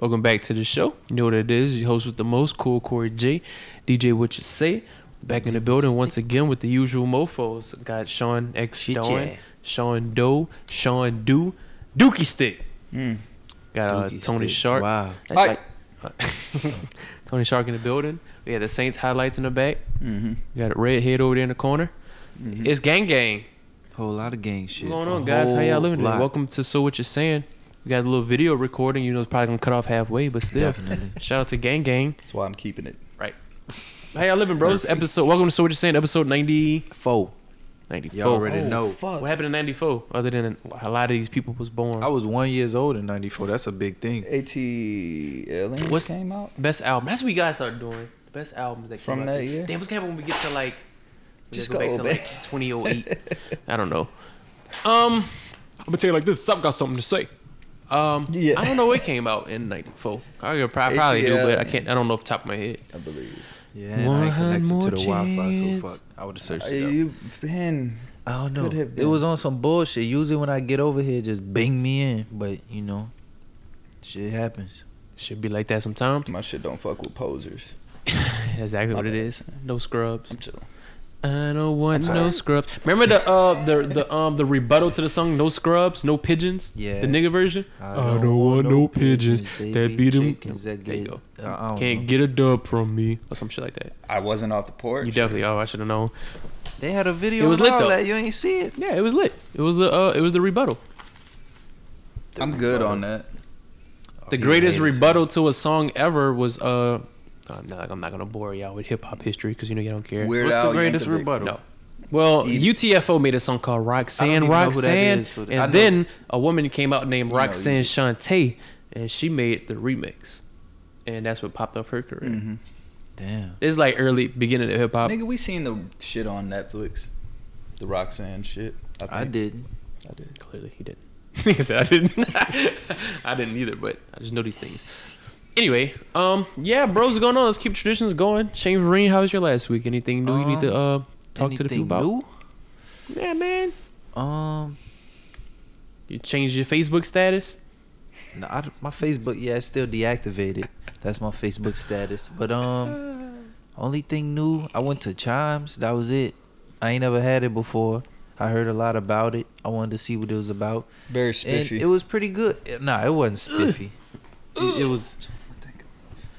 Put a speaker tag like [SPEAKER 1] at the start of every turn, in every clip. [SPEAKER 1] Welcome back to the show. You know what it is. Your host with the most cool, Corey J. DJ, what you say? Back in the building once again with the usual mofos. Got Sean X
[SPEAKER 2] Shit,
[SPEAKER 1] Dawn,
[SPEAKER 2] yeah.
[SPEAKER 1] Sean Doe, Sean Do, Dookie Stick. Got uh,
[SPEAKER 2] Mm. Dookie
[SPEAKER 1] Tony
[SPEAKER 2] Stick.
[SPEAKER 1] Shark.
[SPEAKER 2] Wow.
[SPEAKER 1] That's
[SPEAKER 3] Hi.
[SPEAKER 1] like- Tony Shark in the building. We had the Saints highlights in the back.
[SPEAKER 2] Mm-hmm.
[SPEAKER 1] We got a red head over there in the corner. It's gang gang.
[SPEAKER 2] Whole lot of gang shit.
[SPEAKER 1] What's going
[SPEAKER 2] A
[SPEAKER 1] on, guys? How y'all
[SPEAKER 2] whole
[SPEAKER 1] living? today?
[SPEAKER 2] lot.
[SPEAKER 1] Welcome to So What You're Saying. We got a little video recording. You know, it's probably gonna cut off halfway, but still.
[SPEAKER 2] Definitely.
[SPEAKER 1] Shout out to Gang Gang.
[SPEAKER 3] That's why I'm keeping it.
[SPEAKER 1] Right. How y'all living, bros? Episode. Welcome to So What You're Saying. Episode 90,
[SPEAKER 2] Foe.
[SPEAKER 1] 94.
[SPEAKER 2] Y'all
[SPEAKER 4] Oh,
[SPEAKER 2] already know.
[SPEAKER 3] fuck.
[SPEAKER 1] What happened in 94? Other than a lot of these people was born.
[SPEAKER 4] I was one years old in '94. That's a big thing.
[SPEAKER 3] ATL
[SPEAKER 1] What's-
[SPEAKER 3] came out?
[SPEAKER 1] Best album. That's what we gotta start doing. Best albums that
[SPEAKER 3] From
[SPEAKER 1] came out.
[SPEAKER 3] that year?
[SPEAKER 1] Damn, what's gonna happen when we get to like? we
[SPEAKER 3] Just
[SPEAKER 1] gotta
[SPEAKER 3] go
[SPEAKER 1] back to like 2008. I don't know. Um, I'm gonna tell you like this. I've got something to say. Um,
[SPEAKER 3] Yeah.
[SPEAKER 1] I don't know what came out in '94. I could probably, probably do,
[SPEAKER 3] ATL.
[SPEAKER 1] but I can't. I don't know off the top of my head.
[SPEAKER 3] I believe.
[SPEAKER 4] Yeah, and I ain't
[SPEAKER 1] One
[SPEAKER 4] connected to the
[SPEAKER 1] more
[SPEAKER 4] Wi-Fi,
[SPEAKER 1] chance.
[SPEAKER 4] so fuck. I would have searched it. Up.
[SPEAKER 3] you been
[SPEAKER 4] I don't know.
[SPEAKER 3] could have
[SPEAKER 4] It
[SPEAKER 3] been.
[SPEAKER 4] was on some bullshit. Usually when I get over here, just bing me in. But you know, shit happens.
[SPEAKER 1] Should be like that sometimes.
[SPEAKER 3] my shit don't fuck with posers.
[SPEAKER 1] That's exactly
[SPEAKER 3] My
[SPEAKER 1] what it
[SPEAKER 3] bad.
[SPEAKER 1] is. No scrubs.
[SPEAKER 3] I'm chilling.
[SPEAKER 1] I don't want no scrubs. Remember the uh the the um the rebuttal to the song "No Scrubs, No Pigeons."
[SPEAKER 4] Yeah.
[SPEAKER 1] The nigga version.
[SPEAKER 4] I don't, want, no pigeons. That beat them. That
[SPEAKER 1] There you
[SPEAKER 4] get,
[SPEAKER 1] go.
[SPEAKER 4] I don't
[SPEAKER 1] Can't
[SPEAKER 4] know.
[SPEAKER 1] get a dub from me or some shit like that.
[SPEAKER 3] I wasn't off the porch.
[SPEAKER 1] You definitely. Oh, I should have known.
[SPEAKER 4] They had a video.
[SPEAKER 1] It was
[SPEAKER 4] and
[SPEAKER 1] lit,
[SPEAKER 4] all
[SPEAKER 1] though.
[SPEAKER 4] That. You ain't see it.
[SPEAKER 1] Yeah, it was lit. It was the uh, it was the rebuttal.
[SPEAKER 3] I'm good on that.
[SPEAKER 1] The
[SPEAKER 4] Oh, Yeah,
[SPEAKER 1] greatest
[SPEAKER 4] haters.
[SPEAKER 1] rebuttal to a song ever was uh, I'm not, I'm not gonna bore y'all with hip hop history because you know you don't care.
[SPEAKER 3] Weird
[SPEAKER 4] What's the
[SPEAKER 3] Al
[SPEAKER 4] greatest
[SPEAKER 3] Yankovic.
[SPEAKER 4] rebuttal?
[SPEAKER 1] No. Well,
[SPEAKER 3] You-
[SPEAKER 1] UTFO made a song called
[SPEAKER 4] I don't
[SPEAKER 1] Roxanne,
[SPEAKER 4] even know who that
[SPEAKER 1] Roxanne,
[SPEAKER 4] is, so that- I
[SPEAKER 1] and
[SPEAKER 4] know.
[SPEAKER 1] then a woman came out named
[SPEAKER 3] You know, you-
[SPEAKER 1] Roxanne Shantae, and she made the remix, and that's what popped off her career.
[SPEAKER 4] Mm-hmm. Damn.
[SPEAKER 1] It's like early beginning of hip hop.
[SPEAKER 3] Mm-hmm. Nigga, we seen the shit on Netflix. The Roxanne shit.
[SPEAKER 4] I
[SPEAKER 3] think.
[SPEAKER 4] didn't.
[SPEAKER 3] I did.
[SPEAKER 1] Clearly, he didn't. Like I said, I didn't. I didn't either, but I just know these things. Anyway, um, yeah, bros, what's going on? Let's keep traditions going. Shane Vereen, how was your last week? Anything new you need to uh talk to the people
[SPEAKER 4] Um,
[SPEAKER 1] about?
[SPEAKER 4] Anything new?
[SPEAKER 1] Yeah, man.
[SPEAKER 4] Um,
[SPEAKER 1] You changed your Facebook status.
[SPEAKER 4] No, I don't- my Facebook, yeah, it's still deactivated. That's my Facebook status. But um, only thing new, I went to Chimes. That was it. I ain't never had it before. I heard a lot about it. I wanted to see what it was about,
[SPEAKER 3] Very
[SPEAKER 4] and
[SPEAKER 3] spiffy.
[SPEAKER 4] it was pretty good. Eh, Nah, it wasn't spiffy. It, it was.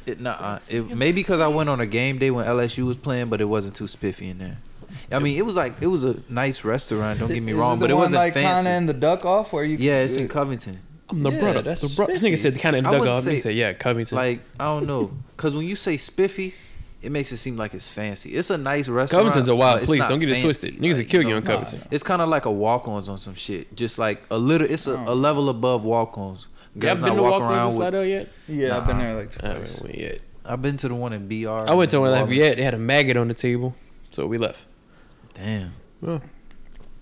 [SPEAKER 4] It, nah, uh, it, maybe because I went on a game day when LSU was playing, but it wasn't too spiffy in there. I mean, it was like it was a nice restaurant. Don't get me
[SPEAKER 3] Is
[SPEAKER 4] wrong,
[SPEAKER 3] the
[SPEAKER 4] but it
[SPEAKER 3] one
[SPEAKER 4] wasn't
[SPEAKER 3] like
[SPEAKER 4] fancy.
[SPEAKER 3] Kinda in the duck off where you.
[SPEAKER 4] yeah, it's in Covington.
[SPEAKER 1] I'm the
[SPEAKER 3] Yeah,
[SPEAKER 1] brother.
[SPEAKER 3] that's
[SPEAKER 1] the bro- I think
[SPEAKER 3] spiffy.
[SPEAKER 1] it said kind of
[SPEAKER 4] I
[SPEAKER 1] dug
[SPEAKER 4] wouldn't
[SPEAKER 1] off.
[SPEAKER 4] say-
[SPEAKER 1] He said, yeah, Covington.
[SPEAKER 4] Like I don't know, cause when you say spiffy, it makes it seem like it's fancy. It's a nice restaurant.
[SPEAKER 1] Covington's a
[SPEAKER 4] but
[SPEAKER 1] wild
[SPEAKER 4] it's
[SPEAKER 1] place.
[SPEAKER 4] not
[SPEAKER 1] Don't get it
[SPEAKER 4] fancy.
[SPEAKER 1] twisted. Niggas will
[SPEAKER 4] Like,
[SPEAKER 1] kill
[SPEAKER 4] know,
[SPEAKER 1] you in Covington.
[SPEAKER 4] It's kind of like a walk-ons on some shit. Just like a little. It's a, a level above walk-ons.
[SPEAKER 1] Y'all
[SPEAKER 4] Guys
[SPEAKER 1] been
[SPEAKER 4] not
[SPEAKER 1] to
[SPEAKER 4] walk
[SPEAKER 1] Walk-Ons in
[SPEAKER 4] around with-
[SPEAKER 1] Slidell yet?
[SPEAKER 3] Yeah, I've been
[SPEAKER 4] Nah.
[SPEAKER 3] there like
[SPEAKER 1] I
[SPEAKER 3] twice.
[SPEAKER 1] haven't went yet.
[SPEAKER 4] I've been to the one in BR.
[SPEAKER 1] I went to one like
[SPEAKER 4] Walk-ons.
[SPEAKER 1] yet. They had a maggot on the table, so we left.
[SPEAKER 4] Damn.
[SPEAKER 1] Yeah.
[SPEAKER 4] You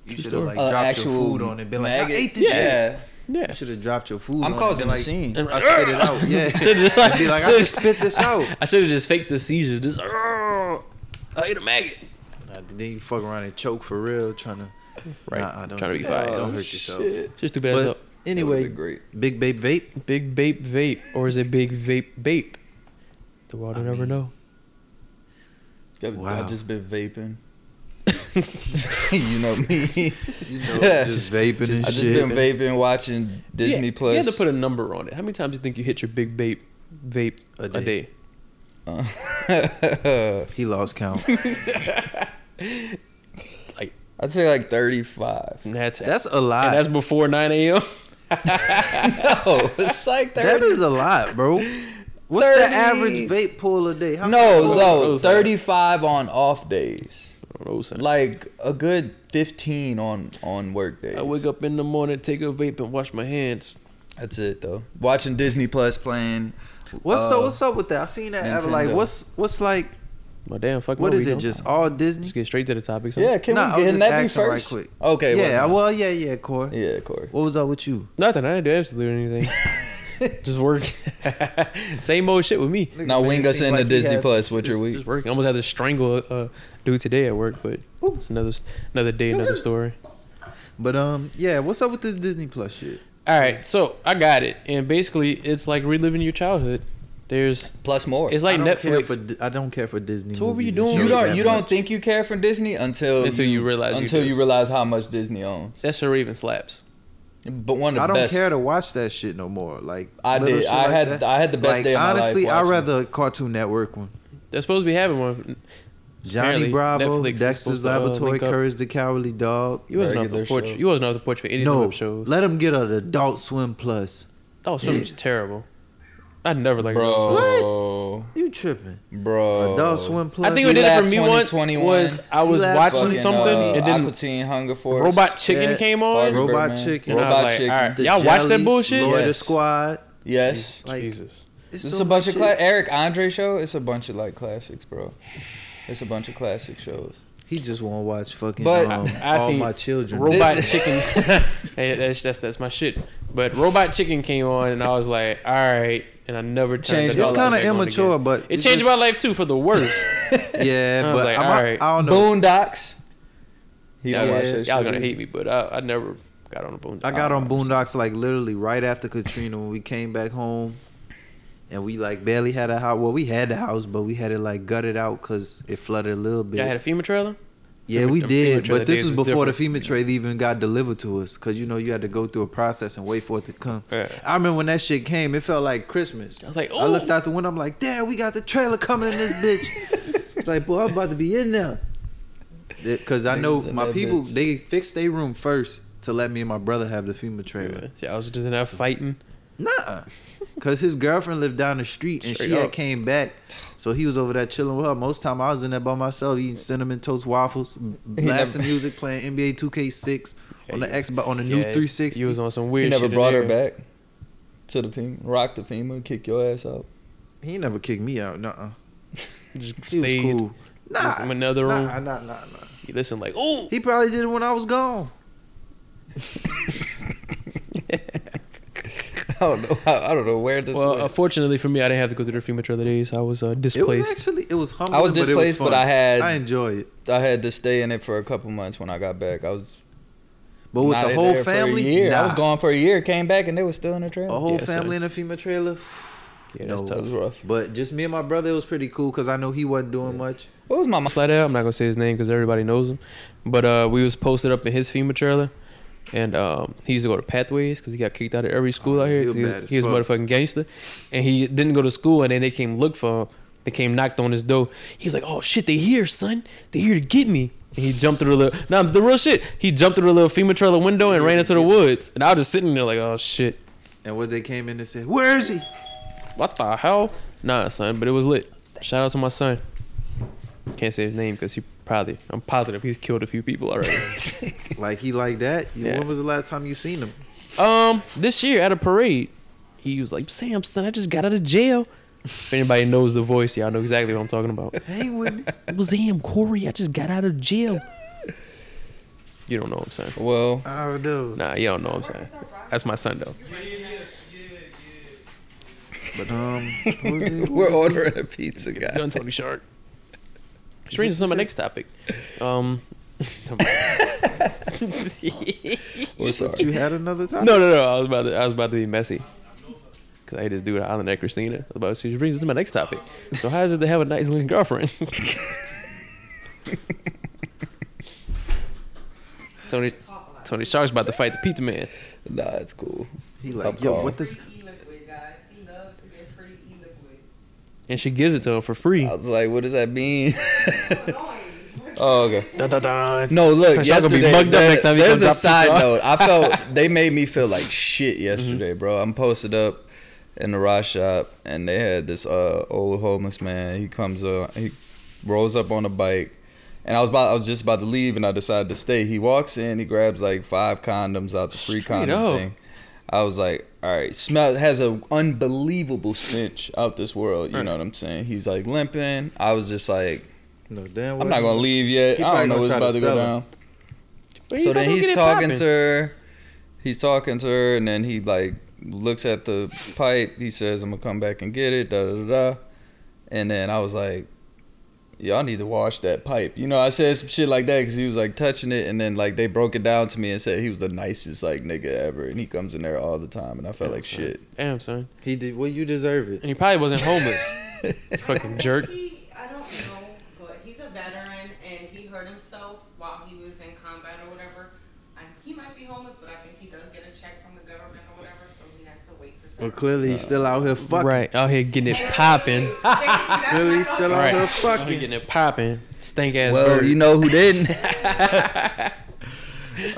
[SPEAKER 1] True
[SPEAKER 4] should have like
[SPEAKER 3] Uh,
[SPEAKER 4] dropped your
[SPEAKER 3] actual
[SPEAKER 4] food on it. Been like, I
[SPEAKER 3] maggot.
[SPEAKER 4] ate this shit.
[SPEAKER 3] Yeah,
[SPEAKER 1] Yeah.
[SPEAKER 4] You should have dropped your food. on
[SPEAKER 3] I'm
[SPEAKER 4] it,
[SPEAKER 3] causing
[SPEAKER 4] been
[SPEAKER 3] a
[SPEAKER 4] like,
[SPEAKER 3] scene.
[SPEAKER 1] And-
[SPEAKER 4] I spit it out. Yeah.
[SPEAKER 1] Should've just like-
[SPEAKER 4] Be like, I
[SPEAKER 1] should've-
[SPEAKER 4] just spit this out.
[SPEAKER 1] I should have just faked the seizures. Just "Argh, I ate a maggot.
[SPEAKER 4] Nah, then you fuck around and choke for real, trying to.
[SPEAKER 1] Right.
[SPEAKER 4] Nah, I don't
[SPEAKER 1] Tryna
[SPEAKER 4] do
[SPEAKER 1] be
[SPEAKER 4] that.
[SPEAKER 1] fine.
[SPEAKER 4] Don't hurt yourself.
[SPEAKER 3] Oh, Shit.
[SPEAKER 1] Just too bad as
[SPEAKER 4] But
[SPEAKER 1] up.
[SPEAKER 4] anyway,
[SPEAKER 3] That would've been great.
[SPEAKER 4] Big Babe Vape.
[SPEAKER 1] Big Bape Vape, or is it Big Vape Bape? The world will
[SPEAKER 4] I
[SPEAKER 1] never
[SPEAKER 4] mean-
[SPEAKER 1] know.
[SPEAKER 3] I've
[SPEAKER 4] Wow.
[SPEAKER 3] just been vaping. you know me.
[SPEAKER 4] You know,
[SPEAKER 3] Yeah.
[SPEAKER 4] just vaping and
[SPEAKER 3] I just
[SPEAKER 4] shit.
[SPEAKER 3] been vaping, watching Disney
[SPEAKER 1] yeah,
[SPEAKER 3] Plus.
[SPEAKER 1] You had to put a number on it. How many times do you think you hit your Big Bape Vape
[SPEAKER 4] A
[SPEAKER 1] a day?
[SPEAKER 4] day. he lost count.
[SPEAKER 3] I'd say like 35.
[SPEAKER 1] And that's
[SPEAKER 4] That's a
[SPEAKER 1] and that's
[SPEAKER 4] lot.
[SPEAKER 1] before nine a.m.
[SPEAKER 3] No, it's like 30.
[SPEAKER 4] That is a lot, bro. What's the
[SPEAKER 3] 30
[SPEAKER 4] average vape pull a day? How many
[SPEAKER 3] no,
[SPEAKER 4] pulls?
[SPEAKER 3] no,
[SPEAKER 1] those are-
[SPEAKER 3] 35 on off days.
[SPEAKER 1] I don't know, son.
[SPEAKER 3] Like a good 15 on on work days.
[SPEAKER 1] I wake up in the morning, take a vape, and wash my hands.
[SPEAKER 3] That's it though. Watching Disney Plus playing.
[SPEAKER 4] What's
[SPEAKER 3] uh,
[SPEAKER 4] so? What's up with that? I seen that. ever like,
[SPEAKER 3] Nintendo.
[SPEAKER 4] what's what's like?
[SPEAKER 1] My damn fuck.
[SPEAKER 4] What
[SPEAKER 1] no,
[SPEAKER 4] is
[SPEAKER 1] we
[SPEAKER 4] it?
[SPEAKER 1] don't.
[SPEAKER 4] Just all
[SPEAKER 1] Just
[SPEAKER 4] Disney?
[SPEAKER 1] get straight to the topic. son.
[SPEAKER 3] Yeah, can
[SPEAKER 4] Nah,
[SPEAKER 3] we
[SPEAKER 4] I
[SPEAKER 3] get
[SPEAKER 4] was
[SPEAKER 3] in
[SPEAKER 4] just
[SPEAKER 3] that thing
[SPEAKER 4] asking right
[SPEAKER 3] first?
[SPEAKER 4] quick.
[SPEAKER 3] Okay.
[SPEAKER 4] yeah.
[SPEAKER 3] well,
[SPEAKER 4] Well, yeah, yeah, Corey.
[SPEAKER 3] yeah, Corey.
[SPEAKER 4] What was up with you?
[SPEAKER 1] Nothing. I didn't do absolutely anything. just work. Same old shit with me.
[SPEAKER 3] Now wing us into Disney Plus. What's
[SPEAKER 1] just,
[SPEAKER 3] your week?
[SPEAKER 1] Just working. I almost had to strangle a uh, dude today at work, but it's another another day, another story.
[SPEAKER 4] But um, yeah, what's up with this Disney Plus shit?
[SPEAKER 1] All right, so I got it, and basically it's like reliving your childhood. There's
[SPEAKER 3] Plus more.
[SPEAKER 1] it's like
[SPEAKER 4] I don't Care
[SPEAKER 1] Netflix.
[SPEAKER 4] for, Di- I don't care for Disney.
[SPEAKER 1] So what were you
[SPEAKER 4] movies
[SPEAKER 1] doing?
[SPEAKER 4] and shows
[SPEAKER 3] you
[SPEAKER 4] that
[SPEAKER 3] don't you don't
[SPEAKER 4] much.
[SPEAKER 3] think you care for Disney until
[SPEAKER 1] Until you realize you
[SPEAKER 3] until
[SPEAKER 1] do.
[SPEAKER 3] you, realize how much Disney owns.
[SPEAKER 1] that shit even slaps.
[SPEAKER 3] But one of the
[SPEAKER 4] I don't
[SPEAKER 3] best.
[SPEAKER 4] care to watch that shit no more. Like
[SPEAKER 3] I
[SPEAKER 4] little
[SPEAKER 3] did.
[SPEAKER 4] shit
[SPEAKER 3] I
[SPEAKER 4] like
[SPEAKER 3] had-
[SPEAKER 4] that.
[SPEAKER 3] I had the best
[SPEAKER 4] Like,
[SPEAKER 3] day of my life
[SPEAKER 4] honestly, I'd
[SPEAKER 3] watching
[SPEAKER 4] rather Cartoon Network one.
[SPEAKER 1] They're supposed to be having one.
[SPEAKER 4] Johnny
[SPEAKER 1] Apparently,
[SPEAKER 4] Bravo,
[SPEAKER 1] Netflix is supposed
[SPEAKER 4] Dexter's
[SPEAKER 1] to, uh,
[SPEAKER 4] Laboratory,
[SPEAKER 1] link up.
[SPEAKER 4] Courage the Cowardly Dog.
[SPEAKER 1] You wasn't off the
[SPEAKER 3] Regular
[SPEAKER 1] porch.
[SPEAKER 3] show.
[SPEAKER 1] You wasn't off the porch for any of
[SPEAKER 4] No,
[SPEAKER 1] them shows.
[SPEAKER 4] let them get an Adult Swim Plus.
[SPEAKER 1] That was so much terrible. I never liked Adult Swim.
[SPEAKER 3] bro,
[SPEAKER 4] You tripping?
[SPEAKER 3] bro.
[SPEAKER 4] Adult Swim Plus.
[SPEAKER 1] I think what did it
[SPEAKER 3] Lab
[SPEAKER 1] for me once
[SPEAKER 3] 2021.
[SPEAKER 1] was I was
[SPEAKER 4] Lab
[SPEAKER 1] watching
[SPEAKER 3] Fucking,
[SPEAKER 1] something
[SPEAKER 3] uh,
[SPEAKER 1] and then
[SPEAKER 3] Aqua Teen, Hunger Force,
[SPEAKER 1] Robot Chicken
[SPEAKER 4] Yeah.
[SPEAKER 1] came on.
[SPEAKER 3] Barbie.
[SPEAKER 4] Robot
[SPEAKER 3] Birdman.
[SPEAKER 4] Chicken.
[SPEAKER 1] and I was
[SPEAKER 3] Robot
[SPEAKER 1] like,
[SPEAKER 3] Chicken.
[SPEAKER 1] all right,
[SPEAKER 4] The
[SPEAKER 1] y'all watch that
[SPEAKER 4] Jellies,
[SPEAKER 1] bullshit?
[SPEAKER 4] Lord of the
[SPEAKER 3] Yes.
[SPEAKER 4] Squad.
[SPEAKER 3] Yes,
[SPEAKER 4] Like,
[SPEAKER 1] Jesus.
[SPEAKER 4] It's
[SPEAKER 3] It's
[SPEAKER 4] so
[SPEAKER 3] a bunch
[SPEAKER 4] much
[SPEAKER 3] of cla-
[SPEAKER 4] shit.
[SPEAKER 3] Eric Andre show. It's a bunch of like classics, bro. It's a bunch of classic shows.
[SPEAKER 4] He just want to watch fucking
[SPEAKER 3] But
[SPEAKER 4] um,
[SPEAKER 1] I
[SPEAKER 4] all
[SPEAKER 1] seen
[SPEAKER 4] my children.
[SPEAKER 1] Robot
[SPEAKER 3] This-
[SPEAKER 1] Chicken. hey, that's, that's that's my shit. But Robot Chicken came on, and I was like, all right. And I never turned
[SPEAKER 3] Changed
[SPEAKER 1] the
[SPEAKER 3] my
[SPEAKER 1] television
[SPEAKER 4] it's
[SPEAKER 3] life.
[SPEAKER 4] kind of
[SPEAKER 1] back on
[SPEAKER 4] immature,
[SPEAKER 1] again.
[SPEAKER 4] but
[SPEAKER 1] It changed
[SPEAKER 4] just-
[SPEAKER 1] my life too for the worse. I
[SPEAKER 4] Yeah,
[SPEAKER 1] was
[SPEAKER 4] but
[SPEAKER 1] like,
[SPEAKER 4] I'm,
[SPEAKER 1] alright.
[SPEAKER 4] I don't know.
[SPEAKER 3] Boondocks. He
[SPEAKER 1] y'all,
[SPEAKER 3] don't watch
[SPEAKER 4] Yeah.
[SPEAKER 3] that
[SPEAKER 1] y'all
[SPEAKER 3] shit,
[SPEAKER 1] gonna
[SPEAKER 3] dude.
[SPEAKER 1] hate me, but I, I never got on a boondocks.
[SPEAKER 4] I got on
[SPEAKER 3] Uh,
[SPEAKER 4] Boondocks like literally right after Katrina when we came back home, and we like barely had a house. Well, we had the house, but we had it like gutted out because it flooded a little bit.
[SPEAKER 1] Y'all had a FEMA trailer.
[SPEAKER 4] yeah,
[SPEAKER 1] FEMA
[SPEAKER 4] we
[SPEAKER 1] the FEMA
[SPEAKER 4] did,
[SPEAKER 1] trailer
[SPEAKER 4] but this
[SPEAKER 1] days
[SPEAKER 4] was
[SPEAKER 1] was
[SPEAKER 4] before the FEMA trade even got delivered to us because you know you had to go through a process and wait for it to come.
[SPEAKER 1] Yeah.
[SPEAKER 4] I remember when that shit came, it felt like Christmas.
[SPEAKER 1] I was like,
[SPEAKER 4] I looked
[SPEAKER 1] "Ooh."
[SPEAKER 4] out the window, I'm like, damn, we got the trailer coming in this bitch. it's like, boy, I'm about to be in there. Because I know
[SPEAKER 3] Niggas in
[SPEAKER 4] my
[SPEAKER 3] that
[SPEAKER 4] people,
[SPEAKER 3] bitch.
[SPEAKER 4] they fixed their room first to let me and my brother have the FEMA trailer.
[SPEAKER 1] See, I was just in there fighting.
[SPEAKER 4] Nah, cause his girlfriend lived down the street and
[SPEAKER 1] Straight
[SPEAKER 4] she
[SPEAKER 1] up.
[SPEAKER 4] had came back, so he was over there chilling with her. Most time I was in there by myself eating cinnamon toast waffles, blasting music, playing NBA 2K6 on the
[SPEAKER 1] Yeah,
[SPEAKER 4] Xbox on the
[SPEAKER 1] Yeah,
[SPEAKER 4] new 360.
[SPEAKER 1] You was on some weird.
[SPEAKER 3] He never
[SPEAKER 1] shit in
[SPEAKER 3] brought her
[SPEAKER 1] there.
[SPEAKER 3] back to the Pima, rock the Pima, kick your ass out.
[SPEAKER 4] he never kicked me out. Nah,
[SPEAKER 1] Just
[SPEAKER 4] he
[SPEAKER 1] stayed.
[SPEAKER 4] was cool.
[SPEAKER 1] Just
[SPEAKER 4] Nah,
[SPEAKER 1] in another room.
[SPEAKER 4] nah, nah, nah, nah.
[SPEAKER 1] He listened like, oh,
[SPEAKER 4] He probably did it when I was gone.
[SPEAKER 3] I don't know. I, I don't know where this.
[SPEAKER 1] Well,
[SPEAKER 3] went.
[SPEAKER 1] uh, fortunately for me, I didn't have to go through the FEMA trailer days. I was uh,
[SPEAKER 4] It was
[SPEAKER 1] displaced.
[SPEAKER 4] actually it was humble.
[SPEAKER 3] I was displaced, but I had-
[SPEAKER 4] I enjoy it.
[SPEAKER 3] I had to stay in it for a couple months when I got back. I was
[SPEAKER 4] But with
[SPEAKER 3] not
[SPEAKER 4] the
[SPEAKER 3] in
[SPEAKER 4] whole
[SPEAKER 3] there for a
[SPEAKER 4] family,
[SPEAKER 3] year. I
[SPEAKER 4] nah.
[SPEAKER 3] was gone for a year, came back, and they were still in the trailer.
[SPEAKER 4] A whole
[SPEAKER 1] Yeah, son.
[SPEAKER 4] family in a FEMA trailer.
[SPEAKER 1] yeah, that's
[SPEAKER 4] No.
[SPEAKER 3] That was
[SPEAKER 1] tough.
[SPEAKER 3] rough.
[SPEAKER 4] But just me and my brother, it was pretty cool because I know he wasn't doing much.
[SPEAKER 3] What was my mom?
[SPEAKER 1] Slide out. I'm not gonna say his name because everybody knows him, but uh, we was posted up in his FEMA trailer, and um, he used to go to Pathways because he got kicked out of every school
[SPEAKER 4] Oh,
[SPEAKER 1] out here.
[SPEAKER 4] he
[SPEAKER 1] 'cause
[SPEAKER 4] was
[SPEAKER 1] He
[SPEAKER 4] bad
[SPEAKER 1] was,
[SPEAKER 4] as
[SPEAKER 1] he was a
[SPEAKER 4] fuck.
[SPEAKER 1] motherfucking gangster, and he didn't go to school. And then they came look for him. They came knocked on his door. He was like, "Oh shit, they here, son. They here to get me." And he jumped through the little. Nah, the real shit. He jumped through the little FEMA trailer window and ran into the woods. And I was just sitting there like, "Oh shit."
[SPEAKER 4] And what they came in and said, "Where is he?"
[SPEAKER 1] What the hell? Nah, son, but it was lit. Shout out to my son. Can't say his name because he probably, I'm positive he's killed a few people already.
[SPEAKER 4] Like he like that. You-
[SPEAKER 1] Yeah.
[SPEAKER 4] When was the last time you seen him?
[SPEAKER 1] um, this year at a parade, he was like, Sam, son, I just got out of jail. If anybody knows the voice, y'all know exactly what I'm talking about.
[SPEAKER 4] Hang with me.
[SPEAKER 1] It was him, Corey. I just got out of jail. You don't know what I'm saying.
[SPEAKER 3] Well,
[SPEAKER 4] Oh, dude.
[SPEAKER 1] Nah, you don't know what I'm saying. That's my son, though.
[SPEAKER 4] But um, what was it?
[SPEAKER 3] we're ordering a pizza, guys.
[SPEAKER 1] Done, Tony Shark. Which brings us to my next topic. Um,
[SPEAKER 3] We're sorry.
[SPEAKER 4] you had another time?
[SPEAKER 1] No, no, no. I was about to, I was about to be messy. Cause I hate this dude Island at Christina. I was about to see, which brings us to my next topic. So how is it to have a nice looking girlfriend? Tony, Tony Shark's about to fight the pizza man.
[SPEAKER 3] Nah, it's cool.
[SPEAKER 4] He
[SPEAKER 3] Up
[SPEAKER 4] like, yo,
[SPEAKER 3] call.
[SPEAKER 4] what this?
[SPEAKER 2] Free e-liquid, guys. He loves to get free e-liquid.
[SPEAKER 1] And she gives it to him for free.
[SPEAKER 3] I was like, what does that mean?
[SPEAKER 2] Noise.
[SPEAKER 3] oh, okay.
[SPEAKER 1] Dun, dun, dun.
[SPEAKER 3] No, look,
[SPEAKER 1] Tony Stark's gonna
[SPEAKER 3] yesterday.
[SPEAKER 1] be mugged up
[SPEAKER 3] there-
[SPEAKER 1] next time he comes
[SPEAKER 3] there's a
[SPEAKER 1] up to
[SPEAKER 3] side
[SPEAKER 1] talk.
[SPEAKER 3] note. I felt they made me feel like shit
[SPEAKER 1] Mm-hmm.
[SPEAKER 3] yesterday, bro. I'm posted up in the rod shop, and they had this uh, old homeless man. He comes up, he rolls up on a bike, and I was about, I was just about to leave, and I decided to stay. He walks in, he grabs like five condoms out the free
[SPEAKER 1] Straight
[SPEAKER 3] condom
[SPEAKER 1] up.
[SPEAKER 3] thing. I was like, all right, smell has an unbelievable stench out this world. You
[SPEAKER 1] Right.
[SPEAKER 3] know what I'm saying? He's like limping. I was just like,
[SPEAKER 4] No, damn.
[SPEAKER 3] I'm not gonna leave yet.
[SPEAKER 4] He
[SPEAKER 3] I
[SPEAKER 4] probably
[SPEAKER 3] don't know
[SPEAKER 4] gonna
[SPEAKER 3] what's
[SPEAKER 4] try to
[SPEAKER 3] about to go
[SPEAKER 4] sell him.
[SPEAKER 3] down.
[SPEAKER 1] But
[SPEAKER 3] So
[SPEAKER 1] not
[SPEAKER 3] then
[SPEAKER 1] gonna get
[SPEAKER 3] he's
[SPEAKER 1] it
[SPEAKER 3] talking
[SPEAKER 1] poppin'.
[SPEAKER 3] to her. He's talking to her, and then he like looks at the pipe. He says, "I'm gonna come back and get it." Da da da. da." And then I was like, y'all need to wash that pipe. You know, I said some shit like that because he was like touching it, and then like they broke it down to me and said he was the nicest like nigga ever, and he comes in there all the time, and I felt like shit.
[SPEAKER 1] Damn, son.
[SPEAKER 4] He did. Well, you deserve it.
[SPEAKER 1] And he probably wasn't homeless. You fucking jerk.
[SPEAKER 2] He, I don't know, but he's a veteran and he hurt himself while he was in combat or whatever. And he might be homeless, but I think he does get a check from the government or whatever, so he has to wait for
[SPEAKER 4] Well,
[SPEAKER 2] something.
[SPEAKER 4] clearly he's still out here fucking.
[SPEAKER 1] Right. Out here getting it popping.
[SPEAKER 4] Clearly he's still out
[SPEAKER 1] Right.
[SPEAKER 4] here
[SPEAKER 1] Out here
[SPEAKER 4] fucking.
[SPEAKER 1] getting it popping. Stank ass
[SPEAKER 3] Well,
[SPEAKER 1] bird.
[SPEAKER 3] you know who didn't?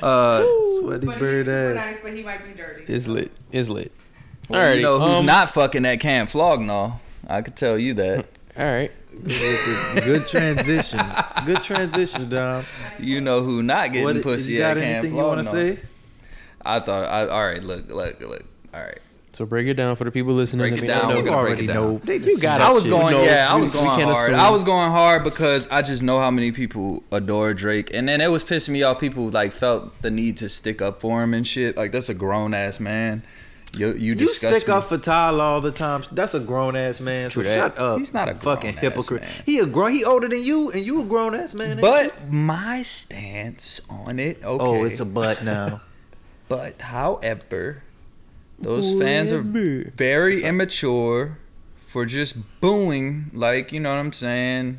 [SPEAKER 3] uh,
[SPEAKER 4] Sweaty
[SPEAKER 2] But he's
[SPEAKER 4] bird
[SPEAKER 2] super
[SPEAKER 4] ass.
[SPEAKER 2] nice, but he might be dirty.
[SPEAKER 3] it's lit.
[SPEAKER 1] It's lit.
[SPEAKER 3] Well,
[SPEAKER 1] Alrighty,
[SPEAKER 3] you know who's
[SPEAKER 1] um,
[SPEAKER 3] not fucking that Camp Flognaw? I could tell you that.
[SPEAKER 1] All right.
[SPEAKER 4] Good transition. Good transition, Dom.
[SPEAKER 3] You know who not getting
[SPEAKER 4] What,
[SPEAKER 3] pussy
[SPEAKER 4] you got
[SPEAKER 3] at Camp Oh,
[SPEAKER 4] anything you want
[SPEAKER 3] Flognaw?
[SPEAKER 4] to say?
[SPEAKER 3] I thought, I, all right, look, look, look, all right.
[SPEAKER 1] So break it down for the people listening.
[SPEAKER 3] Break
[SPEAKER 1] to
[SPEAKER 3] it
[SPEAKER 1] me.
[SPEAKER 3] down.
[SPEAKER 1] They
[SPEAKER 3] We're
[SPEAKER 1] know-
[SPEAKER 3] gonna break it down.
[SPEAKER 1] They- you got
[SPEAKER 3] I
[SPEAKER 1] that
[SPEAKER 3] was
[SPEAKER 1] shit.
[SPEAKER 3] going,
[SPEAKER 1] You know,
[SPEAKER 3] yeah, I
[SPEAKER 1] we-
[SPEAKER 3] was
[SPEAKER 1] we
[SPEAKER 3] going
[SPEAKER 1] can't
[SPEAKER 3] hard.
[SPEAKER 1] assume.
[SPEAKER 3] I was going hard because I just know how many people adore Drake, and then it was pissing me off. People like felt the need to stick up for him and shit. Like that's a grown ass man. You you,
[SPEAKER 4] You
[SPEAKER 3] disgust
[SPEAKER 4] stick
[SPEAKER 3] me.
[SPEAKER 4] up for Tyler all the time. That's a grown ass man. So
[SPEAKER 3] True that.
[SPEAKER 4] shut up.
[SPEAKER 3] He's not a
[SPEAKER 4] fucking
[SPEAKER 3] grown-ass
[SPEAKER 4] hypocrite.
[SPEAKER 3] man.
[SPEAKER 4] He a grown. He older than you, and you a grown ass man. ain't you?
[SPEAKER 3] But my stance on it, okay.
[SPEAKER 4] oh, it's a butt now.
[SPEAKER 3] but however, those fans are
[SPEAKER 1] However.
[SPEAKER 3] very immature for just booing. Like you know what I'm saying.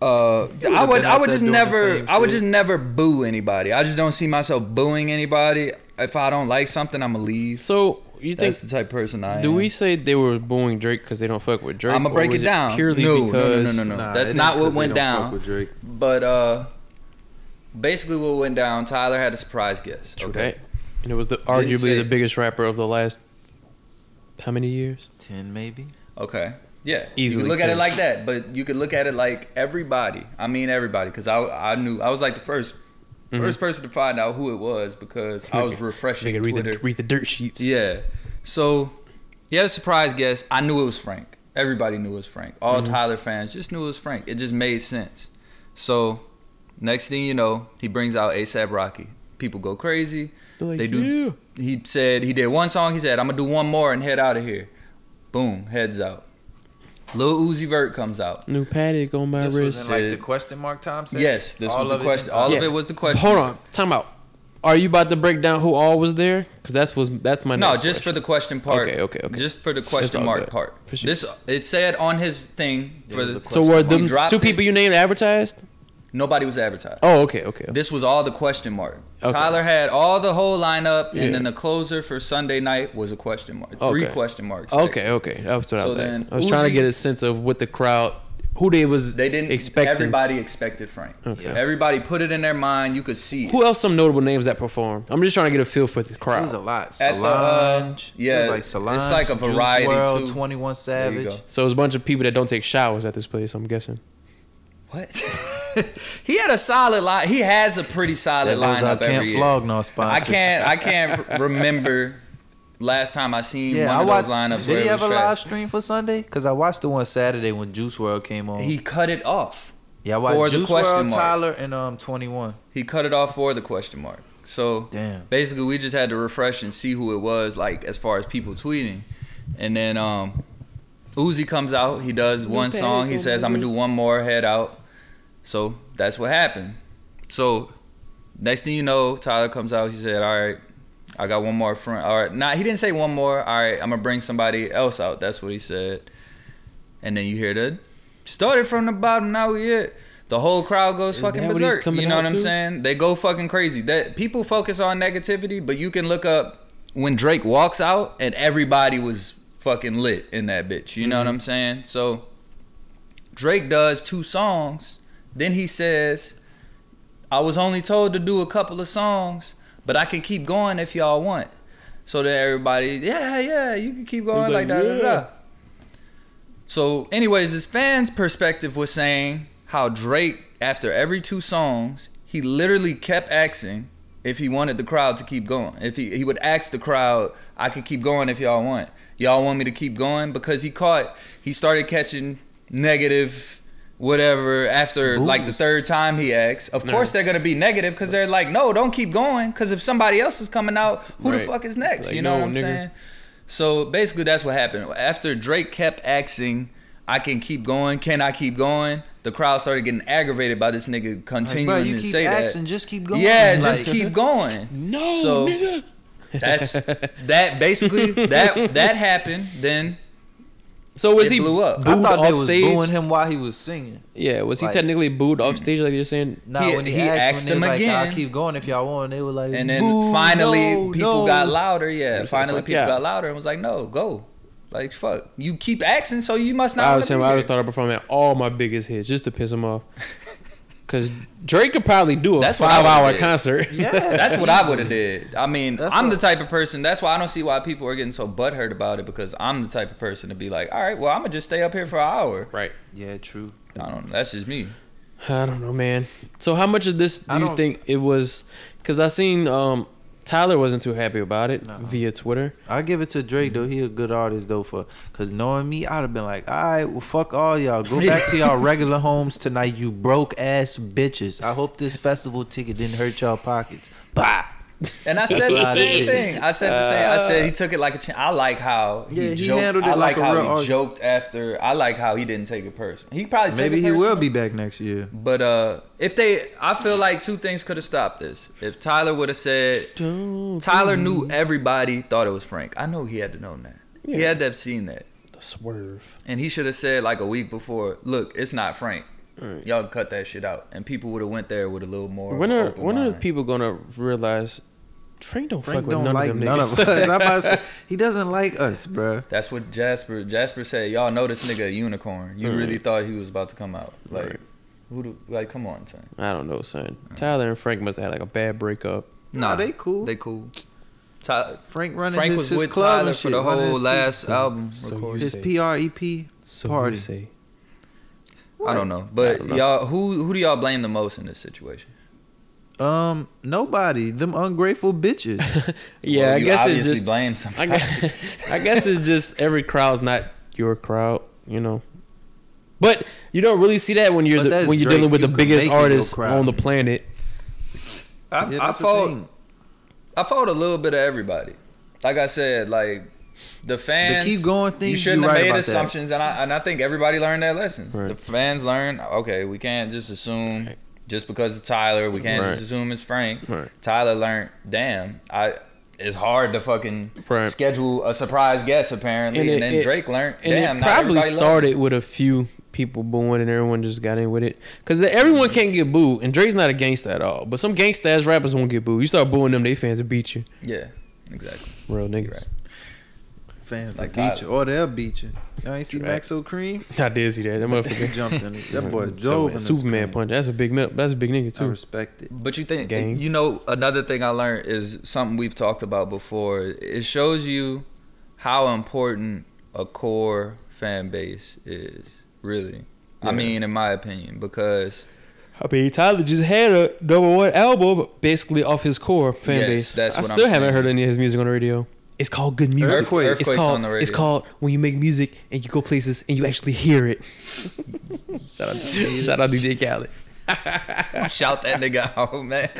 [SPEAKER 3] Uh, I
[SPEAKER 4] have
[SPEAKER 3] would
[SPEAKER 4] been
[SPEAKER 3] I
[SPEAKER 4] out
[SPEAKER 3] would
[SPEAKER 4] there
[SPEAKER 3] just
[SPEAKER 4] doing the
[SPEAKER 3] never
[SPEAKER 4] same
[SPEAKER 3] I would
[SPEAKER 4] shit.
[SPEAKER 3] just never boo anybody. I just don't see myself booing anybody. If I don't like something, I'ma leave.
[SPEAKER 1] So you think?
[SPEAKER 3] That's the type of person I am.
[SPEAKER 1] Do we say they were booing Drake because they don't fuck with Drake?
[SPEAKER 3] I'ma
[SPEAKER 1] or
[SPEAKER 3] break
[SPEAKER 1] was
[SPEAKER 3] it down.
[SPEAKER 1] Purely
[SPEAKER 3] No, no, no,
[SPEAKER 1] because
[SPEAKER 3] no, no.
[SPEAKER 4] Nah,
[SPEAKER 3] That's
[SPEAKER 4] it ain't
[SPEAKER 3] not what
[SPEAKER 4] 'cause he
[SPEAKER 3] went
[SPEAKER 4] don't fuck
[SPEAKER 3] down.
[SPEAKER 4] with Drake.
[SPEAKER 3] But uh, basically, what went down? Tyler had a surprise guest.
[SPEAKER 1] Okay. And it was the arguably
[SPEAKER 3] say-
[SPEAKER 1] the biggest rapper of the last how many years?
[SPEAKER 4] Ten maybe.
[SPEAKER 3] Okay. Yeah.
[SPEAKER 1] Easily
[SPEAKER 3] You could look at it
[SPEAKER 1] too.
[SPEAKER 3] like that, but you could look at it like everybody. I mean everybody, because I I knew I was like the 1st
[SPEAKER 1] Mm-hmm.
[SPEAKER 3] first person to find out who it was because I was refreshing
[SPEAKER 1] Nigga, read
[SPEAKER 3] Twitter.
[SPEAKER 1] the, read the dirt sheets.
[SPEAKER 3] Yeah. So he had a surprise guest. I knew it was Frank. Everybody knew it was Frank. All
[SPEAKER 1] Mm-hmm.
[SPEAKER 3] Tyler fans just knew it was Frank. It just made sense. So next thing you know, he brings out ASAP Rocky. People go crazy.
[SPEAKER 1] They're like,
[SPEAKER 3] they do. He said he did one song. He said I'm gonna do one more and head out of here. Boom, heads out. Lil Uzi Vert comes out.
[SPEAKER 1] New paddock on my
[SPEAKER 4] This
[SPEAKER 1] wrist.
[SPEAKER 4] wasn't
[SPEAKER 3] like
[SPEAKER 4] like
[SPEAKER 3] the
[SPEAKER 4] the question mark time.
[SPEAKER 3] Yes, this was the question. All
[SPEAKER 1] Yeah.
[SPEAKER 3] of it was the question.
[SPEAKER 1] Hold on, time out. Are you about to break down who all was there? Because that's was that's my
[SPEAKER 3] No,
[SPEAKER 1] next
[SPEAKER 3] just
[SPEAKER 1] question.
[SPEAKER 3] for the question part.
[SPEAKER 1] Okay, okay, okay.
[SPEAKER 3] Just for the
[SPEAKER 1] all
[SPEAKER 3] question mark
[SPEAKER 1] good.
[SPEAKER 3] part.
[SPEAKER 1] For sure.
[SPEAKER 3] This it said on his thing. For
[SPEAKER 4] was a
[SPEAKER 3] the,
[SPEAKER 4] question
[SPEAKER 1] So were
[SPEAKER 4] mark.
[SPEAKER 1] them
[SPEAKER 3] He dropped
[SPEAKER 1] two
[SPEAKER 3] it.
[SPEAKER 1] people you named advertised?
[SPEAKER 3] nobody was advertised.
[SPEAKER 1] Oh, okay, okay. okay.
[SPEAKER 3] This was all the question mark.
[SPEAKER 1] Okay.
[SPEAKER 3] Tyler had all the whole lineup,
[SPEAKER 1] Yeah.
[SPEAKER 3] and then the closer for Sunday night was a question mark. Three
[SPEAKER 1] Okay.
[SPEAKER 3] question marks.
[SPEAKER 1] Okay, okay. That was what I
[SPEAKER 3] So
[SPEAKER 1] was
[SPEAKER 3] then
[SPEAKER 1] asking. I was
[SPEAKER 3] Uzi-
[SPEAKER 1] trying to get a sense of what the crowd, who they was
[SPEAKER 3] They didn't.
[SPEAKER 1] expecting.
[SPEAKER 3] Everybody expected Frank.
[SPEAKER 4] Okay.
[SPEAKER 3] Everybody put it in their mind. You could see. It.
[SPEAKER 1] Who else? Some notable names that performed. I'm just trying to get a feel for the crowd.
[SPEAKER 4] It was a lot.
[SPEAKER 3] At the, uh,
[SPEAKER 4] Solange.
[SPEAKER 3] yeah,
[SPEAKER 4] It was like
[SPEAKER 3] it's
[SPEAKER 4] Solange.
[SPEAKER 3] like a
[SPEAKER 4] Juice
[SPEAKER 3] variety,
[SPEAKER 4] WRLD,
[SPEAKER 3] too.
[SPEAKER 4] 21
[SPEAKER 3] There you
[SPEAKER 4] Savage.
[SPEAKER 3] go.
[SPEAKER 1] so it was a bunch of people that don't take showers at this place. I'm guessing.
[SPEAKER 3] What? he had a solid line. He has a pretty solid
[SPEAKER 4] That goes our
[SPEAKER 3] lineup
[SPEAKER 4] Camp
[SPEAKER 3] every year.
[SPEAKER 4] Flognaw
[SPEAKER 3] I
[SPEAKER 4] sponsor.
[SPEAKER 3] can't. I can't remember last time I seen
[SPEAKER 4] Yeah,
[SPEAKER 3] one
[SPEAKER 4] I
[SPEAKER 3] of
[SPEAKER 4] watched.
[SPEAKER 3] those lineups.
[SPEAKER 4] Did
[SPEAKER 3] where
[SPEAKER 4] he
[SPEAKER 3] it
[SPEAKER 4] have
[SPEAKER 3] was
[SPEAKER 4] a
[SPEAKER 3] trash.
[SPEAKER 4] live stream for Sunday? Because I watched the one Saturday when Juice World came on.
[SPEAKER 3] He cut it off.
[SPEAKER 4] yeah, I
[SPEAKER 3] for
[SPEAKER 4] watched
[SPEAKER 3] the
[SPEAKER 4] Juice
[SPEAKER 3] question
[SPEAKER 4] World,
[SPEAKER 3] mark.
[SPEAKER 4] Tyler, and um 21.
[SPEAKER 3] He cut it off for the question mark. So
[SPEAKER 4] Damn.
[SPEAKER 3] basically, we just had to refresh and see who it was, like as far as people tweeting, and then um, Uzi comes out. He does one
[SPEAKER 1] Okay,
[SPEAKER 3] song. He
[SPEAKER 1] go
[SPEAKER 3] says, "I'm gonna do
[SPEAKER 1] Gators."
[SPEAKER 3] one more." Head out. So that's what happened. So next thing you know, Tyler comes out. He said, "All right, I got one more friend." All right, nah, he didn't say one more. All right, I'm gonna bring somebody else out. That's what he said. And then you hear the started from the bottom. Now we it. The whole crowd goes
[SPEAKER 1] Is
[SPEAKER 3] fucking
[SPEAKER 1] that what he's
[SPEAKER 3] berserk.
[SPEAKER 1] coming
[SPEAKER 3] You know
[SPEAKER 1] out
[SPEAKER 3] what I'm
[SPEAKER 1] to?
[SPEAKER 3] saying? They go fucking crazy. That people focus on negativity, but you can look up when Drake walks out and everybody was fucking lit in that bitch. You know
[SPEAKER 1] Mm-hmm.
[SPEAKER 3] what I'm saying? So Drake does two songs, then he says, "I was only told to do a couple of songs, but I can keep going if y'all want." So that everybody, yeah, yeah, you can keep going
[SPEAKER 1] Like,
[SPEAKER 3] like, da da da.
[SPEAKER 1] yeah.
[SPEAKER 3] So, anyways, this fan's perspective was saying how Drake, after every two songs, he literally kept asking if he wanted the crowd to keep going. If he he would ask the crowd, "I could keep going if y'all want. Y'all want me to keep going?" Because he caught, he started catching negative. Whatever. After like the
[SPEAKER 4] Boos.
[SPEAKER 3] third time he asks, of course they're gonna be negative because they're like, no, don't keep going. Because if somebody else is coming out, who the
[SPEAKER 1] Right.
[SPEAKER 3] fuck is next?
[SPEAKER 1] Like,
[SPEAKER 3] you know
[SPEAKER 1] no,
[SPEAKER 3] what I'm
[SPEAKER 1] nigga.
[SPEAKER 3] saying? So basically, that's what happened. After Drake kept asking, I can keep going. Can I keep going? The crowd started getting aggravated by this nigga
[SPEAKER 4] Like,
[SPEAKER 3] continuing
[SPEAKER 4] bro, you
[SPEAKER 3] to
[SPEAKER 4] keep
[SPEAKER 3] say
[SPEAKER 4] asking,
[SPEAKER 3] that.
[SPEAKER 4] just keep going.
[SPEAKER 3] yeah,
[SPEAKER 4] Like,
[SPEAKER 3] just keep going.
[SPEAKER 1] No,
[SPEAKER 3] So-
[SPEAKER 1] nigga.
[SPEAKER 3] That's that. Basically, that that happened. Then
[SPEAKER 1] So was
[SPEAKER 3] It
[SPEAKER 1] he
[SPEAKER 3] blew up.
[SPEAKER 4] I
[SPEAKER 1] Booed
[SPEAKER 4] thought they
[SPEAKER 1] off
[SPEAKER 4] was
[SPEAKER 1] stage?
[SPEAKER 4] booing him while he was singing.
[SPEAKER 1] Yeah, was he
[SPEAKER 4] Like-
[SPEAKER 1] technically booed off stage like you're saying?
[SPEAKER 4] Nah,
[SPEAKER 3] He-
[SPEAKER 4] when he,
[SPEAKER 3] he
[SPEAKER 4] asked,
[SPEAKER 3] asked
[SPEAKER 4] when
[SPEAKER 3] him
[SPEAKER 4] they was Like,
[SPEAKER 3] again.
[SPEAKER 4] I'll keep going if y'all want. They were like,
[SPEAKER 3] and then
[SPEAKER 4] "Boo,
[SPEAKER 3] finally
[SPEAKER 4] no,
[SPEAKER 3] people
[SPEAKER 4] no."
[SPEAKER 3] got louder. Yeah,
[SPEAKER 1] Fuck
[SPEAKER 3] finally people
[SPEAKER 1] yeah.
[SPEAKER 3] got louder and was like, "No, go." Like fuck, you keep asking, so you must not.
[SPEAKER 1] I
[SPEAKER 3] wanna
[SPEAKER 1] was saying
[SPEAKER 3] be
[SPEAKER 1] I
[SPEAKER 3] here.
[SPEAKER 1] would start performing all my biggest hits just to piss him off. Cause Drake could probably do a
[SPEAKER 3] That's what I
[SPEAKER 1] five hour
[SPEAKER 3] would've did.
[SPEAKER 1] concert.
[SPEAKER 4] Yeah,
[SPEAKER 3] That's what I would have did. I mean,
[SPEAKER 4] That's
[SPEAKER 3] I'm
[SPEAKER 4] what-
[SPEAKER 3] the type of person. That's why I don't see why people are getting so butthurt about it because I'm the type of person to be like, all right, well, I'm gonna just stay up here for an hour.
[SPEAKER 1] right.
[SPEAKER 4] Yeah, true.
[SPEAKER 3] I don't know. That's just me.
[SPEAKER 1] I don't know, man. So how much of this do
[SPEAKER 4] I
[SPEAKER 1] you
[SPEAKER 4] don't-
[SPEAKER 1] think it was? Because I seen um, Tyler wasn't too happy about it via Twitter.
[SPEAKER 4] I give it to Drake though. He a good artist though for cause knowing me, I'd have been like, all right, well fuck all y'all. Go back to y'all regular homes tonight, you broke ass bitches. I hope this festival ticket didn't hurt y'all pockets. Bye.
[SPEAKER 3] And I said the
[SPEAKER 4] Outta
[SPEAKER 3] same
[SPEAKER 4] here.
[SPEAKER 3] thing. I said the same. I said he took it like a. Ch- I like how he,
[SPEAKER 4] Yeah, he
[SPEAKER 3] joked.
[SPEAKER 4] handled it
[SPEAKER 3] I
[SPEAKER 4] like
[SPEAKER 3] like,
[SPEAKER 4] a
[SPEAKER 3] how
[SPEAKER 4] real
[SPEAKER 3] he
[SPEAKER 4] artist.
[SPEAKER 3] joked after. I like how he didn't take it personal. He probably took
[SPEAKER 4] Maybe
[SPEAKER 3] it
[SPEAKER 4] he will
[SPEAKER 3] personal.
[SPEAKER 4] be back next year.
[SPEAKER 3] But uh, if they, I feel like two things could have stopped this. If Tyler would have said,
[SPEAKER 1] Don't
[SPEAKER 3] Tyler knew everybody thought it was Frank. I know he had to know that. He had to have seen that.
[SPEAKER 1] the swerve.
[SPEAKER 3] And he should have said like a week before, look, it's not Frank.
[SPEAKER 1] Right.
[SPEAKER 3] Y'all can cut that shit out. And people would have went there with a little more.
[SPEAKER 1] When are
[SPEAKER 3] open
[SPEAKER 1] when are
[SPEAKER 3] mind.
[SPEAKER 1] people gonna realize Frank don't
[SPEAKER 4] Frank
[SPEAKER 1] fuck
[SPEAKER 4] don't
[SPEAKER 1] with none
[SPEAKER 4] like
[SPEAKER 1] of them
[SPEAKER 4] none
[SPEAKER 1] niggas?
[SPEAKER 4] of us. I'm about to say, he doesn't like us, bruh.
[SPEAKER 3] That's what Jasper Jasper said. Y'all know this nigga a unicorn. You really thought he was about to come out. Like
[SPEAKER 1] Right.
[SPEAKER 3] who do like come on, son.
[SPEAKER 1] I don't know, son. Tyler and Frank must have had like a bad breakup.
[SPEAKER 4] Nah, they cool.
[SPEAKER 3] They cool. Ty-
[SPEAKER 4] Frank running
[SPEAKER 3] Frank
[SPEAKER 4] his,
[SPEAKER 3] was
[SPEAKER 4] his
[SPEAKER 3] with
[SPEAKER 4] club
[SPEAKER 3] Tyler
[SPEAKER 4] and
[SPEAKER 3] for
[SPEAKER 4] shit,
[SPEAKER 3] the
[SPEAKER 4] running
[SPEAKER 3] whole
[SPEAKER 4] his-
[SPEAKER 3] last album
[SPEAKER 1] so
[SPEAKER 3] recording.
[SPEAKER 1] you
[SPEAKER 4] his E
[SPEAKER 1] say.
[SPEAKER 4] PREP
[SPEAKER 1] So
[SPEAKER 4] party.
[SPEAKER 1] you say
[SPEAKER 3] I don't know. But
[SPEAKER 1] don't know.
[SPEAKER 3] y'all who who do y'all blame the most in this situation?
[SPEAKER 4] Um, nobody. Them ungrateful bitches.
[SPEAKER 1] yeah,
[SPEAKER 3] Well,
[SPEAKER 1] I
[SPEAKER 3] you
[SPEAKER 1] guess it's
[SPEAKER 3] obviously
[SPEAKER 1] just
[SPEAKER 3] blame
[SPEAKER 1] I
[SPEAKER 3] somebody.
[SPEAKER 1] guess, I guess it's just every crowd's not your crowd, you know. But you don't really see that when you're
[SPEAKER 4] But
[SPEAKER 1] the,
[SPEAKER 4] that's
[SPEAKER 1] when you're
[SPEAKER 4] Drake,
[SPEAKER 1] dealing with
[SPEAKER 4] you
[SPEAKER 1] the
[SPEAKER 4] can
[SPEAKER 1] biggest
[SPEAKER 4] make it your
[SPEAKER 1] artist
[SPEAKER 4] crowd.
[SPEAKER 1] on the planet.
[SPEAKER 3] I,
[SPEAKER 4] Yeah,
[SPEAKER 3] I
[SPEAKER 4] that's the
[SPEAKER 3] fault-
[SPEAKER 4] thing.
[SPEAKER 3] I fought a little bit of everybody. Like I said, like the fans.
[SPEAKER 4] keep going thing,
[SPEAKER 3] You shouldn't
[SPEAKER 4] you right
[SPEAKER 3] have
[SPEAKER 4] about
[SPEAKER 3] made
[SPEAKER 4] that.
[SPEAKER 3] assumptions, and I and I think everybody learned that lesson.
[SPEAKER 1] Right.
[SPEAKER 3] The fans learned. Okay, we can't just assume just because it's Tyler. We can't
[SPEAKER 1] Right.
[SPEAKER 3] just assume it's Frank.
[SPEAKER 1] Right.
[SPEAKER 3] Tyler learned. Damn, I. It's hard to fucking
[SPEAKER 1] Right.
[SPEAKER 3] schedule a surprise guest apparently, and,
[SPEAKER 1] And it-
[SPEAKER 3] then
[SPEAKER 1] it-
[SPEAKER 3] Drake learned.
[SPEAKER 1] And
[SPEAKER 3] damn,
[SPEAKER 1] it
[SPEAKER 3] not
[SPEAKER 1] probably
[SPEAKER 3] everybody loved
[SPEAKER 1] started with a few people booing, and everyone just got in with it because everyone can't get booed, and Drake's not a gangster at all. But some gangsta ass rappers won't get booed. You start booing them, they fans will beat you,
[SPEAKER 3] it. Yeah, exactly.
[SPEAKER 1] real niggas.
[SPEAKER 3] right.
[SPEAKER 4] Fans Oh,
[SPEAKER 3] Like
[SPEAKER 4] like beach
[SPEAKER 3] Tyler.
[SPEAKER 4] or they'll beat you. Y'all ain't see
[SPEAKER 1] Right.
[SPEAKER 4] Maxo Cream?
[SPEAKER 1] I did see that. That
[SPEAKER 4] He
[SPEAKER 1] motherfucker
[SPEAKER 4] jumped in it. That boy
[SPEAKER 1] Throwing
[SPEAKER 4] drove in
[SPEAKER 1] a
[SPEAKER 4] the
[SPEAKER 1] Superman
[SPEAKER 4] screen.
[SPEAKER 1] punch. That's a big mi- that's a big nigga
[SPEAKER 4] I
[SPEAKER 1] too.
[SPEAKER 4] respect it.
[SPEAKER 3] But you think
[SPEAKER 1] Gang.
[SPEAKER 3] you know another thing I learned is something we've talked about before. It shows you how important a core fan base is, really. I mean, in my opinion, because
[SPEAKER 1] I mean, Tyler just had a number one album basically off his core fan
[SPEAKER 3] Yes,
[SPEAKER 1] base.
[SPEAKER 3] that's
[SPEAKER 1] I
[SPEAKER 3] what I'm
[SPEAKER 1] still haven't
[SPEAKER 3] saying.
[SPEAKER 1] heard any of his music on the radio. It's called good music.
[SPEAKER 3] Earthquake.
[SPEAKER 1] It's
[SPEAKER 3] Earthquake's
[SPEAKER 1] called,
[SPEAKER 3] on the
[SPEAKER 1] It's
[SPEAKER 3] radio.
[SPEAKER 1] called when you make music and you go places and you actually hear it. shout, out, shout out DJ Khaled.
[SPEAKER 3] shout that nigga out, man.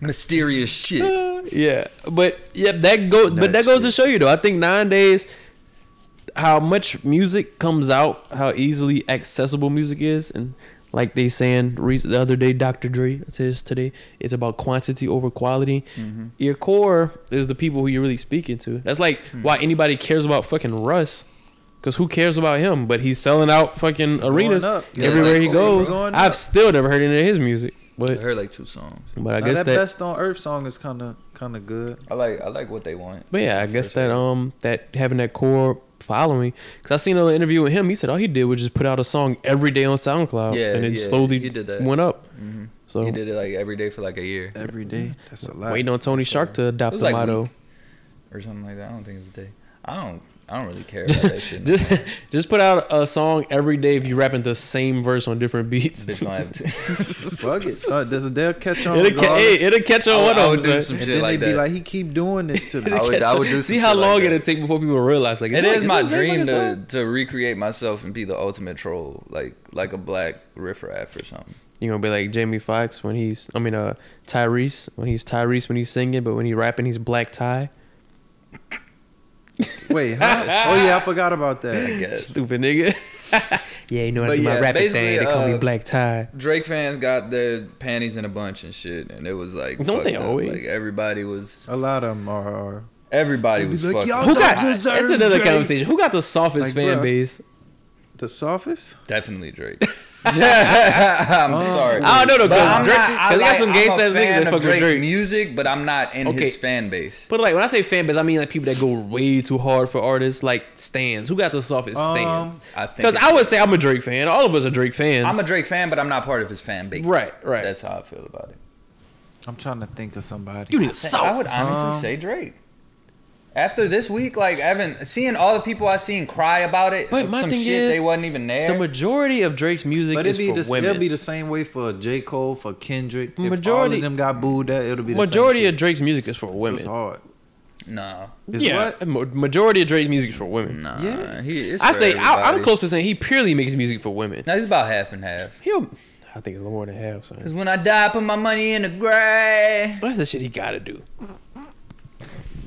[SPEAKER 3] Mysterious shit.
[SPEAKER 1] Uh, yeah, but yeah, that go. But that
[SPEAKER 4] That's
[SPEAKER 1] goes
[SPEAKER 4] it.
[SPEAKER 1] to show you though. I think nowadays, how much music comes out, how easily accessible music is, and like they saying re- the other day, Dr. Dre says today, it's about quantity over quality.
[SPEAKER 4] Mm-hmm.
[SPEAKER 1] Your core is the people who you're really speaking to. That's like
[SPEAKER 4] Hmm.
[SPEAKER 1] why anybody cares about fucking Russ. Cause who cares about him? But he's selling out fucking arenas
[SPEAKER 4] up. Yeah,
[SPEAKER 1] everywhere
[SPEAKER 3] like
[SPEAKER 1] he
[SPEAKER 3] going-
[SPEAKER 1] goes.
[SPEAKER 4] going
[SPEAKER 1] I've
[SPEAKER 4] up.
[SPEAKER 1] still never heard any of his music,
[SPEAKER 3] I
[SPEAKER 1] but
[SPEAKER 3] heard like two songs.
[SPEAKER 1] but I
[SPEAKER 4] Now,
[SPEAKER 1] guess
[SPEAKER 4] that,
[SPEAKER 1] that
[SPEAKER 4] best on earth song is kind of kind of good.
[SPEAKER 3] I like I like what they want.
[SPEAKER 1] But yeah, I
[SPEAKER 3] For
[SPEAKER 1] guess
[SPEAKER 3] sure.
[SPEAKER 1] that um that having that core following because I seen another interview with him. He said all he did was just put out a song every day on SoundCloud,
[SPEAKER 3] Yeah,
[SPEAKER 1] and it
[SPEAKER 3] yeah,
[SPEAKER 1] slowly
[SPEAKER 3] he did that.
[SPEAKER 1] went up.
[SPEAKER 3] hmm
[SPEAKER 1] So
[SPEAKER 3] He did it like every day for like a year
[SPEAKER 4] Every day, that's a lot.
[SPEAKER 1] waiting on Tony Shark to adopt
[SPEAKER 3] was
[SPEAKER 1] the
[SPEAKER 3] like
[SPEAKER 1] motto.
[SPEAKER 3] or something like that. I don't think it was a day. I don't I don't really care about that shit.
[SPEAKER 1] Just just put out a song every day if you rapping the same verse on different beats.
[SPEAKER 3] bitch gonna have to.
[SPEAKER 4] Fuck it. So does they'll catch on.
[SPEAKER 1] It'll, ca- hey,
[SPEAKER 4] regardless.
[SPEAKER 1] it'll catch on
[SPEAKER 3] I would-
[SPEAKER 1] one
[SPEAKER 3] I
[SPEAKER 1] of
[SPEAKER 3] would do
[SPEAKER 1] them.
[SPEAKER 3] some
[SPEAKER 1] son.
[SPEAKER 4] and
[SPEAKER 3] shit
[SPEAKER 4] then
[SPEAKER 3] like
[SPEAKER 4] they be
[SPEAKER 3] that.
[SPEAKER 4] like, he keep doing this to me.
[SPEAKER 3] I would- I would do some
[SPEAKER 1] See how
[SPEAKER 3] shit like
[SPEAKER 1] long
[SPEAKER 3] that.
[SPEAKER 1] it'll take before people realize. Like
[SPEAKER 3] It
[SPEAKER 1] it's
[SPEAKER 3] is
[SPEAKER 1] like-
[SPEAKER 3] my
[SPEAKER 1] it's the same fucking
[SPEAKER 3] dream to,
[SPEAKER 1] song.
[SPEAKER 3] to recreate myself and be the ultimate troll, like like a black riffraff or something.
[SPEAKER 1] You're gonna be like Jamie Foxx when he's, I mean, uh, Tyrese when he's Tyrese when he's singing, but when he rapping, he's Black Tie.
[SPEAKER 4] Wait, huh? oh yeah, I forgot about that.
[SPEAKER 3] Yes.
[SPEAKER 1] Stupid nigga. yeah, you know what I
[SPEAKER 3] But
[SPEAKER 1] do my
[SPEAKER 3] yeah,
[SPEAKER 1] rapping
[SPEAKER 3] basically,
[SPEAKER 1] thing. They call me
[SPEAKER 3] uh,
[SPEAKER 1] Black Tie.
[SPEAKER 3] Drake fans got their panties in a bunch and shit, and it was like
[SPEAKER 1] Don't
[SPEAKER 3] fucked
[SPEAKER 1] they
[SPEAKER 3] up.
[SPEAKER 1] always?
[SPEAKER 3] Like everybody was,
[SPEAKER 4] A lot of them are. are
[SPEAKER 3] everybody
[SPEAKER 4] They be
[SPEAKER 3] was
[SPEAKER 4] like,
[SPEAKER 3] fucking.
[SPEAKER 4] "Y'all
[SPEAKER 1] Who
[SPEAKER 4] don't
[SPEAKER 1] got? That's
[SPEAKER 4] deserve
[SPEAKER 1] another
[SPEAKER 4] Drake.
[SPEAKER 1] conversation. Who got the softest
[SPEAKER 4] Like,
[SPEAKER 1] fan
[SPEAKER 4] bruh.
[SPEAKER 1] base?
[SPEAKER 4] the softest?
[SPEAKER 3] Definitely Drake. I'm sorry.
[SPEAKER 1] I don't know though,
[SPEAKER 3] But I'm
[SPEAKER 1] cause Drake,
[SPEAKER 3] not, I
[SPEAKER 1] cause he got
[SPEAKER 3] like,
[SPEAKER 1] some
[SPEAKER 3] I'm
[SPEAKER 1] gangsta
[SPEAKER 3] a
[SPEAKER 1] ass niggas
[SPEAKER 3] fan
[SPEAKER 1] that
[SPEAKER 3] of
[SPEAKER 1] fuck with
[SPEAKER 3] Drake's
[SPEAKER 1] Drake.
[SPEAKER 3] music, but I'm not in
[SPEAKER 1] Okay.
[SPEAKER 3] his fan base.
[SPEAKER 1] But like when I say fan base, I mean like people that go way too hard for artists, like stands. Who got the softest
[SPEAKER 4] Um,
[SPEAKER 1] stands?
[SPEAKER 3] I think
[SPEAKER 1] Because I would say I'm a Drake fan. All of us are Drake fans.
[SPEAKER 3] I'm a Drake fan, but I'm not part of his fan base.
[SPEAKER 1] Right, right.
[SPEAKER 3] That's how I feel about it.
[SPEAKER 4] I'm trying to think of somebody.
[SPEAKER 1] you need
[SPEAKER 3] think- I
[SPEAKER 1] soft.
[SPEAKER 3] would honestly
[SPEAKER 4] Um,
[SPEAKER 3] say Drake. After this week, like I haven't seeing all the people I seen cry about it.
[SPEAKER 1] But
[SPEAKER 3] of
[SPEAKER 1] my
[SPEAKER 3] some
[SPEAKER 1] thing
[SPEAKER 3] shit
[SPEAKER 1] is,
[SPEAKER 3] they wasn't even there.
[SPEAKER 1] The majority of Drake's music
[SPEAKER 4] But
[SPEAKER 1] is
[SPEAKER 4] it'd be
[SPEAKER 1] for
[SPEAKER 4] the,
[SPEAKER 1] women.
[SPEAKER 4] it'll be the same way for J. Cole, for Kendrick. if all
[SPEAKER 1] Majority-
[SPEAKER 4] of them got booed at, it'll be the
[SPEAKER 1] majority
[SPEAKER 4] same
[SPEAKER 1] of Drake's music is for
[SPEAKER 4] shit. So
[SPEAKER 1] women.
[SPEAKER 4] It's hard.
[SPEAKER 3] no,
[SPEAKER 4] It's
[SPEAKER 1] yeah,
[SPEAKER 4] what?
[SPEAKER 1] ma- majority of Drake's music is for women.
[SPEAKER 3] no.
[SPEAKER 4] Yeah.
[SPEAKER 3] He, it's
[SPEAKER 1] I
[SPEAKER 3] for
[SPEAKER 1] say I, I'm
[SPEAKER 3] everybody.
[SPEAKER 1] close to saying he purely makes music for women.
[SPEAKER 3] No, he's about half and half.
[SPEAKER 1] He'll, I think it's more than half. Son.
[SPEAKER 3] Cause when I die, I put my money in the grave.
[SPEAKER 1] That's the shit he gotta do.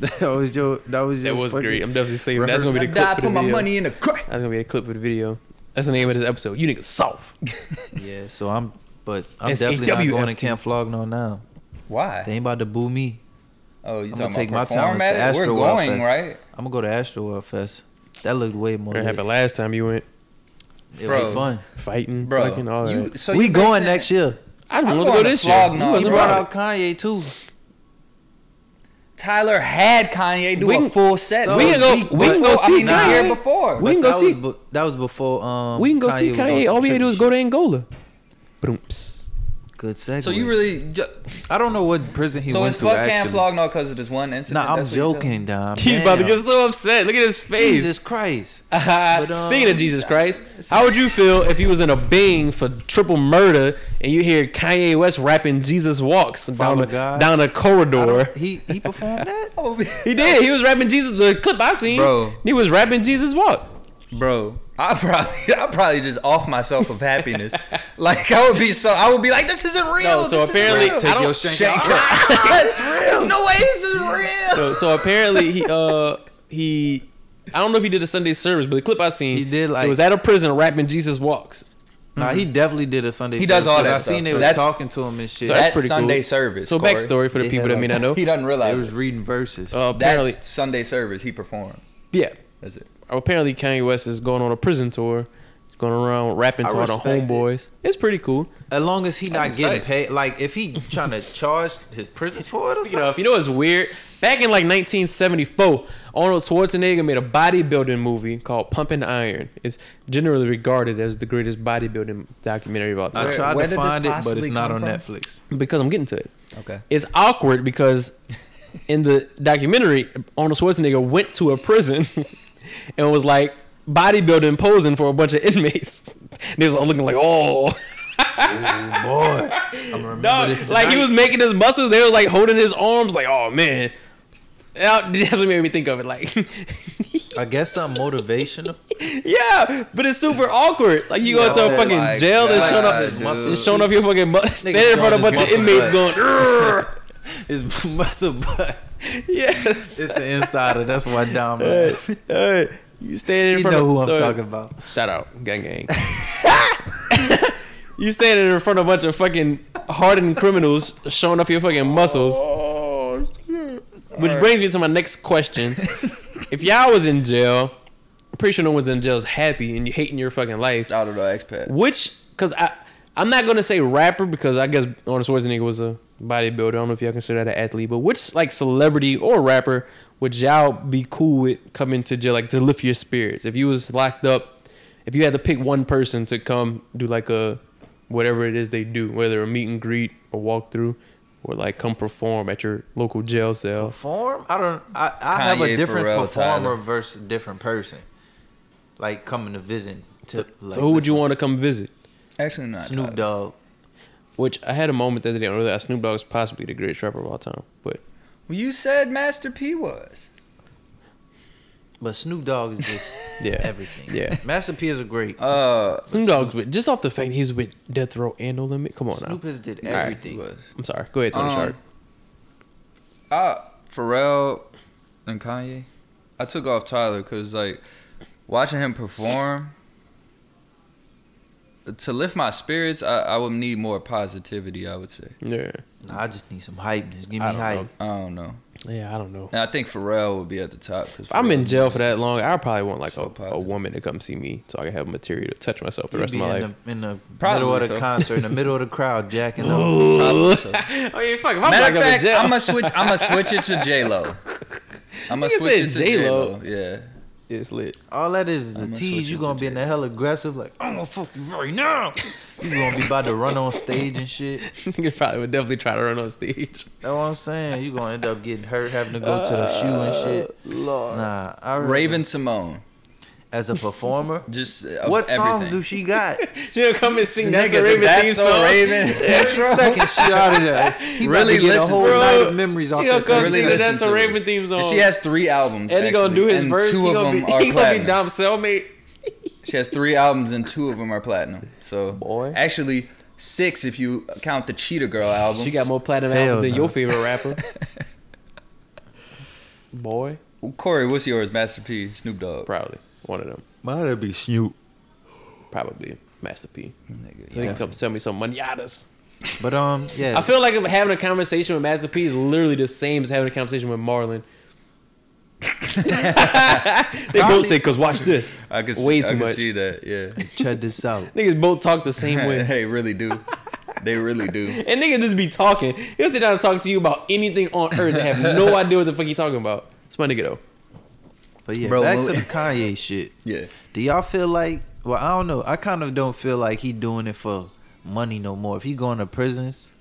[SPEAKER 4] That was your. That was your.
[SPEAKER 1] That was
[SPEAKER 4] fucking-
[SPEAKER 1] great. I'm definitely saving. That's gonna
[SPEAKER 3] When
[SPEAKER 1] be
[SPEAKER 3] I
[SPEAKER 1] the
[SPEAKER 3] die, I
[SPEAKER 1] clip for
[SPEAKER 3] put
[SPEAKER 1] the
[SPEAKER 3] my
[SPEAKER 1] video.
[SPEAKER 3] money in the grave.
[SPEAKER 1] That's gonna be a clip for the video. That's the name of this episode. You niggas soft.
[SPEAKER 4] Yeah. So I'm. But I'm
[SPEAKER 1] It's
[SPEAKER 4] definitely not going to
[SPEAKER 1] AWFT.
[SPEAKER 4] Camp Flogno now.
[SPEAKER 3] Why?
[SPEAKER 4] They ain't about to boo me.
[SPEAKER 3] Oh, you
[SPEAKER 4] I'm
[SPEAKER 3] talking
[SPEAKER 4] gonna
[SPEAKER 3] about
[SPEAKER 4] take my
[SPEAKER 3] perform
[SPEAKER 4] talents
[SPEAKER 3] at
[SPEAKER 4] to
[SPEAKER 3] it? We're
[SPEAKER 4] Astro World
[SPEAKER 3] going
[SPEAKER 4] Fest.
[SPEAKER 3] right,
[SPEAKER 4] I'm gonna go to Astro World Fest. That looked way more.
[SPEAKER 1] What
[SPEAKER 4] Lit.
[SPEAKER 1] happened last time you went
[SPEAKER 4] It
[SPEAKER 3] Bro.
[SPEAKER 4] was fun.
[SPEAKER 1] fighting,
[SPEAKER 3] bro.
[SPEAKER 1] fucking all that.
[SPEAKER 3] you- so
[SPEAKER 4] we
[SPEAKER 3] you
[SPEAKER 4] going
[SPEAKER 3] basing-
[SPEAKER 4] next year.
[SPEAKER 1] I didn't
[SPEAKER 3] I'm
[SPEAKER 1] want to go
[SPEAKER 3] going to
[SPEAKER 1] this year.
[SPEAKER 3] Flog
[SPEAKER 1] You
[SPEAKER 3] now.
[SPEAKER 4] He
[SPEAKER 1] wasn't
[SPEAKER 4] brought
[SPEAKER 1] about it.
[SPEAKER 4] out Kanye too.
[SPEAKER 3] Tyler had Kanye do
[SPEAKER 1] We
[SPEAKER 3] a
[SPEAKER 1] can-
[SPEAKER 3] full set.
[SPEAKER 1] we
[SPEAKER 3] the
[SPEAKER 1] can go-
[SPEAKER 3] week
[SPEAKER 1] we can go
[SPEAKER 3] before-
[SPEAKER 1] see
[SPEAKER 3] I mean, the
[SPEAKER 1] Kanye.
[SPEAKER 3] year before.
[SPEAKER 1] We can
[SPEAKER 4] But
[SPEAKER 1] go
[SPEAKER 4] that
[SPEAKER 1] see-
[SPEAKER 4] Was, bu- that was before. Um,
[SPEAKER 1] We can go see
[SPEAKER 4] was on
[SPEAKER 1] Kanye.
[SPEAKER 4] some
[SPEAKER 1] All we had to do
[SPEAKER 4] tribute
[SPEAKER 1] is go
[SPEAKER 4] shit.
[SPEAKER 1] to Angola. Boom. psst.
[SPEAKER 4] Good segue.
[SPEAKER 3] So you really ju-
[SPEAKER 4] I don't know what prison he
[SPEAKER 3] so
[SPEAKER 4] went
[SPEAKER 3] it's
[SPEAKER 4] to
[SPEAKER 3] fuck Cam
[SPEAKER 4] actually.
[SPEAKER 3] Flogno because of this one incident.
[SPEAKER 4] Nah, I'm
[SPEAKER 3] That's what you're
[SPEAKER 4] joking, Dom.
[SPEAKER 1] He's about to
[SPEAKER 4] Damn.
[SPEAKER 1] get so upset. Look at his face.
[SPEAKER 4] Jesus Christ. But, um,
[SPEAKER 1] Speaking of Jesus Christ, how would you feel if you was in a Bing for triple murder and you hear Kanye West rapping "Jesus Walks" down
[SPEAKER 4] Follow
[SPEAKER 1] a,
[SPEAKER 4] God.
[SPEAKER 1] down a
[SPEAKER 4] I
[SPEAKER 1] corridor?
[SPEAKER 4] don't- He he performed that.
[SPEAKER 3] telling.
[SPEAKER 1] He did. He was rapping Jesus. The clip I seen,
[SPEAKER 3] Bro.
[SPEAKER 1] He was rapping Jesus Walks.
[SPEAKER 3] bro. I probably I probably just off myself of happiness. like I would be so I would be like, this isn't real.
[SPEAKER 1] No, so
[SPEAKER 3] this
[SPEAKER 1] apparently-
[SPEAKER 3] isn't
[SPEAKER 1] I
[SPEAKER 4] Take
[SPEAKER 1] don't-
[SPEAKER 4] your
[SPEAKER 3] real.
[SPEAKER 4] shank
[SPEAKER 3] Shake
[SPEAKER 4] out.
[SPEAKER 3] it. It's real. There's no way this is real.
[SPEAKER 1] So, so apparently he uh he I don't know if he did a Sunday service, but the clip I seen
[SPEAKER 4] He did, like-
[SPEAKER 1] it was at a prison rapping Jesus Walks.
[SPEAKER 4] Nah,
[SPEAKER 1] Mm-hmm.
[SPEAKER 4] he definitely did a Sunday.
[SPEAKER 3] He does
[SPEAKER 4] service,
[SPEAKER 3] all
[SPEAKER 4] 'cause
[SPEAKER 3] that
[SPEAKER 4] I
[SPEAKER 3] stuff.
[SPEAKER 4] seen they was
[SPEAKER 3] That's-
[SPEAKER 4] talking to him and shit.
[SPEAKER 1] So that's
[SPEAKER 3] That's
[SPEAKER 1] pretty cool.
[SPEAKER 3] Sunday service,
[SPEAKER 1] So
[SPEAKER 3] Corey.
[SPEAKER 1] backstory for the
[SPEAKER 4] They
[SPEAKER 1] people
[SPEAKER 4] had,
[SPEAKER 1] that may
[SPEAKER 4] like-
[SPEAKER 1] not know.
[SPEAKER 3] He doesn't
[SPEAKER 4] they
[SPEAKER 3] realize
[SPEAKER 4] was
[SPEAKER 3] it.
[SPEAKER 4] reading verses.
[SPEAKER 1] Uh,
[SPEAKER 3] that's
[SPEAKER 1] apparently,
[SPEAKER 3] Sunday service. He performed.
[SPEAKER 1] yeah.
[SPEAKER 3] That's it.
[SPEAKER 1] Apparently Kanye West is going on a prison tour, He's going around rapping
[SPEAKER 4] I
[SPEAKER 1] to all the
[SPEAKER 4] respect it.
[SPEAKER 1] homeboys. It's pretty cool.
[SPEAKER 4] as long as he not
[SPEAKER 3] was
[SPEAKER 4] getting
[SPEAKER 3] tight.
[SPEAKER 4] paid, like if he trying to charge his prison for it or
[SPEAKER 1] Speaking
[SPEAKER 4] something.
[SPEAKER 1] of, you know what's weird? Back in like 1974, Arnold Schwarzenegger made a bodybuilding movie called Pumping Iron. It's generally regarded as the greatest bodybuilding documentary of all time.
[SPEAKER 4] I
[SPEAKER 3] Where-
[SPEAKER 4] tried
[SPEAKER 3] where
[SPEAKER 4] to
[SPEAKER 3] did this
[SPEAKER 4] find it, but it's
[SPEAKER 3] possibly
[SPEAKER 4] not on
[SPEAKER 3] come from?
[SPEAKER 4] Netflix.
[SPEAKER 1] because I'm getting to it.
[SPEAKER 3] Okay.
[SPEAKER 1] It's awkward because in the documentary, Arnold Schwarzenegger went to a prison and was like bodybuilding posing for a bunch of inmates. And they was all looking like, oh,
[SPEAKER 4] Boy, I'm remember
[SPEAKER 1] dog.
[SPEAKER 4] this.
[SPEAKER 1] Like he was making his muscles. They were like holding his arms, like, oh man. That- That's what made me think of it. Like,
[SPEAKER 4] I guess I'm motivational.
[SPEAKER 1] yeah, but it's super awkward. Like you go
[SPEAKER 4] No,
[SPEAKER 1] to a fucking
[SPEAKER 3] my
[SPEAKER 1] jail and
[SPEAKER 3] God,
[SPEAKER 1] showing
[SPEAKER 3] dude.
[SPEAKER 1] up,
[SPEAKER 4] his muscle,
[SPEAKER 1] and showing off your fucking butt, standing in front of a
[SPEAKER 4] showing
[SPEAKER 1] bunch of
[SPEAKER 4] his
[SPEAKER 1] inmates,
[SPEAKER 4] muscle
[SPEAKER 1] going, "Urgh."
[SPEAKER 4] his muscle butt.
[SPEAKER 1] yes.
[SPEAKER 4] It's the insider. That's why Dom. laugh.
[SPEAKER 1] Uh, you standing in
[SPEAKER 4] You
[SPEAKER 1] front
[SPEAKER 4] know
[SPEAKER 1] of
[SPEAKER 4] who I'm
[SPEAKER 1] uh,
[SPEAKER 4] talking about.
[SPEAKER 1] Shout out, gang gang. you standing in front of a bunch of fucking hardened criminals showing off your fucking muscles.
[SPEAKER 3] Oh shit.
[SPEAKER 1] Which brings me to my next question. if y'all was in jail, I'm pretty sure no one's in jail is happy and you hating your fucking life.
[SPEAKER 3] I don't know. Expat.
[SPEAKER 1] Which, cause I, I'm not gonna say rapper because I guess Arnold Schwarzenegger was a bodybuilder. I don't know if y'all consider that an athlete, but which like celebrity or rapper would y'all be cool with coming to jail like to lift your spirits? If you was locked up, if you had to pick one person to come do like a whatever it is they do, whether a meet and greet or walk through, or like come perform at your local jail cell.
[SPEAKER 4] Perform? I don't. I, I have
[SPEAKER 3] Kanye,
[SPEAKER 4] a different
[SPEAKER 3] Pharrell,
[SPEAKER 4] performer
[SPEAKER 3] Tyler.
[SPEAKER 4] versus a different person. Like coming to visit. To, like,
[SPEAKER 1] So who would you want to come visit?
[SPEAKER 3] Actually, not
[SPEAKER 4] Snoop
[SPEAKER 3] Tyler.
[SPEAKER 4] Dogg.
[SPEAKER 1] Which I had a moment the other day on that Snoop Dogg is possibly the greatest rapper of all time, but
[SPEAKER 3] Well, you said Master P was.
[SPEAKER 4] But Snoop Dogg is just
[SPEAKER 1] Yeah.
[SPEAKER 4] everything.
[SPEAKER 1] Yeah. Oh,
[SPEAKER 4] Master P is a great.
[SPEAKER 3] Uh,
[SPEAKER 1] Snoop Dogg's with just off the fact he's with Death Row and No Limit. Come on
[SPEAKER 4] Snoop
[SPEAKER 1] now.
[SPEAKER 4] has did
[SPEAKER 3] all right,
[SPEAKER 4] everything.
[SPEAKER 3] he was.
[SPEAKER 1] I'm sorry. Go ahead, Tony
[SPEAKER 3] Um,
[SPEAKER 1] Sharp.
[SPEAKER 3] Uh, Pharrell and Kanye. I took off Tyler because like watching him perform to lift my spirits, I, I would need more positivity. I would say.
[SPEAKER 1] Yeah.
[SPEAKER 4] Nah, I just need some hype. Just give
[SPEAKER 1] I
[SPEAKER 4] me
[SPEAKER 1] don't
[SPEAKER 4] hype.
[SPEAKER 1] know.
[SPEAKER 3] I don't know.
[SPEAKER 1] Yeah, I don't know.
[SPEAKER 3] And I think Pharrell would be at the top. Cause
[SPEAKER 1] If I'm in
[SPEAKER 3] Pharrell-
[SPEAKER 1] jail for that long, I probably want like
[SPEAKER 3] So
[SPEAKER 1] a, a
[SPEAKER 3] positive.
[SPEAKER 1] woman to come see me so I can have material to touch myself the
[SPEAKER 4] You'd
[SPEAKER 1] rest of
[SPEAKER 4] be
[SPEAKER 1] my
[SPEAKER 4] in
[SPEAKER 1] life.
[SPEAKER 4] The, in the
[SPEAKER 3] Probably
[SPEAKER 4] middle of the
[SPEAKER 3] so.
[SPEAKER 4] concert, in the middle of the crowd, jacking up.
[SPEAKER 3] Probably so.
[SPEAKER 1] I mean, Oh, fuck, if I'm
[SPEAKER 3] Oh, Matter
[SPEAKER 1] back up
[SPEAKER 3] of
[SPEAKER 1] in
[SPEAKER 3] fact,
[SPEAKER 1] jail,
[SPEAKER 3] I'm gonna switch. I'm gonna switch it to J Lo. I'm gonna
[SPEAKER 1] Nigga
[SPEAKER 3] switch it to
[SPEAKER 1] said
[SPEAKER 3] J
[SPEAKER 1] J-Lo.
[SPEAKER 3] Lo. Yeah.
[SPEAKER 1] it's lit.
[SPEAKER 4] All that is is
[SPEAKER 3] I'm
[SPEAKER 4] a
[SPEAKER 3] gonna
[SPEAKER 4] tease.
[SPEAKER 3] switch
[SPEAKER 4] You
[SPEAKER 3] it
[SPEAKER 4] gonna
[SPEAKER 3] to
[SPEAKER 4] be in the hell aggressive, like I'm gonna fuck you right now. You gonna be about to run on stage and shit.
[SPEAKER 1] Niggas probably would definitely try to run on stage.
[SPEAKER 4] That's what I'm saying. You gonna end up getting hurt, having to go to the shoe and shit.
[SPEAKER 1] Lord.
[SPEAKER 4] Nah, I really-
[SPEAKER 3] Uh, Raven Simone.
[SPEAKER 4] as a performer.
[SPEAKER 3] Just uh,
[SPEAKER 4] What songs
[SPEAKER 3] everything.
[SPEAKER 4] do she got?
[SPEAKER 1] She gonna come and sing That's a
[SPEAKER 3] Nigga,
[SPEAKER 1] Raven
[SPEAKER 3] that's
[SPEAKER 1] theme
[SPEAKER 3] so
[SPEAKER 1] song.
[SPEAKER 3] Raven.
[SPEAKER 4] Every second she out of there. He
[SPEAKER 3] Really
[SPEAKER 4] really get a
[SPEAKER 3] listen
[SPEAKER 4] whole
[SPEAKER 3] to
[SPEAKER 4] night
[SPEAKER 1] Bro,
[SPEAKER 4] of memories
[SPEAKER 1] she
[SPEAKER 4] off
[SPEAKER 1] gonna
[SPEAKER 4] that.
[SPEAKER 1] come
[SPEAKER 4] thing.
[SPEAKER 1] sing
[SPEAKER 3] Really
[SPEAKER 1] the That's
[SPEAKER 3] listen
[SPEAKER 1] a
[SPEAKER 3] to it.
[SPEAKER 1] Raven theme
[SPEAKER 3] And
[SPEAKER 1] song.
[SPEAKER 3] she has three albums.
[SPEAKER 1] and he gonna
[SPEAKER 3] actually,
[SPEAKER 1] do his
[SPEAKER 3] and
[SPEAKER 1] verse.
[SPEAKER 3] Two
[SPEAKER 1] he
[SPEAKER 3] of
[SPEAKER 1] gonna
[SPEAKER 3] them
[SPEAKER 1] be,
[SPEAKER 3] are
[SPEAKER 1] he gonna be
[SPEAKER 3] platinum.
[SPEAKER 1] Dom Cellmate.
[SPEAKER 3] She has three albums and two of them are platinum. So
[SPEAKER 1] Boy.
[SPEAKER 3] actually six if you count the Cheetah Girl album.
[SPEAKER 1] She got more platinum
[SPEAKER 4] Hell
[SPEAKER 1] albums than
[SPEAKER 4] no.
[SPEAKER 1] your favorite rapper. Boy,
[SPEAKER 3] Corey, what's yours? Master P, Snoop Dogg.
[SPEAKER 1] probably one of them.
[SPEAKER 4] Might be Snoop.
[SPEAKER 1] Probably Master P.
[SPEAKER 3] Nigga,
[SPEAKER 1] So he can come sell me some manadas.
[SPEAKER 4] But um, yeah.
[SPEAKER 1] I feel like I'm having a conversation with Master P is literally the same as having a conversation with Marlon. they both say, "Cause watch this."
[SPEAKER 3] I could see,
[SPEAKER 1] Way
[SPEAKER 3] I
[SPEAKER 1] too
[SPEAKER 3] could
[SPEAKER 1] much.
[SPEAKER 3] see that. Yeah,
[SPEAKER 4] check this out.
[SPEAKER 1] Niggas both talk the same way.
[SPEAKER 3] they really do. They really do.
[SPEAKER 1] And nigga just be talking. He'll sit down and talk to you about anything on earth and have no idea what the fuck he talking about. It's my nigga though.
[SPEAKER 4] But yeah,
[SPEAKER 3] Bro,
[SPEAKER 4] back
[SPEAKER 3] when
[SPEAKER 4] to
[SPEAKER 3] we-
[SPEAKER 4] the Kanye shit.
[SPEAKER 3] Yeah,
[SPEAKER 4] Do y'all feel like? Well, I don't know. I kind of don't feel like he doing it for money no more. If he going to prisons,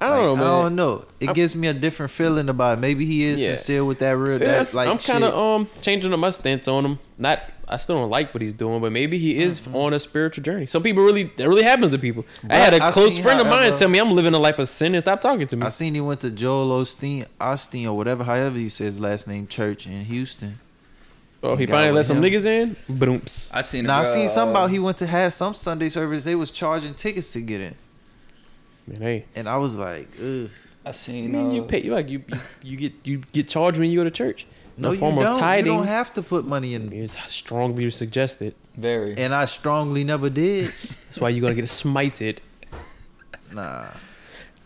[SPEAKER 1] I don't know,
[SPEAKER 4] like,
[SPEAKER 1] man.
[SPEAKER 4] I don't know. It
[SPEAKER 1] I'm-
[SPEAKER 4] gives me a different feeling about it. Maybe he is
[SPEAKER 1] Yeah.
[SPEAKER 4] sincere with that real.
[SPEAKER 1] Yeah,
[SPEAKER 4] that like
[SPEAKER 1] I'm kind of
[SPEAKER 4] shit.
[SPEAKER 1] um changing up my stance on him. Not, I still don't like what he's doing, but maybe he is
[SPEAKER 4] Mm-hmm.
[SPEAKER 1] on a spiritual journey. Some people really, that really happens to people. I
[SPEAKER 4] But
[SPEAKER 1] had a
[SPEAKER 4] I
[SPEAKER 1] close
[SPEAKER 4] seen
[SPEAKER 1] friend of mine
[SPEAKER 4] however-
[SPEAKER 1] tell me I'm living a life of sin and stop talking to me.
[SPEAKER 4] I seen he went to Joel Osteen, Osteen or whatever, however you say his last name, church in Houston.
[SPEAKER 1] oh, he
[SPEAKER 4] God
[SPEAKER 1] finally let
[SPEAKER 4] with
[SPEAKER 1] some
[SPEAKER 4] him.
[SPEAKER 1] niggas in. Boomps.
[SPEAKER 3] I seen.
[SPEAKER 4] Now I
[SPEAKER 3] see
[SPEAKER 4] seen something about he went to have some Sunday service. They was charging tickets to get in,
[SPEAKER 1] Man, hey,
[SPEAKER 4] and I was like, ugh.
[SPEAKER 3] I
[SPEAKER 1] I
[SPEAKER 3] seen.
[SPEAKER 1] mean, you
[SPEAKER 3] uh,
[SPEAKER 1] pay you like you, you you get you get charged when you go to church.
[SPEAKER 4] No,
[SPEAKER 1] No
[SPEAKER 4] you
[SPEAKER 1] form of
[SPEAKER 4] don't.
[SPEAKER 1] tithing.
[SPEAKER 4] You don't have to put money in,
[SPEAKER 1] it's strongly suggested.
[SPEAKER 3] very.
[SPEAKER 4] and I strongly never did.
[SPEAKER 1] That's why you're gonna get smited.
[SPEAKER 4] Nah.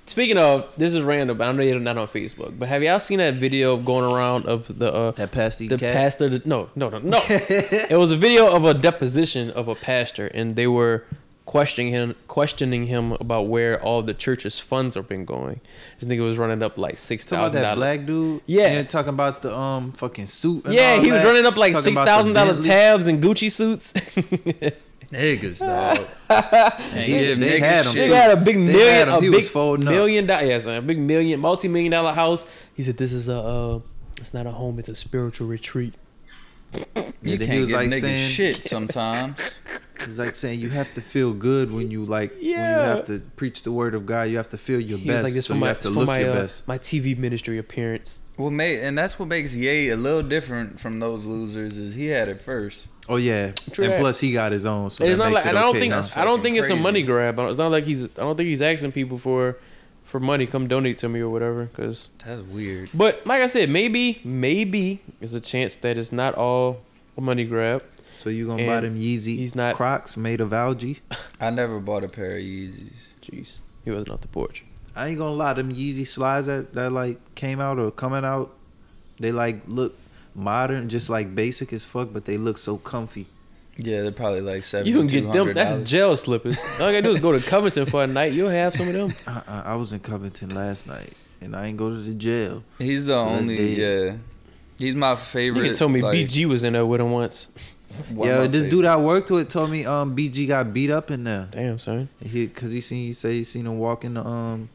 [SPEAKER 1] Speaking of, this is random. but I know you're not on Facebook, but have y'all seen that video going around of the uh,
[SPEAKER 4] That pasty
[SPEAKER 1] the
[SPEAKER 4] cat.
[SPEAKER 1] pastor? that- no, no, no, no. it was a video of a deposition of a pastor, and they were questioning him, questioning him about where all the church's funds have been going. This nigga was running up like six
[SPEAKER 4] talking about
[SPEAKER 1] thousand
[SPEAKER 4] that
[SPEAKER 1] dollars.
[SPEAKER 4] black dude.
[SPEAKER 1] Yeah.
[SPEAKER 4] And talking about the um fucking suit. And
[SPEAKER 1] Yeah,
[SPEAKER 4] all
[SPEAKER 1] he was
[SPEAKER 4] that.
[SPEAKER 1] running up like
[SPEAKER 4] Talking
[SPEAKER 1] six
[SPEAKER 4] about the
[SPEAKER 1] thousand dollar
[SPEAKER 4] Bentley.
[SPEAKER 1] tabs and Gucci suits.
[SPEAKER 3] Niggas, dog.
[SPEAKER 4] They,
[SPEAKER 3] give
[SPEAKER 4] they
[SPEAKER 3] niggas
[SPEAKER 4] had him.
[SPEAKER 3] shit.
[SPEAKER 1] Nigga
[SPEAKER 4] too.
[SPEAKER 1] had a big
[SPEAKER 4] They
[SPEAKER 1] million,
[SPEAKER 4] had him.
[SPEAKER 1] a
[SPEAKER 4] He was
[SPEAKER 1] big
[SPEAKER 4] folding up.
[SPEAKER 1] million dollar, yes, a big million, multi million dollar house. He said, "This is a, uh, it's not a home, it's a spiritual retreat."
[SPEAKER 4] Yeah, then
[SPEAKER 3] You can't
[SPEAKER 4] he was
[SPEAKER 3] give
[SPEAKER 4] like
[SPEAKER 3] niggas
[SPEAKER 4] saying,
[SPEAKER 3] shit sometimes.
[SPEAKER 4] He's like saying you have to feel good when you like when
[SPEAKER 1] Yeah.
[SPEAKER 4] you have to preach the word of God. You have to feel your
[SPEAKER 1] He was
[SPEAKER 4] best.
[SPEAKER 1] like, "This
[SPEAKER 4] so
[SPEAKER 1] for
[SPEAKER 4] you
[SPEAKER 1] my,
[SPEAKER 4] have to
[SPEAKER 1] for
[SPEAKER 4] look
[SPEAKER 1] my,
[SPEAKER 4] your
[SPEAKER 1] uh,
[SPEAKER 4] best.
[SPEAKER 1] my TV ministry appearance."
[SPEAKER 3] Well, mate, and that's what makes Ye a little different from those losers. Is he had it first.
[SPEAKER 4] Oh yeah.
[SPEAKER 1] True
[SPEAKER 4] and
[SPEAKER 1] that.
[SPEAKER 4] plus he got his own. So
[SPEAKER 1] and it's
[SPEAKER 4] that
[SPEAKER 1] not
[SPEAKER 4] makes
[SPEAKER 1] like,
[SPEAKER 4] it
[SPEAKER 1] and I don't
[SPEAKER 4] okay
[SPEAKER 1] think,
[SPEAKER 4] now.
[SPEAKER 1] I don't
[SPEAKER 3] fucking
[SPEAKER 1] think it's a
[SPEAKER 3] crazy.
[SPEAKER 1] money grab. I don't- It's not like he's, I don't think he's asking people for, for money. Come donate to me or whatever, because
[SPEAKER 3] That's weird.
[SPEAKER 1] But like I said, maybe, maybe there's a chance that it's not all a money grab.
[SPEAKER 4] So you gonna buy
[SPEAKER 1] and
[SPEAKER 4] them Yeezy
[SPEAKER 1] he's not-
[SPEAKER 4] Crocs made of algae?
[SPEAKER 3] I never bought a pair of Yeezys.
[SPEAKER 1] Jeez, he wasn't off the porch.
[SPEAKER 4] I ain't gonna lie, them Yeezy slides that, that like came out or coming out, they like look modern, just like basic as fuck, but they look so comfy.
[SPEAKER 3] Yeah, they're probably like seven.
[SPEAKER 1] You can get them. That's jail slippers. All you gotta do is go to Covington for a night. You'll have some of them.
[SPEAKER 4] Uh, uh, I was in Covington last night, and I ain't go to the jail.
[SPEAKER 3] He's the
[SPEAKER 4] So that's
[SPEAKER 3] only.
[SPEAKER 4] dead.
[SPEAKER 3] Yeah, he's my favorite.
[SPEAKER 1] You can tell me
[SPEAKER 3] like,
[SPEAKER 1] BG was in there with him once.
[SPEAKER 3] one of
[SPEAKER 4] Yo,
[SPEAKER 3] my
[SPEAKER 4] this
[SPEAKER 3] favorite.
[SPEAKER 4] dude I worked with told me um BG got beat up in there.
[SPEAKER 1] Damn, son.
[SPEAKER 4] He, cause he seen he say he seen him walking the um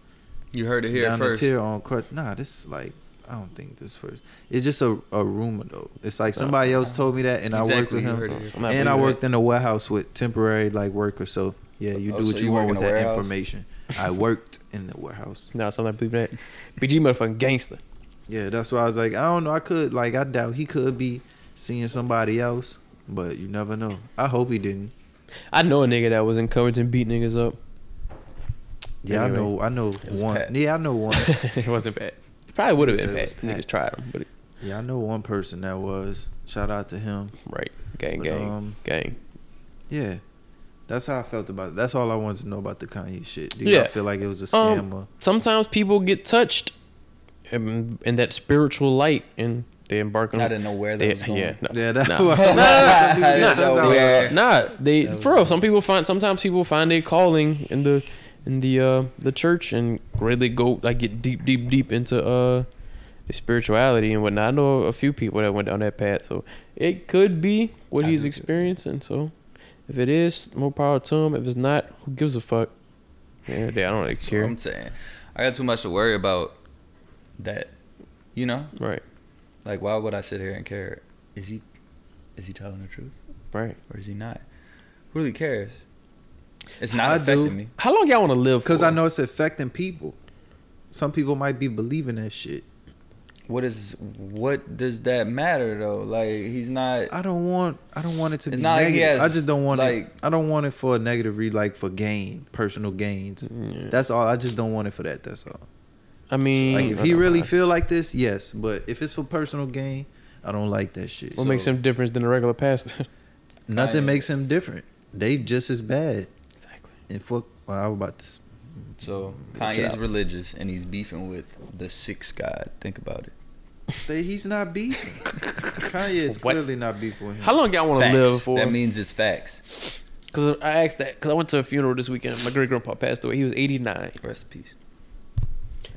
[SPEAKER 3] You heard it here
[SPEAKER 4] down
[SPEAKER 3] first.
[SPEAKER 4] the tier on crutch. Nah, this is like I don't think this first. It's just a, a rumor though. It's like somebody else told me that, and I worked
[SPEAKER 3] Exactly,
[SPEAKER 4] with
[SPEAKER 3] you
[SPEAKER 4] him.
[SPEAKER 3] heard it here
[SPEAKER 1] So I'm not
[SPEAKER 3] first.
[SPEAKER 4] and I
[SPEAKER 1] believing
[SPEAKER 4] worked in a warehouse with temporary like workers. So yeah, you
[SPEAKER 3] Oh,
[SPEAKER 4] do
[SPEAKER 3] so
[SPEAKER 4] what you,
[SPEAKER 3] you
[SPEAKER 4] want
[SPEAKER 3] work
[SPEAKER 4] with
[SPEAKER 3] in a
[SPEAKER 4] that
[SPEAKER 3] warehouse?
[SPEAKER 4] information. I worked in the warehouse.
[SPEAKER 1] that. Nah, so I'm not believing that. BG motherfucking gangster.
[SPEAKER 4] Yeah, that's why I was like, I don't know. I could like I doubt he could be seeing somebody else, but you never know. I hope he didn't.
[SPEAKER 1] I know a nigga that was in Covington beat niggas up.
[SPEAKER 4] Yeah,
[SPEAKER 1] Anyway.
[SPEAKER 4] I know. I know
[SPEAKER 3] was
[SPEAKER 4] one.
[SPEAKER 3] Pat.
[SPEAKER 4] Yeah, I know one.
[SPEAKER 1] it wasn't bad. It probably would have
[SPEAKER 4] He
[SPEAKER 1] been
[SPEAKER 4] said it
[SPEAKER 1] bad.
[SPEAKER 4] was
[SPEAKER 1] Niggas tried him, but it,
[SPEAKER 4] Yeah, I know one person that was. Shout out to him.
[SPEAKER 1] Right. Gang,
[SPEAKER 4] But,
[SPEAKER 1] gang,
[SPEAKER 4] um,
[SPEAKER 1] gang.
[SPEAKER 4] Yeah. That's how I felt about it. That's all I wanted to know about the Kanye shit. Do you
[SPEAKER 1] Yeah.
[SPEAKER 4] all feel like it was a scam
[SPEAKER 1] Um,
[SPEAKER 4] or
[SPEAKER 1] Sometimes people get touched in, in that spiritual light and they embark on.
[SPEAKER 3] I didn't know where that
[SPEAKER 1] they,
[SPEAKER 3] was going.
[SPEAKER 1] Yeah. no.
[SPEAKER 4] Yeah, that
[SPEAKER 1] Nah.
[SPEAKER 4] was-
[SPEAKER 1] Nah,
[SPEAKER 4] Some people get
[SPEAKER 3] I didn't
[SPEAKER 4] turned
[SPEAKER 1] Oh,
[SPEAKER 3] know
[SPEAKER 4] down.
[SPEAKER 3] where-
[SPEAKER 1] Nah, they for real. Some people find sometimes people find their calling in the in the uh the church and really go like get deep deep deep into uh the spirituality and whatnot. I know a few people that went down that path, so it could be what
[SPEAKER 3] I
[SPEAKER 1] he's
[SPEAKER 3] do too.
[SPEAKER 1] experiencing. So if it is, more power to him. If it's not, who gives a fuck? Yeah, they- I don't really
[SPEAKER 3] That's what
[SPEAKER 1] care.
[SPEAKER 3] I'm saying. I got too much to worry about that. You know?
[SPEAKER 1] Right,
[SPEAKER 3] Like why would I sit here and care? Is he is he telling the truth?
[SPEAKER 1] right.
[SPEAKER 3] Or is he not? Who really cares? It's not
[SPEAKER 4] I do.
[SPEAKER 3] affecting me.
[SPEAKER 1] How long y'all want to live?
[SPEAKER 4] Because
[SPEAKER 1] for?
[SPEAKER 4] I know it's affecting people. Some people might be believing that shit.
[SPEAKER 3] What is what does that matter though? Like he's not
[SPEAKER 4] I don't want. I don't want it to
[SPEAKER 3] It's
[SPEAKER 4] be
[SPEAKER 3] not like he
[SPEAKER 4] negative.
[SPEAKER 3] has,
[SPEAKER 4] I just don't want it.
[SPEAKER 3] like-
[SPEAKER 4] I don't want it for a negative read, like for gain, personal gains. That's all. I just don't want it for that. That's all.
[SPEAKER 1] I mean,
[SPEAKER 4] Like if
[SPEAKER 1] I
[SPEAKER 4] he
[SPEAKER 1] don't
[SPEAKER 4] really
[SPEAKER 1] know.
[SPEAKER 4] feel like this, yes. But if it's for personal gain, I don't like that shit.
[SPEAKER 1] what makes
[SPEAKER 4] So,
[SPEAKER 1] him different than a regular pastor?
[SPEAKER 4] Nothing
[SPEAKER 3] Kanye.
[SPEAKER 4] makes him different. They just as bad.
[SPEAKER 1] exactly.
[SPEAKER 4] And fuck. Well, I was about to. s-
[SPEAKER 3] so
[SPEAKER 4] Chill
[SPEAKER 3] Kanye's
[SPEAKER 4] out.
[SPEAKER 3] religious and he's beefing with the sixth god. Think about it.
[SPEAKER 4] They, he's not beefing. Kanye is
[SPEAKER 1] What?
[SPEAKER 4] clearly not beefing with him.
[SPEAKER 1] How long y'all want to
[SPEAKER 3] Facts.
[SPEAKER 1] live for?
[SPEAKER 3] That means it's facts.
[SPEAKER 1] Because I asked that because I went to a funeral this weekend. My great grandpa passed away. He was 89.
[SPEAKER 3] Rest in peace.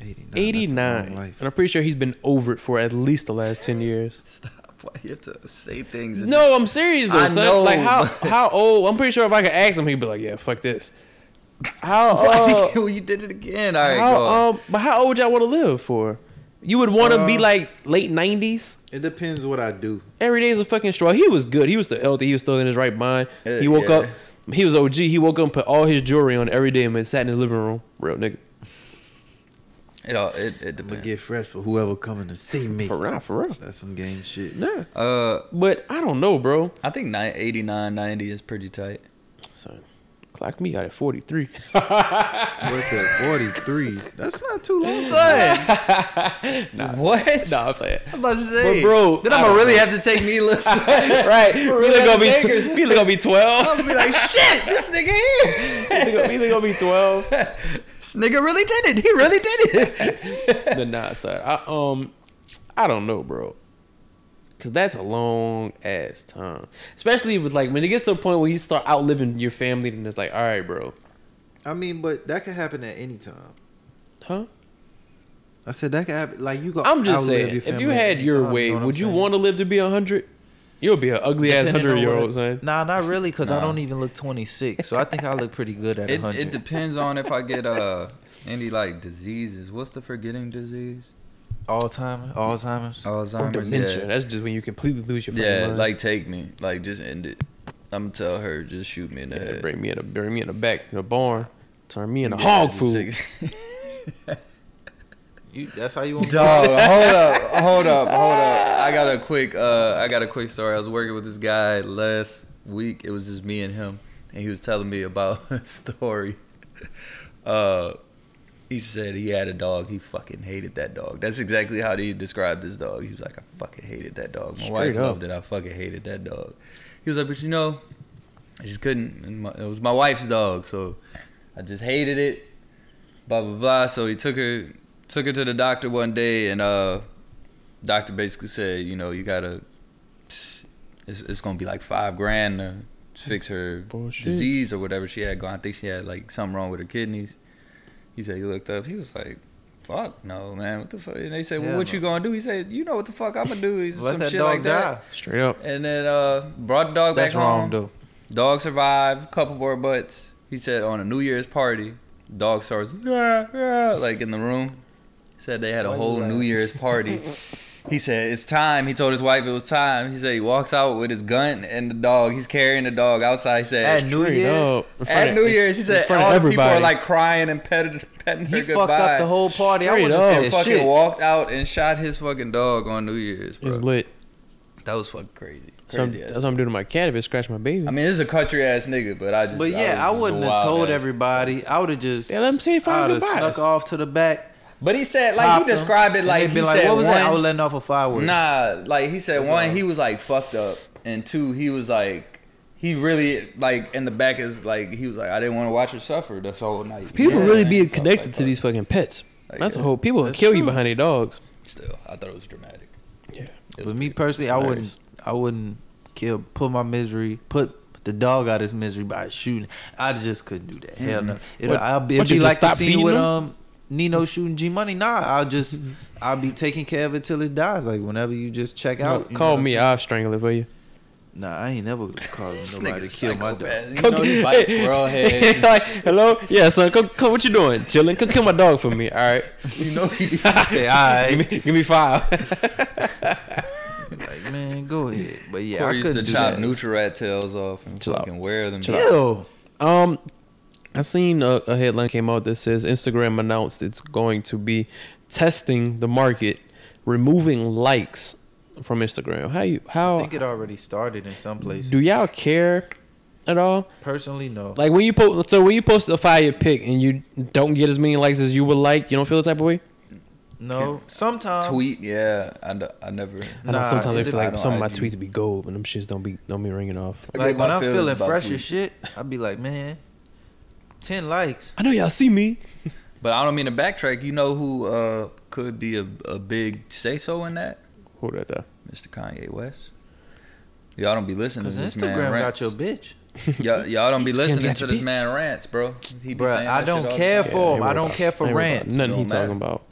[SPEAKER 4] 89. that's a long
[SPEAKER 1] 89.
[SPEAKER 4] life.
[SPEAKER 1] And I'm pretty sure he's been over it for at least the last 10 years.
[SPEAKER 3] Stop. Why you have to say things? and
[SPEAKER 1] no, I'm serious though,
[SPEAKER 3] I
[SPEAKER 1] son.
[SPEAKER 3] know,
[SPEAKER 1] like, how,
[SPEAKER 3] but-
[SPEAKER 1] how old? I'm pretty sure if I could ask him, he'd be like, yeah, fuck this. How,
[SPEAKER 3] Why
[SPEAKER 1] uh,
[SPEAKER 3] did you, you did it again. All right, go
[SPEAKER 1] how,
[SPEAKER 3] on.
[SPEAKER 1] um, but how old y'all want to live for? You would want to be
[SPEAKER 4] Uh,
[SPEAKER 1] like late 90s?
[SPEAKER 4] It depends what I do.
[SPEAKER 1] Every day's a fucking struggle. He was good. He was still healthy. He was still in his right mind.
[SPEAKER 3] Uh,
[SPEAKER 1] he woke
[SPEAKER 3] yeah.
[SPEAKER 1] up. He was OG. He woke up and put all his jewelry on every day and sat in his living room. Real nigga.
[SPEAKER 3] It all
[SPEAKER 4] I'm
[SPEAKER 3] it, it
[SPEAKER 4] gonna
[SPEAKER 3] depends.
[SPEAKER 4] get fresh for whoever coming to see me.
[SPEAKER 1] For real, for real.
[SPEAKER 4] That's some game shit.
[SPEAKER 1] Nah.
[SPEAKER 3] Uh,
[SPEAKER 1] But I don't know, bro.
[SPEAKER 3] I think nine eighty nine ninety is pretty tight.
[SPEAKER 1] Son, clock me out at 43.
[SPEAKER 4] What's at 43? That's not too long.
[SPEAKER 3] Son, what?
[SPEAKER 1] nah, I'm playing.
[SPEAKER 3] I'm about to
[SPEAKER 1] But
[SPEAKER 3] say,
[SPEAKER 1] bro,
[SPEAKER 3] Then
[SPEAKER 1] I
[SPEAKER 3] I'm gonna
[SPEAKER 1] don't
[SPEAKER 3] really have to take me listen.
[SPEAKER 1] right. You
[SPEAKER 3] real,
[SPEAKER 1] look gonna be
[SPEAKER 3] niggas.
[SPEAKER 1] tw- you look gonna be 12.
[SPEAKER 3] I'm gonna be like, shit, this nigga here.
[SPEAKER 1] You look gonna- you look gonna be 12.
[SPEAKER 3] This nigga really did it. He really did it.
[SPEAKER 1] But nah, son. I um I don't know, bro. Cause that's a long ass time. Especially with like when it gets to a point where you start outliving your family then it's like, all right, bro.
[SPEAKER 4] I mean, but that could happen at any time.
[SPEAKER 1] Huh?
[SPEAKER 4] I said that could happen. Like you go.
[SPEAKER 1] I'm just
[SPEAKER 4] outlive
[SPEAKER 1] saying,
[SPEAKER 4] your
[SPEAKER 1] if
[SPEAKER 4] family
[SPEAKER 1] you
[SPEAKER 4] at
[SPEAKER 1] had
[SPEAKER 4] any
[SPEAKER 1] your
[SPEAKER 4] time,
[SPEAKER 1] way,
[SPEAKER 4] know what
[SPEAKER 1] would
[SPEAKER 4] I'm
[SPEAKER 1] you
[SPEAKER 4] saying?
[SPEAKER 1] want to live to be 100? You'll be an ugly ass
[SPEAKER 4] Depending on
[SPEAKER 1] 100 year
[SPEAKER 4] what-
[SPEAKER 1] old, son.
[SPEAKER 4] Nah, not really, cause I don't even look 26. So I think I look pretty good at
[SPEAKER 3] It,
[SPEAKER 4] 100.
[SPEAKER 3] it depends on if I get uh any like diseases. What's the forgetting disease?
[SPEAKER 4] all time, Alzheimer's.
[SPEAKER 1] Or
[SPEAKER 3] Alzheimer's.
[SPEAKER 1] dementia.
[SPEAKER 3] Yeah.
[SPEAKER 1] That's just when you completely lose your fucking
[SPEAKER 3] Yeah,
[SPEAKER 1] mind.
[SPEAKER 3] like take me, like just end it. I'm tell her, just shoot me in the
[SPEAKER 1] Yeah,
[SPEAKER 3] head.
[SPEAKER 1] bring me in a bring me in a back in a barn, turn me into
[SPEAKER 3] Yeah,
[SPEAKER 1] hog
[SPEAKER 3] just
[SPEAKER 1] food.
[SPEAKER 3] take-
[SPEAKER 4] You, that's how you want.
[SPEAKER 3] Dog, hold up, hold up, hold up. I got a quick, uh, I got a quick story. I was working with this guy last week. It was just me and him, and he was telling me about a story. Uh, he said he had a dog. He fucking hated that dog. That's exactly how he described this dog. He was like, I fucking hated that dog. My wife
[SPEAKER 1] Straight up.
[SPEAKER 3] loved it. I fucking hated that dog. He was like, but you know, I just couldn't. And my, it was my wife's dog, so I just hated it. Blah blah blah. So he took her took her to the doctor one day, and uh, doctor basically said, you know, you gotta. It's, it's gonna be like five grand to fix her
[SPEAKER 1] Bullshit.
[SPEAKER 3] disease or whatever she had going. I think she had like something wrong with her kidneys. He said he looked up. He was like. Fuck no, man! What the fuck? And they said, "Well,
[SPEAKER 4] Yeah,
[SPEAKER 3] what
[SPEAKER 4] no.
[SPEAKER 3] you gonna do?" He said, "You know what the fuck I'm gonna do." He said,
[SPEAKER 4] Let
[SPEAKER 3] some
[SPEAKER 4] that
[SPEAKER 3] shit
[SPEAKER 4] dog
[SPEAKER 3] like that.
[SPEAKER 4] die.
[SPEAKER 1] Straight up.
[SPEAKER 3] And then uh, brought the dog
[SPEAKER 4] That's
[SPEAKER 3] back
[SPEAKER 4] wrong
[SPEAKER 3] home.
[SPEAKER 4] though.
[SPEAKER 3] Dog survived, couple more butts. He said on a New Year's party, dog starts "Yeah, yeah," like in the room. Said they had a
[SPEAKER 4] Why you
[SPEAKER 3] whole New
[SPEAKER 4] laughing?
[SPEAKER 3] Year's party. he said it's time. He told his wife it was time. He said he walks out with his gun and the dog. He's carrying the dog outside. He said
[SPEAKER 4] At New
[SPEAKER 1] Straight
[SPEAKER 4] Year's,
[SPEAKER 1] up. In front
[SPEAKER 3] at
[SPEAKER 1] of-
[SPEAKER 3] New Year's, he
[SPEAKER 1] in
[SPEAKER 3] said
[SPEAKER 1] front of
[SPEAKER 3] all the people are
[SPEAKER 1] everybody.
[SPEAKER 3] like crying and petting, petting her
[SPEAKER 4] he
[SPEAKER 3] goodbye.
[SPEAKER 4] fucked up the whole party.
[SPEAKER 1] Straight
[SPEAKER 4] I wouldn't
[SPEAKER 1] up.
[SPEAKER 4] have
[SPEAKER 3] He
[SPEAKER 4] said
[SPEAKER 3] fucking
[SPEAKER 4] shit.
[SPEAKER 3] walked out and shot his fucking dog on New Year's,
[SPEAKER 1] It's
[SPEAKER 3] bro.
[SPEAKER 1] lit.
[SPEAKER 3] That was fucking crazy.
[SPEAKER 1] That's what, I'm,
[SPEAKER 3] Crazy ass.
[SPEAKER 1] that's what I'm doing to my cat if it scratched my baby.
[SPEAKER 3] I mean, this is a country ass nigga, but I just.
[SPEAKER 4] But yeah, I
[SPEAKER 3] was just
[SPEAKER 4] wouldn't
[SPEAKER 3] a
[SPEAKER 4] have
[SPEAKER 3] wild
[SPEAKER 4] told
[SPEAKER 3] ass-
[SPEAKER 4] everybody. I would have just.
[SPEAKER 1] Yeah, let 'em say fucking
[SPEAKER 4] I would have
[SPEAKER 1] goodbyes.
[SPEAKER 4] snuck off to the back.
[SPEAKER 3] But he said like
[SPEAKER 4] Popped
[SPEAKER 3] he
[SPEAKER 4] him,
[SPEAKER 3] described it
[SPEAKER 4] and
[SPEAKER 3] like
[SPEAKER 4] they
[SPEAKER 3] he
[SPEAKER 4] been
[SPEAKER 3] said
[SPEAKER 4] what was
[SPEAKER 3] one,
[SPEAKER 4] that? I was letting off a firework.
[SPEAKER 3] Nah, like he said,
[SPEAKER 4] That's
[SPEAKER 3] one,
[SPEAKER 4] all.
[SPEAKER 3] he was like fucked up, and two, he was like, he really like in the back is like he was like, I didn't want to watch her suffer this whole night.
[SPEAKER 1] People
[SPEAKER 3] Yeah.
[SPEAKER 1] really
[SPEAKER 3] And
[SPEAKER 1] be
[SPEAKER 3] stuff
[SPEAKER 1] connected
[SPEAKER 3] like
[SPEAKER 1] to
[SPEAKER 3] that.
[SPEAKER 1] these fucking pets.
[SPEAKER 3] Like,
[SPEAKER 1] That's a
[SPEAKER 3] yeah.
[SPEAKER 1] whole people will
[SPEAKER 4] That's
[SPEAKER 1] kill you
[SPEAKER 4] true.
[SPEAKER 1] behind their dogs.
[SPEAKER 3] Still, I thought it was dramatic.
[SPEAKER 1] Yeah.
[SPEAKER 3] It
[SPEAKER 4] But
[SPEAKER 3] was
[SPEAKER 4] me
[SPEAKER 3] weird.
[SPEAKER 4] personally, I
[SPEAKER 1] Hilarious.
[SPEAKER 4] wouldn't. I wouldn't kill. Put my misery. Put the dog out of his misery by shooting. I just couldn't do that. Hell no. It,
[SPEAKER 1] Mm-hmm. What-
[SPEAKER 4] I'll be,
[SPEAKER 1] what,
[SPEAKER 4] it'd
[SPEAKER 1] you just
[SPEAKER 4] be like the
[SPEAKER 1] stop
[SPEAKER 4] scene
[SPEAKER 1] feeding
[SPEAKER 4] with
[SPEAKER 1] him? Mm-hmm.
[SPEAKER 4] um Nino shooting G Money. Nah, I'll just. I'll be taking care of it till it dies. Like whenever you just check out. you know
[SPEAKER 1] Call
[SPEAKER 4] what I'm
[SPEAKER 1] me,
[SPEAKER 4] saying?
[SPEAKER 1] I'll strangle it for you.
[SPEAKER 4] Nah, I ain't never calling
[SPEAKER 3] This
[SPEAKER 4] nobody
[SPEAKER 3] nigga
[SPEAKER 4] to kill my dog.
[SPEAKER 3] psychopath. You know he bites squirrel heads.
[SPEAKER 1] like, hello, yeah, son, come, come, what you doing? Chilling? Come kill my dog for me. All right,
[SPEAKER 3] You know he.
[SPEAKER 4] I say, all
[SPEAKER 1] give
[SPEAKER 4] right,
[SPEAKER 1] me, give me five.
[SPEAKER 4] like man, go ahead. But yeah,
[SPEAKER 3] Corey
[SPEAKER 4] I
[SPEAKER 3] used to
[SPEAKER 4] couldn't do
[SPEAKER 3] chop
[SPEAKER 4] that.
[SPEAKER 3] neutral rat tails off and
[SPEAKER 1] Chill out.
[SPEAKER 3] fucking wear them.
[SPEAKER 4] Ew.
[SPEAKER 1] Um, I seen a, a headline came out that says Instagram announced it's going to be testing the market, removing likes from Instagram. How you
[SPEAKER 4] I
[SPEAKER 1] how
[SPEAKER 4] think it already started in some places.
[SPEAKER 1] do y'all care at all?
[SPEAKER 4] Personally, no.
[SPEAKER 1] Like when you post, so when you post a fire pic and you don't get as many likes as you would like, you don't feel the type of way.
[SPEAKER 4] No. Sometimes
[SPEAKER 3] Tweet, yeah. I, n- I never.
[SPEAKER 1] I know
[SPEAKER 4] Nah,
[SPEAKER 1] sometimes
[SPEAKER 4] it
[SPEAKER 1] I feel
[SPEAKER 4] depends
[SPEAKER 1] like
[SPEAKER 3] on
[SPEAKER 1] some of my
[SPEAKER 3] IG.
[SPEAKER 1] tweets be gold, and them shits don't be don't be ringing off.
[SPEAKER 3] I
[SPEAKER 4] Like
[SPEAKER 3] get
[SPEAKER 4] when
[SPEAKER 3] my
[SPEAKER 4] I'm
[SPEAKER 3] feelings
[SPEAKER 4] feeling
[SPEAKER 3] about
[SPEAKER 4] fresh
[SPEAKER 3] tweets.
[SPEAKER 4] as shit, I'd be like, man, ten likes.
[SPEAKER 1] I know y'all see me.
[SPEAKER 3] But I don't mean to backtrack. You know who uh, could be a, a big say so in that?
[SPEAKER 1] Who that though?
[SPEAKER 3] Mr. Kanye West. Y'all don't be listening to
[SPEAKER 4] Cause
[SPEAKER 3] this man
[SPEAKER 4] Instagram got
[SPEAKER 3] rants.
[SPEAKER 4] your bitch,
[SPEAKER 3] y'all, y'all don't be
[SPEAKER 1] Instagram
[SPEAKER 3] listening
[SPEAKER 1] got
[SPEAKER 3] to
[SPEAKER 1] your
[SPEAKER 3] this
[SPEAKER 1] bitch.
[SPEAKER 3] man rants, bro. He be
[SPEAKER 4] Bruh,
[SPEAKER 3] saying
[SPEAKER 4] I
[SPEAKER 3] that shit
[SPEAKER 4] don't
[SPEAKER 3] all the
[SPEAKER 4] care
[SPEAKER 3] time.
[SPEAKER 1] ain't
[SPEAKER 4] for him.
[SPEAKER 1] worried
[SPEAKER 4] I don't
[SPEAKER 1] about
[SPEAKER 4] care
[SPEAKER 1] it.
[SPEAKER 4] for
[SPEAKER 1] Ain't worried about
[SPEAKER 4] rants.
[SPEAKER 1] it. Nothing
[SPEAKER 3] Don't
[SPEAKER 1] he
[SPEAKER 3] matter.
[SPEAKER 1] talking about.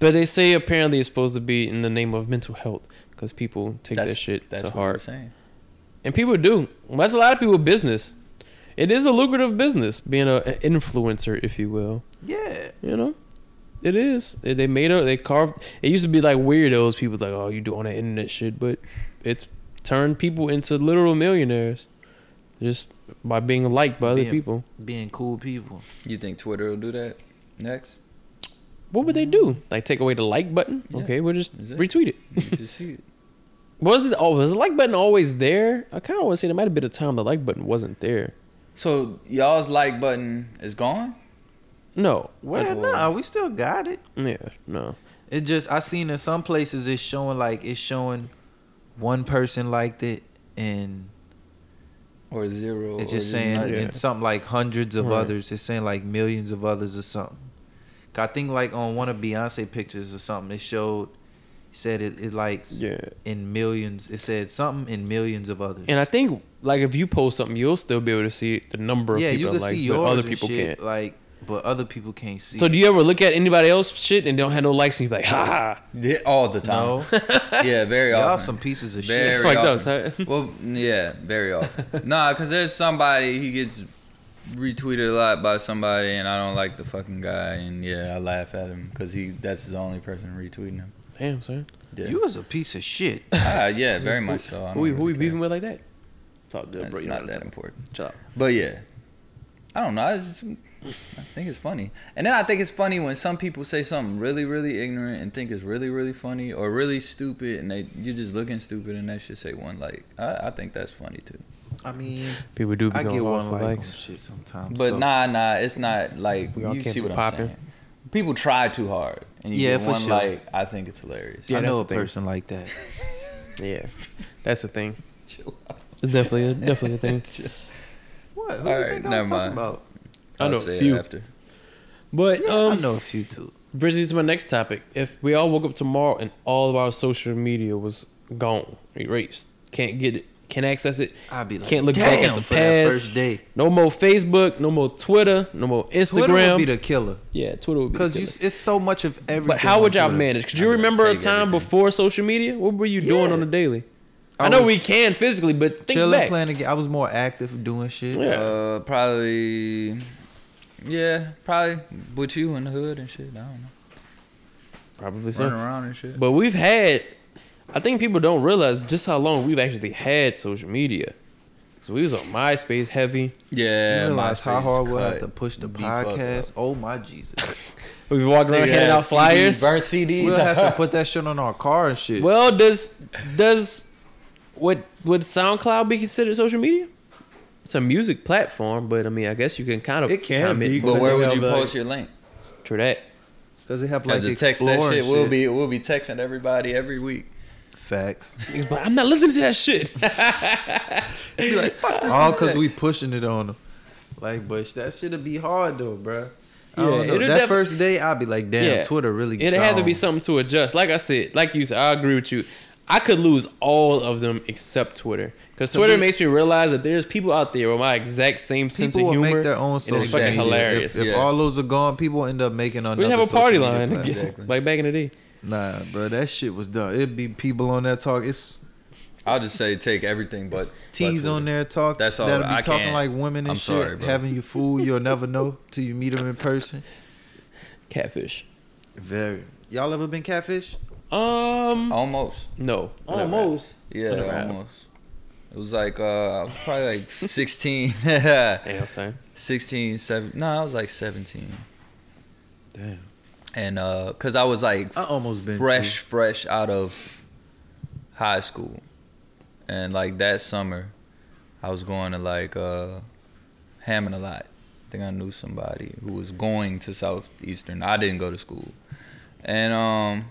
[SPEAKER 1] But they say apparently it's supposed to be in the name of mental health because people take that shit
[SPEAKER 3] that's
[SPEAKER 1] to
[SPEAKER 3] what we're
[SPEAKER 1] heart,
[SPEAKER 3] Saying.
[SPEAKER 1] and people do. That's a lot of people business. It is a lucrative business being a, an influencer, if you will.
[SPEAKER 4] Yeah,
[SPEAKER 1] You know, it is. They they made up. They carved. It used to be like weirdos. People like, oh, you doing that internet shit, but it's turned people into literal millionaires just by being liked by other
[SPEAKER 4] Being-
[SPEAKER 1] people.
[SPEAKER 4] being cool people.
[SPEAKER 3] You think Twitter will do that next?
[SPEAKER 1] What would they do? Like take away the like button?
[SPEAKER 3] Yeah.
[SPEAKER 1] Okay, we'll just
[SPEAKER 3] Is it?
[SPEAKER 1] retweet it.
[SPEAKER 3] You just see it.
[SPEAKER 1] Was it oh was the like button always there? I kind of want to say there might have been a time the like button wasn't there.
[SPEAKER 3] So y'all's like button is gone.
[SPEAKER 1] No,
[SPEAKER 4] Well,
[SPEAKER 3] Like, well-
[SPEAKER 4] nah, we still got it.
[SPEAKER 1] yeah, no.
[SPEAKER 4] It just I seen in some places it's showing like it's showing one person liked it and
[SPEAKER 3] Or zero.
[SPEAKER 4] it's
[SPEAKER 3] or
[SPEAKER 4] just
[SPEAKER 3] zero.
[SPEAKER 4] saying
[SPEAKER 1] yeah.
[SPEAKER 4] and something like hundreds of
[SPEAKER 1] Right.
[SPEAKER 4] others. It's saying like millions of others or something. I think like on one of Beyonce pictures or something, it showed said it, it likes
[SPEAKER 1] Yeah,
[SPEAKER 4] in millions. It said something in millions of others.
[SPEAKER 1] and I think like if you post something, you'll still be able to see the number of
[SPEAKER 4] yeah,
[SPEAKER 1] people
[SPEAKER 4] you
[SPEAKER 1] that
[SPEAKER 4] can
[SPEAKER 1] like,
[SPEAKER 4] see
[SPEAKER 1] but
[SPEAKER 4] yours.
[SPEAKER 1] other
[SPEAKER 4] and
[SPEAKER 1] people
[SPEAKER 4] shit,
[SPEAKER 1] can't.
[SPEAKER 4] Like, but other people can't see.
[SPEAKER 1] So do you ever look at anybody else shit and they don't have no likes and you're like, ha ha,
[SPEAKER 3] Yeah, all the time.
[SPEAKER 4] no,
[SPEAKER 3] Yeah, very
[SPEAKER 4] y'all
[SPEAKER 3] often.
[SPEAKER 4] some pieces of
[SPEAKER 3] Very
[SPEAKER 1] it's
[SPEAKER 4] shit.
[SPEAKER 1] like
[SPEAKER 3] often.
[SPEAKER 1] those. Huh?
[SPEAKER 3] well, yeah, very often. nah, because there's somebody he gets retweeted a lot by somebody, and I don't like the fucking guy, and yeah, I laugh at him because he that's the only person retweeting him.
[SPEAKER 1] Damn, sir.
[SPEAKER 3] Yeah,
[SPEAKER 4] You was a piece of shit.
[SPEAKER 3] Ah, yeah, very much so. I
[SPEAKER 1] Who we,
[SPEAKER 3] don't
[SPEAKER 1] who we
[SPEAKER 3] really care.
[SPEAKER 1] beefing with like that? It's all good, bro.
[SPEAKER 3] It's
[SPEAKER 1] You
[SPEAKER 3] not
[SPEAKER 1] not
[SPEAKER 3] that important.
[SPEAKER 1] Chill out.
[SPEAKER 3] But yeah, I don't know. I, just, I think it's funny, and then I think it's funny when some people say something really, really ignorant and think it's really, really funny or really stupid, and they you're just looking stupid, and that should say one like. I, I think that's funny too.
[SPEAKER 4] I mean,
[SPEAKER 1] People do be
[SPEAKER 4] I
[SPEAKER 1] going
[SPEAKER 4] get one
[SPEAKER 1] off
[SPEAKER 4] like
[SPEAKER 1] for
[SPEAKER 4] on
[SPEAKER 1] likes.
[SPEAKER 4] shit sometimes.
[SPEAKER 3] But
[SPEAKER 4] so-
[SPEAKER 3] nah, nah, it's not like
[SPEAKER 1] We all
[SPEAKER 3] you
[SPEAKER 1] can't
[SPEAKER 3] see
[SPEAKER 1] be
[SPEAKER 3] what
[SPEAKER 1] popping.
[SPEAKER 3] I'm saying. People try too hard, and you
[SPEAKER 4] Yeah,
[SPEAKER 3] get
[SPEAKER 4] for
[SPEAKER 3] one
[SPEAKER 4] sure.
[SPEAKER 3] like. I think it's hilarious.
[SPEAKER 1] Yeah,
[SPEAKER 4] I
[SPEAKER 1] that's
[SPEAKER 4] know
[SPEAKER 1] the
[SPEAKER 4] a
[SPEAKER 1] thing.
[SPEAKER 4] person like that.
[SPEAKER 1] Yeah, that's the thing.
[SPEAKER 3] Chill out.
[SPEAKER 1] It's definitely a, definitely a thing.
[SPEAKER 4] What? Who
[SPEAKER 3] All
[SPEAKER 4] you
[SPEAKER 3] right,
[SPEAKER 4] think I
[SPEAKER 3] never
[SPEAKER 4] was
[SPEAKER 3] mind.
[SPEAKER 4] talking about?
[SPEAKER 1] I
[SPEAKER 3] I'll
[SPEAKER 1] know a
[SPEAKER 3] say it
[SPEAKER 1] few.
[SPEAKER 3] after.
[SPEAKER 1] But
[SPEAKER 4] Yeah,
[SPEAKER 1] um,
[SPEAKER 4] I know a few too.
[SPEAKER 1] Brings me to my next topic. If we all woke up tomorrow and all of our social media was gone, erased, can't get it, can't access it,
[SPEAKER 4] I'd be like,
[SPEAKER 1] can't look
[SPEAKER 4] damn
[SPEAKER 1] back at the
[SPEAKER 4] for that
[SPEAKER 1] past.
[SPEAKER 4] first day.
[SPEAKER 1] no more Facebook, no more Twitter, no more Instagram.
[SPEAKER 4] Twitter would be the killer
[SPEAKER 1] yeah, Twitter would be.
[SPEAKER 4] because
[SPEAKER 1] Because
[SPEAKER 4] you. It's so much of everything.
[SPEAKER 1] But how would
[SPEAKER 4] on
[SPEAKER 1] y'all
[SPEAKER 4] Twitter.
[SPEAKER 1] manage? Could you
[SPEAKER 3] I'd be like,
[SPEAKER 1] remember a
[SPEAKER 3] take
[SPEAKER 1] time
[SPEAKER 3] everything.
[SPEAKER 1] before social media? What were you doing
[SPEAKER 4] Yeah.
[SPEAKER 1] on a daily? I,
[SPEAKER 4] I
[SPEAKER 1] know
[SPEAKER 4] was
[SPEAKER 1] we can physically, but think
[SPEAKER 4] Chilling,
[SPEAKER 1] back.
[SPEAKER 4] playing the game. I was more active doing shit.
[SPEAKER 1] Yeah.
[SPEAKER 3] Uh, probably. Yeah, probably with you in the hood and shit. I don't know,
[SPEAKER 1] Probably
[SPEAKER 3] running
[SPEAKER 1] so.
[SPEAKER 3] around and shit.
[SPEAKER 1] But we've had. I think people don't realize just how long we've actually had social media. So we was on MySpace heavy.
[SPEAKER 3] Yeah,
[SPEAKER 4] You realize how
[SPEAKER 3] MySpace
[SPEAKER 4] hard we'll have
[SPEAKER 3] cut
[SPEAKER 4] to push the
[SPEAKER 3] the fuck
[SPEAKER 4] podcast. Oh my Jesus!
[SPEAKER 1] We walking around
[SPEAKER 3] Nigga
[SPEAKER 1] handing
[SPEAKER 3] had
[SPEAKER 1] out flyers.
[SPEAKER 3] CDs, burnt CDs.
[SPEAKER 4] We'll have to put that shit on our car and shit.
[SPEAKER 1] Well, does does would would SoundCloud be considered social media? It's a music platform, but I mean, I guess you can kind of
[SPEAKER 4] It can
[SPEAKER 1] comment
[SPEAKER 4] be,
[SPEAKER 1] on
[SPEAKER 3] but where
[SPEAKER 1] it.
[SPEAKER 3] would you
[SPEAKER 4] Yeah, but-
[SPEAKER 3] post your link?
[SPEAKER 1] True that.
[SPEAKER 4] Does it have
[SPEAKER 3] Like
[SPEAKER 4] like
[SPEAKER 3] to text that
[SPEAKER 4] Explorer
[SPEAKER 3] shit.
[SPEAKER 4] and
[SPEAKER 3] We'll be we'll be texting everybody every week.
[SPEAKER 4] facts?
[SPEAKER 1] Niggas, But I'm not listening to that shit.
[SPEAKER 3] Be like, fuck this.
[SPEAKER 4] All because we pushing it on them. Like, but that shit'll be hard though, bruh. I
[SPEAKER 1] Yeah,
[SPEAKER 4] don't know.
[SPEAKER 1] it'll
[SPEAKER 4] That
[SPEAKER 1] def-
[SPEAKER 4] first day, I'll be like, damn,
[SPEAKER 1] Yeah.
[SPEAKER 4] Twitter really.
[SPEAKER 1] It had to
[SPEAKER 4] gone.
[SPEAKER 1] be something to adjust. Like I said, like you said, I agree with you. I could lose all of them except Twitter, because Twitter
[SPEAKER 4] be-
[SPEAKER 1] makes me realize that there's people out there with my exact same sense
[SPEAKER 4] People
[SPEAKER 1] of
[SPEAKER 4] will
[SPEAKER 1] humor.
[SPEAKER 4] make their own
[SPEAKER 1] and
[SPEAKER 4] social
[SPEAKER 1] it's fucking
[SPEAKER 4] media.
[SPEAKER 1] hilarious.
[SPEAKER 4] If, if
[SPEAKER 3] Yeah.
[SPEAKER 4] all those are gone, people end up making another.
[SPEAKER 1] we just have a party
[SPEAKER 4] social media
[SPEAKER 1] line
[SPEAKER 4] platform.
[SPEAKER 3] Exactly.
[SPEAKER 1] like back in the day.
[SPEAKER 4] Nah, bro, that shit was done. It'd be people on that talk. It's
[SPEAKER 3] I'll just say take everything, but
[SPEAKER 4] T's
[SPEAKER 3] but
[SPEAKER 4] on there talk.
[SPEAKER 3] That's all
[SPEAKER 4] That'll be
[SPEAKER 3] I
[SPEAKER 4] talking
[SPEAKER 3] can't.
[SPEAKER 4] like women and
[SPEAKER 3] I'm
[SPEAKER 4] shit,
[SPEAKER 3] sorry, bro.
[SPEAKER 4] having you fool. You'll never know till you meet them in person.
[SPEAKER 1] Catfish.
[SPEAKER 4] Very. Y'all ever been catfish?
[SPEAKER 1] Um,
[SPEAKER 3] Almost.
[SPEAKER 1] no.
[SPEAKER 4] Almost.
[SPEAKER 3] Yeah,
[SPEAKER 1] Whatever happened.
[SPEAKER 3] almost. It was like uh, I was probably like 16,
[SPEAKER 1] Damn, son.
[SPEAKER 3] 16, 17. No, I was like 17.
[SPEAKER 4] Damn.
[SPEAKER 3] And uh, cause I was like
[SPEAKER 4] I almost been
[SPEAKER 3] fresh, fresh out of high school, and like that summer, I was going to like uh, Hammond a lot. I think I knew somebody who was going to Southeastern. I didn't go to school, and um,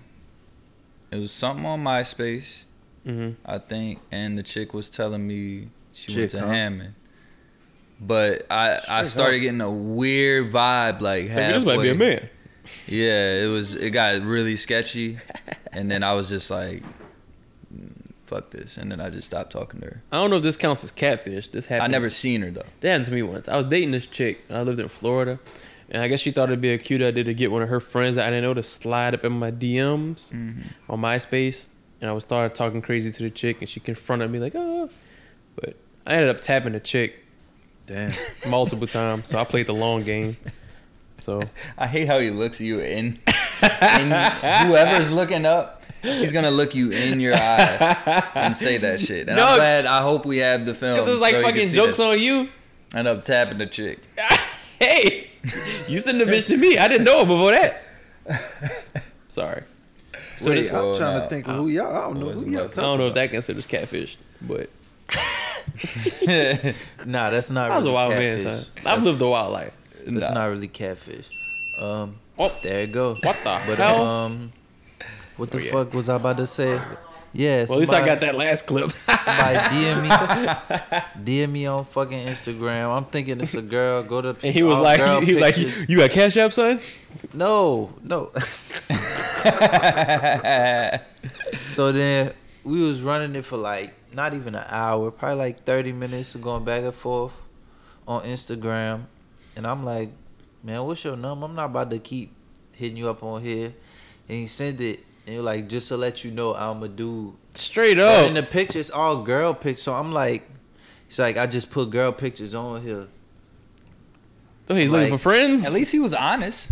[SPEAKER 3] it was something on MySpace,
[SPEAKER 1] hmm
[SPEAKER 3] I think, and the chick was telling me she went
[SPEAKER 4] Chick,
[SPEAKER 3] to
[SPEAKER 4] huh?
[SPEAKER 3] Hammond. But I, I
[SPEAKER 1] Straight
[SPEAKER 3] started getting a weird vibe like halfway.
[SPEAKER 1] Maybe this might be a man.
[SPEAKER 3] Yeah, it was. It got really sketchy, and then I was just like, "Mm, "Fuck this," and then I just stopped talking to her.
[SPEAKER 1] I don't know if this counts as catfish. This happened.
[SPEAKER 3] I never seen her though.
[SPEAKER 1] That happened to me once. I was dating this chick, and I lived in Florida, and I guess she thought it'd be a cute idea to get one of her friends that I didn't know to slide up in my DMs
[SPEAKER 3] Mm-hmm.
[SPEAKER 1] on MySpace, and I was started talking crazy to the chick, and she confronted me like, "Oh," but I ended up tapping the chick
[SPEAKER 4] Damn.
[SPEAKER 1] multiple times, so I played the long game. So
[SPEAKER 3] I hate how he looks at you in, in whoever's looking up. He's gonna look you in your eyes and say that shit. And
[SPEAKER 1] No.
[SPEAKER 3] I'm glad. I hope we have the film.
[SPEAKER 1] because it's like
[SPEAKER 3] so Um, you can
[SPEAKER 1] fucking
[SPEAKER 3] see
[SPEAKER 1] jokes
[SPEAKER 3] that.
[SPEAKER 1] on you.
[SPEAKER 3] End up tapping the chick.
[SPEAKER 1] hey, you send the bitch to me. I didn't know her before that. Sorry,
[SPEAKER 4] So Wait,
[SPEAKER 3] this-
[SPEAKER 4] I'm
[SPEAKER 3] Oh,
[SPEAKER 4] trying
[SPEAKER 3] nah.
[SPEAKER 4] to think of who y'all. I don't know
[SPEAKER 3] Oh,
[SPEAKER 4] who
[SPEAKER 3] it's
[SPEAKER 4] y'all
[SPEAKER 3] about-
[SPEAKER 1] I
[SPEAKER 4] talking.
[SPEAKER 1] don't know if that considers catfish, but
[SPEAKER 4] Nah, that's not.
[SPEAKER 1] I was a
[SPEAKER 4] really
[SPEAKER 1] wild
[SPEAKER 4] catfish.
[SPEAKER 1] man. Son. I've
[SPEAKER 4] That's-
[SPEAKER 1] lived a wild life.
[SPEAKER 4] That's
[SPEAKER 3] Nah.
[SPEAKER 4] not really catfish. Um,
[SPEAKER 1] Oh.
[SPEAKER 4] there you go.
[SPEAKER 1] What the
[SPEAKER 4] But
[SPEAKER 1] hell?
[SPEAKER 4] um, what the
[SPEAKER 1] Oh, yeah.
[SPEAKER 4] fuck was I about to say? Yeah,
[SPEAKER 1] well, at least I got that last clip.
[SPEAKER 4] Somebody DM me, DM me on fucking Instagram. I'm thinking it's a girl. Go to
[SPEAKER 1] and he was
[SPEAKER 4] all
[SPEAKER 1] like,
[SPEAKER 4] girl
[SPEAKER 1] he was like, you,
[SPEAKER 4] pictures.
[SPEAKER 1] you got Cash App, son?
[SPEAKER 4] no, no. so then we was running it for like not even an hour, probably like thirty minutes, going back and forth on Instagram, and I'm like, man, what's your number? I'm not about to keep hitting you up on here, and he sent it. And you're like, just to let you know, I'm a dude.
[SPEAKER 1] Straight
[SPEAKER 4] But
[SPEAKER 1] up.
[SPEAKER 4] in the picture, it's all girl pictures. So I'm like, it's like I just put girl pictures on here.
[SPEAKER 1] oh, he's looking
[SPEAKER 4] like-
[SPEAKER 1] for friends.
[SPEAKER 3] At least he was honest.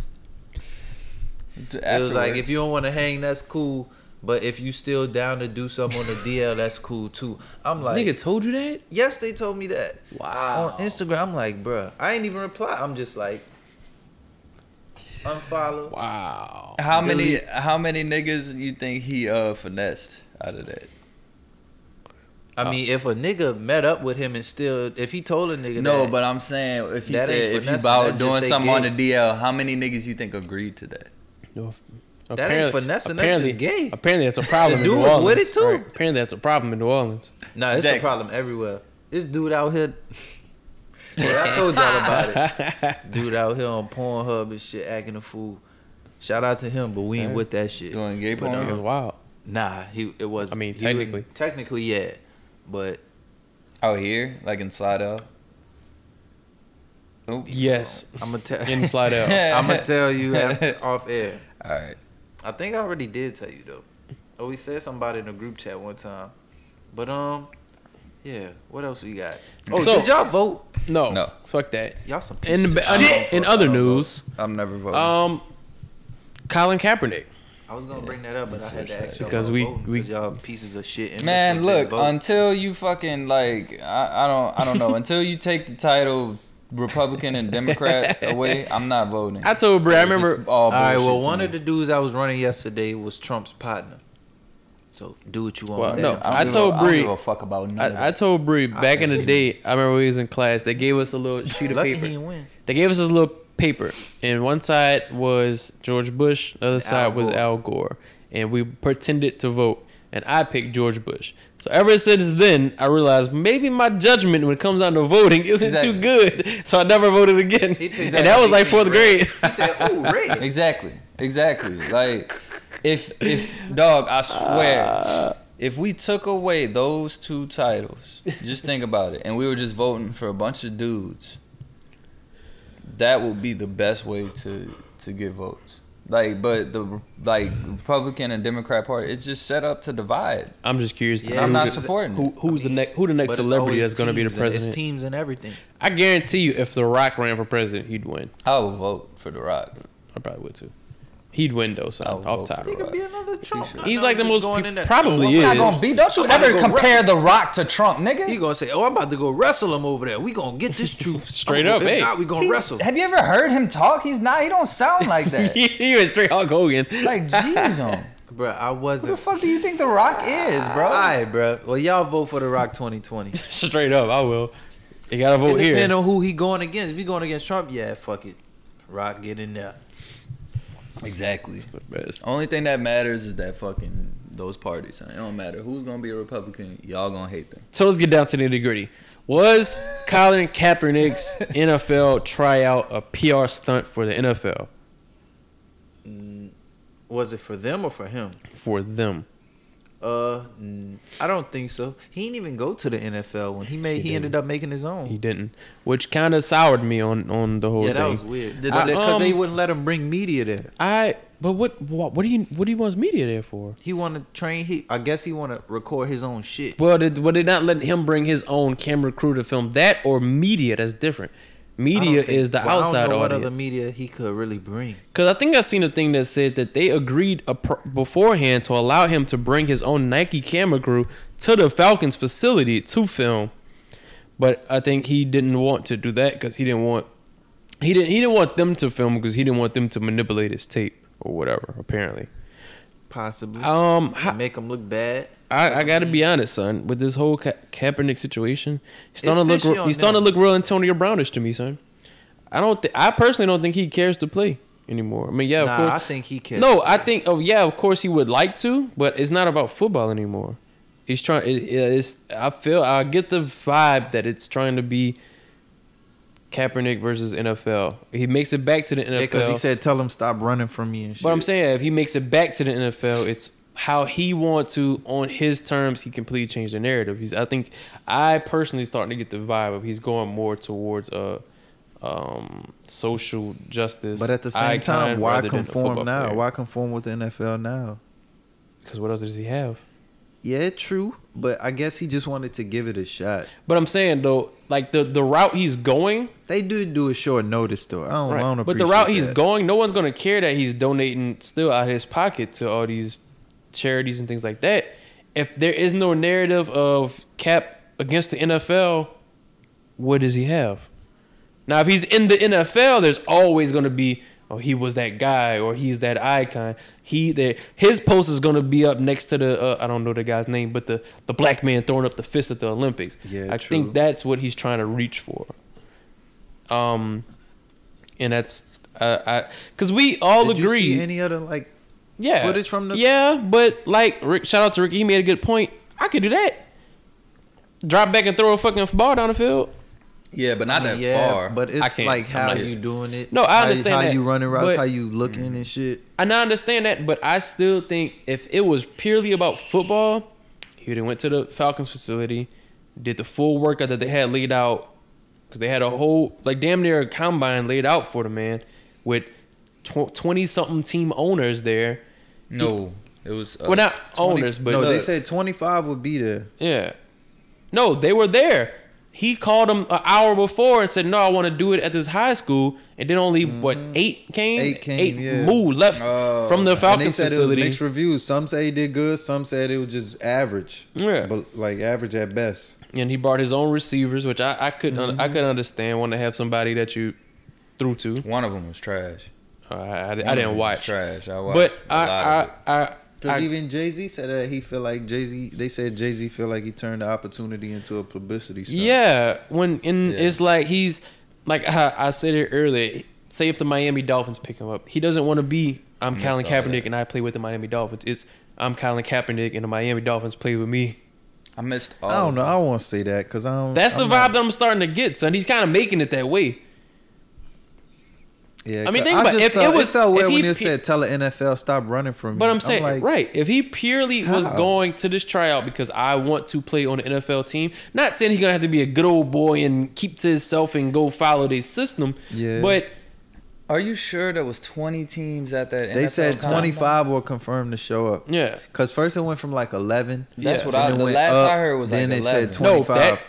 [SPEAKER 4] It was like if you don't want to hang, that's cool. But if you still down to do something on the DL, that's cool too. I'm like,
[SPEAKER 1] Nigga told you that?
[SPEAKER 4] yes, they told me that
[SPEAKER 1] Wow.
[SPEAKER 4] on Instagram. I'm like, bruh, I ain't even reply. I'm just like, unfollow.
[SPEAKER 1] Wow.
[SPEAKER 3] How many how many niggas you think he uh finessed out of that?
[SPEAKER 4] I mean, if a nigga met up with him and still, if he told a nigga,
[SPEAKER 3] No,
[SPEAKER 4] that,
[SPEAKER 3] but I'm saying if you
[SPEAKER 4] That
[SPEAKER 3] said
[SPEAKER 4] ain't
[SPEAKER 3] if you
[SPEAKER 4] finessing,
[SPEAKER 3] about
[SPEAKER 4] that's
[SPEAKER 3] doing
[SPEAKER 4] just they
[SPEAKER 3] something on
[SPEAKER 4] gay.
[SPEAKER 3] the DL, how many niggas you think agreed to that?
[SPEAKER 1] No,
[SPEAKER 4] ain't finessing, that's
[SPEAKER 1] apparently,
[SPEAKER 4] just gay.
[SPEAKER 1] Apparently, that's a problem
[SPEAKER 4] The
[SPEAKER 1] in
[SPEAKER 4] dude
[SPEAKER 1] New
[SPEAKER 4] was
[SPEAKER 1] Orleans.
[SPEAKER 4] with it, too.
[SPEAKER 1] Right. Apparently, that's a problem in New Orleans.
[SPEAKER 4] nah, it's
[SPEAKER 3] Exactly.
[SPEAKER 4] a problem everywhere. This dude out here. Well, I told y'all about it. dude out here on Pornhub and shit acting a fool. Shout out to him, but we ain't
[SPEAKER 1] Hey.
[SPEAKER 4] with that shit.
[SPEAKER 3] Doing gay
[SPEAKER 4] But,
[SPEAKER 3] porn?
[SPEAKER 1] it was
[SPEAKER 4] um,
[SPEAKER 1] wild.
[SPEAKER 4] Nah, he it was.
[SPEAKER 1] I mean,
[SPEAKER 4] he would-
[SPEAKER 1] technically.
[SPEAKER 4] technically, yeah, but
[SPEAKER 3] Out here, like in Slidell. Oh,
[SPEAKER 1] Yes.
[SPEAKER 4] I'm gonna tell.
[SPEAKER 1] In slide out.
[SPEAKER 4] I'm gonna tell you af- off air.
[SPEAKER 3] all right.
[SPEAKER 4] I think I already did tell you though. Oh, we said somebody in the group chat one time, but um, yeah. What else we got? Oh,
[SPEAKER 1] So-
[SPEAKER 4] did y'all vote?
[SPEAKER 1] No.
[SPEAKER 3] No.
[SPEAKER 1] Fuck that.
[SPEAKER 4] Y'all some
[SPEAKER 1] In,
[SPEAKER 4] pieces.
[SPEAKER 1] the,
[SPEAKER 4] of shit.
[SPEAKER 1] in other news,
[SPEAKER 3] I'm never voting.
[SPEAKER 1] um, Colin Kaepernick.
[SPEAKER 4] I was gonna bring that up, but I had to ask y'all
[SPEAKER 1] Because
[SPEAKER 4] about
[SPEAKER 1] we-
[SPEAKER 4] voting,
[SPEAKER 1] we-
[SPEAKER 4] 'cause y'all pieces of shit. and
[SPEAKER 3] Man,
[SPEAKER 4] bitches didn't
[SPEAKER 3] look,
[SPEAKER 4] vote.
[SPEAKER 3] until you fucking like I, I don't I don't know, until you take the title Republican and Democrat away, I'm not voting.
[SPEAKER 1] I told Brad, I
[SPEAKER 3] It's
[SPEAKER 1] remember-
[SPEAKER 3] all
[SPEAKER 4] All right.
[SPEAKER 3] bullshit
[SPEAKER 4] Well,
[SPEAKER 3] to
[SPEAKER 4] one
[SPEAKER 3] me.
[SPEAKER 4] of the dudes I was running yesterday was Trump's partner. So do what you want.
[SPEAKER 1] Well,
[SPEAKER 4] with
[SPEAKER 1] no,
[SPEAKER 4] that.
[SPEAKER 1] I
[SPEAKER 3] don't
[SPEAKER 1] told
[SPEAKER 3] give a- I don't
[SPEAKER 1] Bree-
[SPEAKER 3] give a fuck about none
[SPEAKER 1] I,
[SPEAKER 3] of
[SPEAKER 1] I
[SPEAKER 3] that.
[SPEAKER 1] told Bree back in the
[SPEAKER 4] Mm. I-
[SPEAKER 1] day. I remember we was in class. They gave us a little sheet of
[SPEAKER 4] Lucky
[SPEAKER 1] paper.
[SPEAKER 4] he didn't win.
[SPEAKER 1] They gave us this little paper, and one side was George Bush, the other side was
[SPEAKER 4] Gore.
[SPEAKER 1] Al Gore, and we pretended to vote, and I picked George Bush. So ever since then, I realized maybe my judgment when it comes down to voting isn't too
[SPEAKER 3] Exactly.
[SPEAKER 1] good, so I never voted again,
[SPEAKER 3] picked
[SPEAKER 1] and that was like
[SPEAKER 3] Exactly.
[SPEAKER 1] fourth grade.
[SPEAKER 4] He said, "Ooh, red."
[SPEAKER 3] Exactly. Exactly. Like if if dog, I swear, if we took away those two titles, just think about it, and we were just voting for a bunch of dudes, that would be the best way to to get votes. Like, but the like Republican and Democrat Party, it's just set up to divide.
[SPEAKER 1] I'm just curious. To
[SPEAKER 4] Yeah,
[SPEAKER 1] see
[SPEAKER 3] I'm
[SPEAKER 1] who
[SPEAKER 3] not
[SPEAKER 1] the-
[SPEAKER 3] supporting.
[SPEAKER 1] Who,
[SPEAKER 3] it.
[SPEAKER 1] who's the next? Who the
[SPEAKER 4] But
[SPEAKER 1] next
[SPEAKER 4] it's
[SPEAKER 1] celebrity
[SPEAKER 4] always
[SPEAKER 1] that's going to be the
[SPEAKER 4] teams and-
[SPEAKER 1] president?
[SPEAKER 4] It's teams and everything.
[SPEAKER 1] I guarantee you, if The Rock ran for president, he'd win.
[SPEAKER 3] I would vote for the Rock.
[SPEAKER 1] I probably would too. He'd win though, son.
[SPEAKER 3] I would
[SPEAKER 1] Off
[SPEAKER 3] vote
[SPEAKER 1] top.
[SPEAKER 3] for
[SPEAKER 4] He could be another Trump.
[SPEAKER 3] He's
[SPEAKER 4] Nah, nah,
[SPEAKER 1] like the
[SPEAKER 4] I'm just
[SPEAKER 1] most
[SPEAKER 4] going
[SPEAKER 1] peop-
[SPEAKER 4] in there.
[SPEAKER 1] probably
[SPEAKER 4] I'm
[SPEAKER 1] is.
[SPEAKER 4] not
[SPEAKER 3] Gonna be, don't you
[SPEAKER 4] I'm gonna
[SPEAKER 3] ever
[SPEAKER 4] go
[SPEAKER 3] compare the Rock to Trump, nigga?
[SPEAKER 4] He gonna say, "Oh, I'm about to go wrestle him over there. We gonna get this truth
[SPEAKER 1] Straight
[SPEAKER 4] I'ma
[SPEAKER 1] up,
[SPEAKER 4] go-
[SPEAKER 1] hey.
[SPEAKER 4] If not, we gonna
[SPEAKER 3] He-
[SPEAKER 4] wrestle."
[SPEAKER 3] Have you ever heard him talk? He's not. He don't sound like that.
[SPEAKER 1] he, he was straight Hulk Hogan.
[SPEAKER 3] like, jeez, on.
[SPEAKER 4] Bro, I
[SPEAKER 3] Who the
[SPEAKER 4] wasn't.
[SPEAKER 3] fuck do you think The Rock is, bro?
[SPEAKER 4] All right, bro. Well, y'all vote for the Rock 2020.
[SPEAKER 1] straight up, I will. You gotta vote
[SPEAKER 4] It
[SPEAKER 1] here.
[SPEAKER 4] Depending on who he going against. If he going against Trump, yeah, fuck it. Rock, get in there.
[SPEAKER 3] Exactly.
[SPEAKER 1] It's the best.
[SPEAKER 3] Only thing that matters is that fucking those parties. It don't matter who's gonna be a Republican. Y'all gonna hate them.
[SPEAKER 1] So let's get down to the nitty gritty. Was Colin Kaepernick's NFL tryout a PR stunt for the NFL
[SPEAKER 4] Mm, Was it for them or for him?
[SPEAKER 1] for them?
[SPEAKER 4] Uh, mm, I don't think so. He didn't even go to the NFL when he made. He,
[SPEAKER 1] didn't.
[SPEAKER 4] ended up making his own.
[SPEAKER 1] He didn't, which kind of soured me on on the whole
[SPEAKER 4] yeah,
[SPEAKER 1] thing.
[SPEAKER 4] that was weird.
[SPEAKER 1] I-
[SPEAKER 4] Because they
[SPEAKER 1] um,
[SPEAKER 4] wouldn't let him bring media there.
[SPEAKER 1] I but what what what do you what do you want media there for?
[SPEAKER 4] He want to train. He, I guess he want to record his own shit.
[SPEAKER 1] Well, did were they not letting him bring his own camera crew to film that or media? That's different.
[SPEAKER 4] I don't
[SPEAKER 1] Media
[SPEAKER 4] think-
[SPEAKER 1] is the
[SPEAKER 4] well,
[SPEAKER 1] outside
[SPEAKER 4] I don't know
[SPEAKER 1] audience.
[SPEAKER 4] what other media he could really bring.
[SPEAKER 1] Because I think I seen a thing that said that they agreed a pr- beforehand to allow him to bring his own Nike camera crew to the Falcons facility to film, but I think he didn't want to do that because he didn't want he didn't he didn't want them to film because he didn't want them to manipulate his tape or whatever. Apparently,
[SPEAKER 4] Possibly
[SPEAKER 1] um,
[SPEAKER 4] And
[SPEAKER 1] I,
[SPEAKER 4] make him look bad.
[SPEAKER 1] I, I gotta be honest, son, with this whole Ka- Kaepernick situation, he's starting
[SPEAKER 4] It's
[SPEAKER 1] to look
[SPEAKER 4] fishy
[SPEAKER 1] re-
[SPEAKER 4] on
[SPEAKER 1] he's starting to
[SPEAKER 4] them.
[SPEAKER 1] look real Antonio Brownish to me, son. I don't thi- I personally don't think he cares to play anymore. I mean, yeah, of
[SPEAKER 4] nah,
[SPEAKER 1] course.
[SPEAKER 4] I think he can.
[SPEAKER 1] No, I think. Oh yeah, of course he would like to, but it's not about football anymore. He's trying. It, it's. I feel. I get the vibe that it's trying to be Kaepernick versus NFL. He makes it back to the NFL.
[SPEAKER 4] because he said, "Tell him stop running from me." And shit.
[SPEAKER 1] but I'm saying if he makes it back to the NFL, it's how he wants to on his terms. He completely changed the narrative. He's. I think. I personally starting to get the vibe of he's going more towards uh um social justice.
[SPEAKER 4] But at the same
[SPEAKER 1] icon
[SPEAKER 4] time, why
[SPEAKER 1] rather than a football
[SPEAKER 4] conform now?
[SPEAKER 1] player.
[SPEAKER 4] Why conform with the NFL now?
[SPEAKER 1] Because what else does he have?
[SPEAKER 4] Yeah, true. But I guess he just wanted to give it a shot.
[SPEAKER 1] But I'm saying though, like the the route he's going,
[SPEAKER 4] They do do a short notice though. I don't, I don't
[SPEAKER 1] right? but
[SPEAKER 4] appreciate
[SPEAKER 1] the route he's
[SPEAKER 4] that.
[SPEAKER 1] going, no one's gonna care that he's donating still out of his pocket to all these charities and things like that. If there is no narrative of Cap against the NFL, what does he have? Now, if he's in the NFL, there's always gonna be. Oh, he was that guy, or he's that icon. He, there, his post is gonna be up next to the uh, I don't know the guy's name, but the the black man throwing up the fist at the Olympics.
[SPEAKER 4] Yeah,
[SPEAKER 1] I
[SPEAKER 4] true.
[SPEAKER 1] think that's what he's trying to reach for. Um, and that's uh, I because we all
[SPEAKER 4] Did you
[SPEAKER 1] agree.
[SPEAKER 4] see any other like?
[SPEAKER 1] yeah,
[SPEAKER 4] footage from the-
[SPEAKER 1] yeah, but like Rick, shout out to Ricky. He made a good point. I could do that. Drop back and throw a fucking ball down the field.
[SPEAKER 3] Yeah, but not that
[SPEAKER 4] yeah,
[SPEAKER 3] far.
[SPEAKER 4] but
[SPEAKER 1] I
[SPEAKER 4] it's
[SPEAKER 1] can't.
[SPEAKER 4] like
[SPEAKER 1] I'm
[SPEAKER 4] how
[SPEAKER 1] not
[SPEAKER 4] you
[SPEAKER 1] used-
[SPEAKER 4] doing it.
[SPEAKER 1] No, I
[SPEAKER 4] how-
[SPEAKER 1] understand
[SPEAKER 4] how,
[SPEAKER 1] that,
[SPEAKER 4] you running routes,
[SPEAKER 1] but-
[SPEAKER 4] how you looking and shit.
[SPEAKER 1] And I understand that, but I still think if it was purely about football, he would have went to the Falcons facility, did the full workout that they had laid out, because they had a whole like damn near a combine laid out for the man with twenty something team owners there.
[SPEAKER 3] no, it was. Uh,
[SPEAKER 1] well, not
[SPEAKER 3] 20
[SPEAKER 1] owners, but
[SPEAKER 4] no,
[SPEAKER 3] look.
[SPEAKER 4] they said twenty five would be there.
[SPEAKER 1] Yeah. No, they were there. He called them an hour before and said, "No, I want to do it at this high school." And then only what eight came,
[SPEAKER 4] Mm-hmm. Eight came, yeah.
[SPEAKER 1] moved left
[SPEAKER 3] Oh,
[SPEAKER 1] from the
[SPEAKER 4] And
[SPEAKER 1] Falcons
[SPEAKER 4] they said it was
[SPEAKER 1] facility.
[SPEAKER 4] mixed reviews. Some say he did good. Some said it was just average.
[SPEAKER 1] Yeah.
[SPEAKER 4] but like average at best.
[SPEAKER 1] and he brought his own receivers, which I, I could un-
[SPEAKER 4] Mm-hmm.
[SPEAKER 1] I could understand wanting to have somebody that you threw to.
[SPEAKER 3] One of them was trash.
[SPEAKER 1] Uh, I, I
[SPEAKER 3] One
[SPEAKER 4] Mm,
[SPEAKER 3] of 'em
[SPEAKER 1] didn't
[SPEAKER 3] was
[SPEAKER 1] watch,
[SPEAKER 3] Trash. I watched.
[SPEAKER 1] but
[SPEAKER 3] a
[SPEAKER 1] I
[SPEAKER 3] lot
[SPEAKER 1] I,
[SPEAKER 3] of it.
[SPEAKER 1] I,
[SPEAKER 4] Because
[SPEAKER 1] I-
[SPEAKER 4] even Jay Z said that he feel like Jay Z. They said Jay Z feel like he turned the opportunity into a publicity stunt.
[SPEAKER 1] yeah, when and
[SPEAKER 3] Yeah.
[SPEAKER 1] it's like he's like I, I said it earlier. say if the Miami Dolphins pick him up, he doesn't want to be I'm
[SPEAKER 3] Missed
[SPEAKER 1] Colin
[SPEAKER 3] all that.
[SPEAKER 1] Kaepernick and I play with the Miami Dolphins. It's I'm Colin Kaepernick and the Miami Dolphins play with me.
[SPEAKER 3] I missed all.
[SPEAKER 4] I don't know. I won't say that because I don't.
[SPEAKER 1] That's the
[SPEAKER 4] I'm
[SPEAKER 1] vibe
[SPEAKER 4] not-
[SPEAKER 1] that I'm starting to get, son. He's kind of making it that way.
[SPEAKER 4] yeah,
[SPEAKER 1] I mean,
[SPEAKER 4] 'cause
[SPEAKER 1] think about it.
[SPEAKER 4] just
[SPEAKER 1] If it
[SPEAKER 4] felt,
[SPEAKER 1] was-
[SPEAKER 4] felt
[SPEAKER 1] if
[SPEAKER 4] weird
[SPEAKER 1] he
[SPEAKER 4] when
[SPEAKER 1] pe-
[SPEAKER 4] you said tell the NFL stop running from.
[SPEAKER 1] But
[SPEAKER 4] me."
[SPEAKER 1] I'm saying,
[SPEAKER 4] like,
[SPEAKER 1] right, if he purely was
[SPEAKER 4] How?
[SPEAKER 1] going to this tryout because I want to play on the NFL team, not saying he's going to have to be a good old boy and keep to himself and go follow their system,
[SPEAKER 4] Yeah.
[SPEAKER 1] but
[SPEAKER 3] Are you sure there was 20 teams at that?
[SPEAKER 4] They
[SPEAKER 3] NFL
[SPEAKER 4] said
[SPEAKER 3] combine?
[SPEAKER 4] 25 were confirmed to show up.
[SPEAKER 1] yeah.
[SPEAKER 4] Cause first it went from like 11.
[SPEAKER 3] That's
[SPEAKER 1] Yeah.
[SPEAKER 3] what
[SPEAKER 4] and
[SPEAKER 3] I.
[SPEAKER 4] it
[SPEAKER 3] The
[SPEAKER 4] went
[SPEAKER 3] last
[SPEAKER 4] up,
[SPEAKER 3] I heard was
[SPEAKER 4] then
[SPEAKER 3] like
[SPEAKER 4] it
[SPEAKER 3] 11.
[SPEAKER 4] said
[SPEAKER 1] No,
[SPEAKER 4] 25.
[SPEAKER 1] that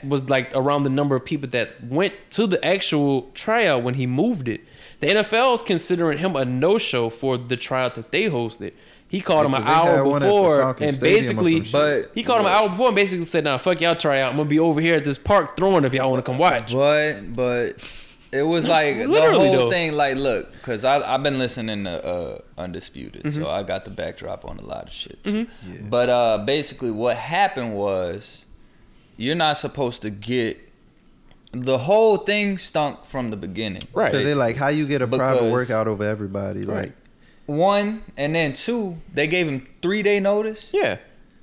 [SPEAKER 1] that was like around the number of people that went to the actual tryout when he moved it. The NFL is considering him a no show for the tryout that they hosted. He called
[SPEAKER 4] Yeah,
[SPEAKER 1] him an
[SPEAKER 4] 'cause they had
[SPEAKER 1] hour
[SPEAKER 4] one at the
[SPEAKER 1] before
[SPEAKER 4] Falcon
[SPEAKER 1] and
[SPEAKER 4] Stadium or
[SPEAKER 1] basically
[SPEAKER 4] some shit.
[SPEAKER 3] But-
[SPEAKER 1] he called him an hour before and basically said, "Nah, fuck y'all tryout. I'm gonna be over here at this park throwing if y'all want to come watch."
[SPEAKER 3] But but it was like the whole
[SPEAKER 1] Literally, though.
[SPEAKER 3] thing. Like, look, because I I've been listening to uh, Undisputed, so I got the backdrop on a lot of shit.
[SPEAKER 4] Yeah.
[SPEAKER 3] But uh, basically, what happened was you're not supposed to get the whole thing stunk from the beginning,
[SPEAKER 1] Right.
[SPEAKER 4] Cause they like how you get a private
[SPEAKER 3] Because-
[SPEAKER 4] workout over everybody. Like
[SPEAKER 3] One and then two, they gave him three day notice.
[SPEAKER 1] Yeah,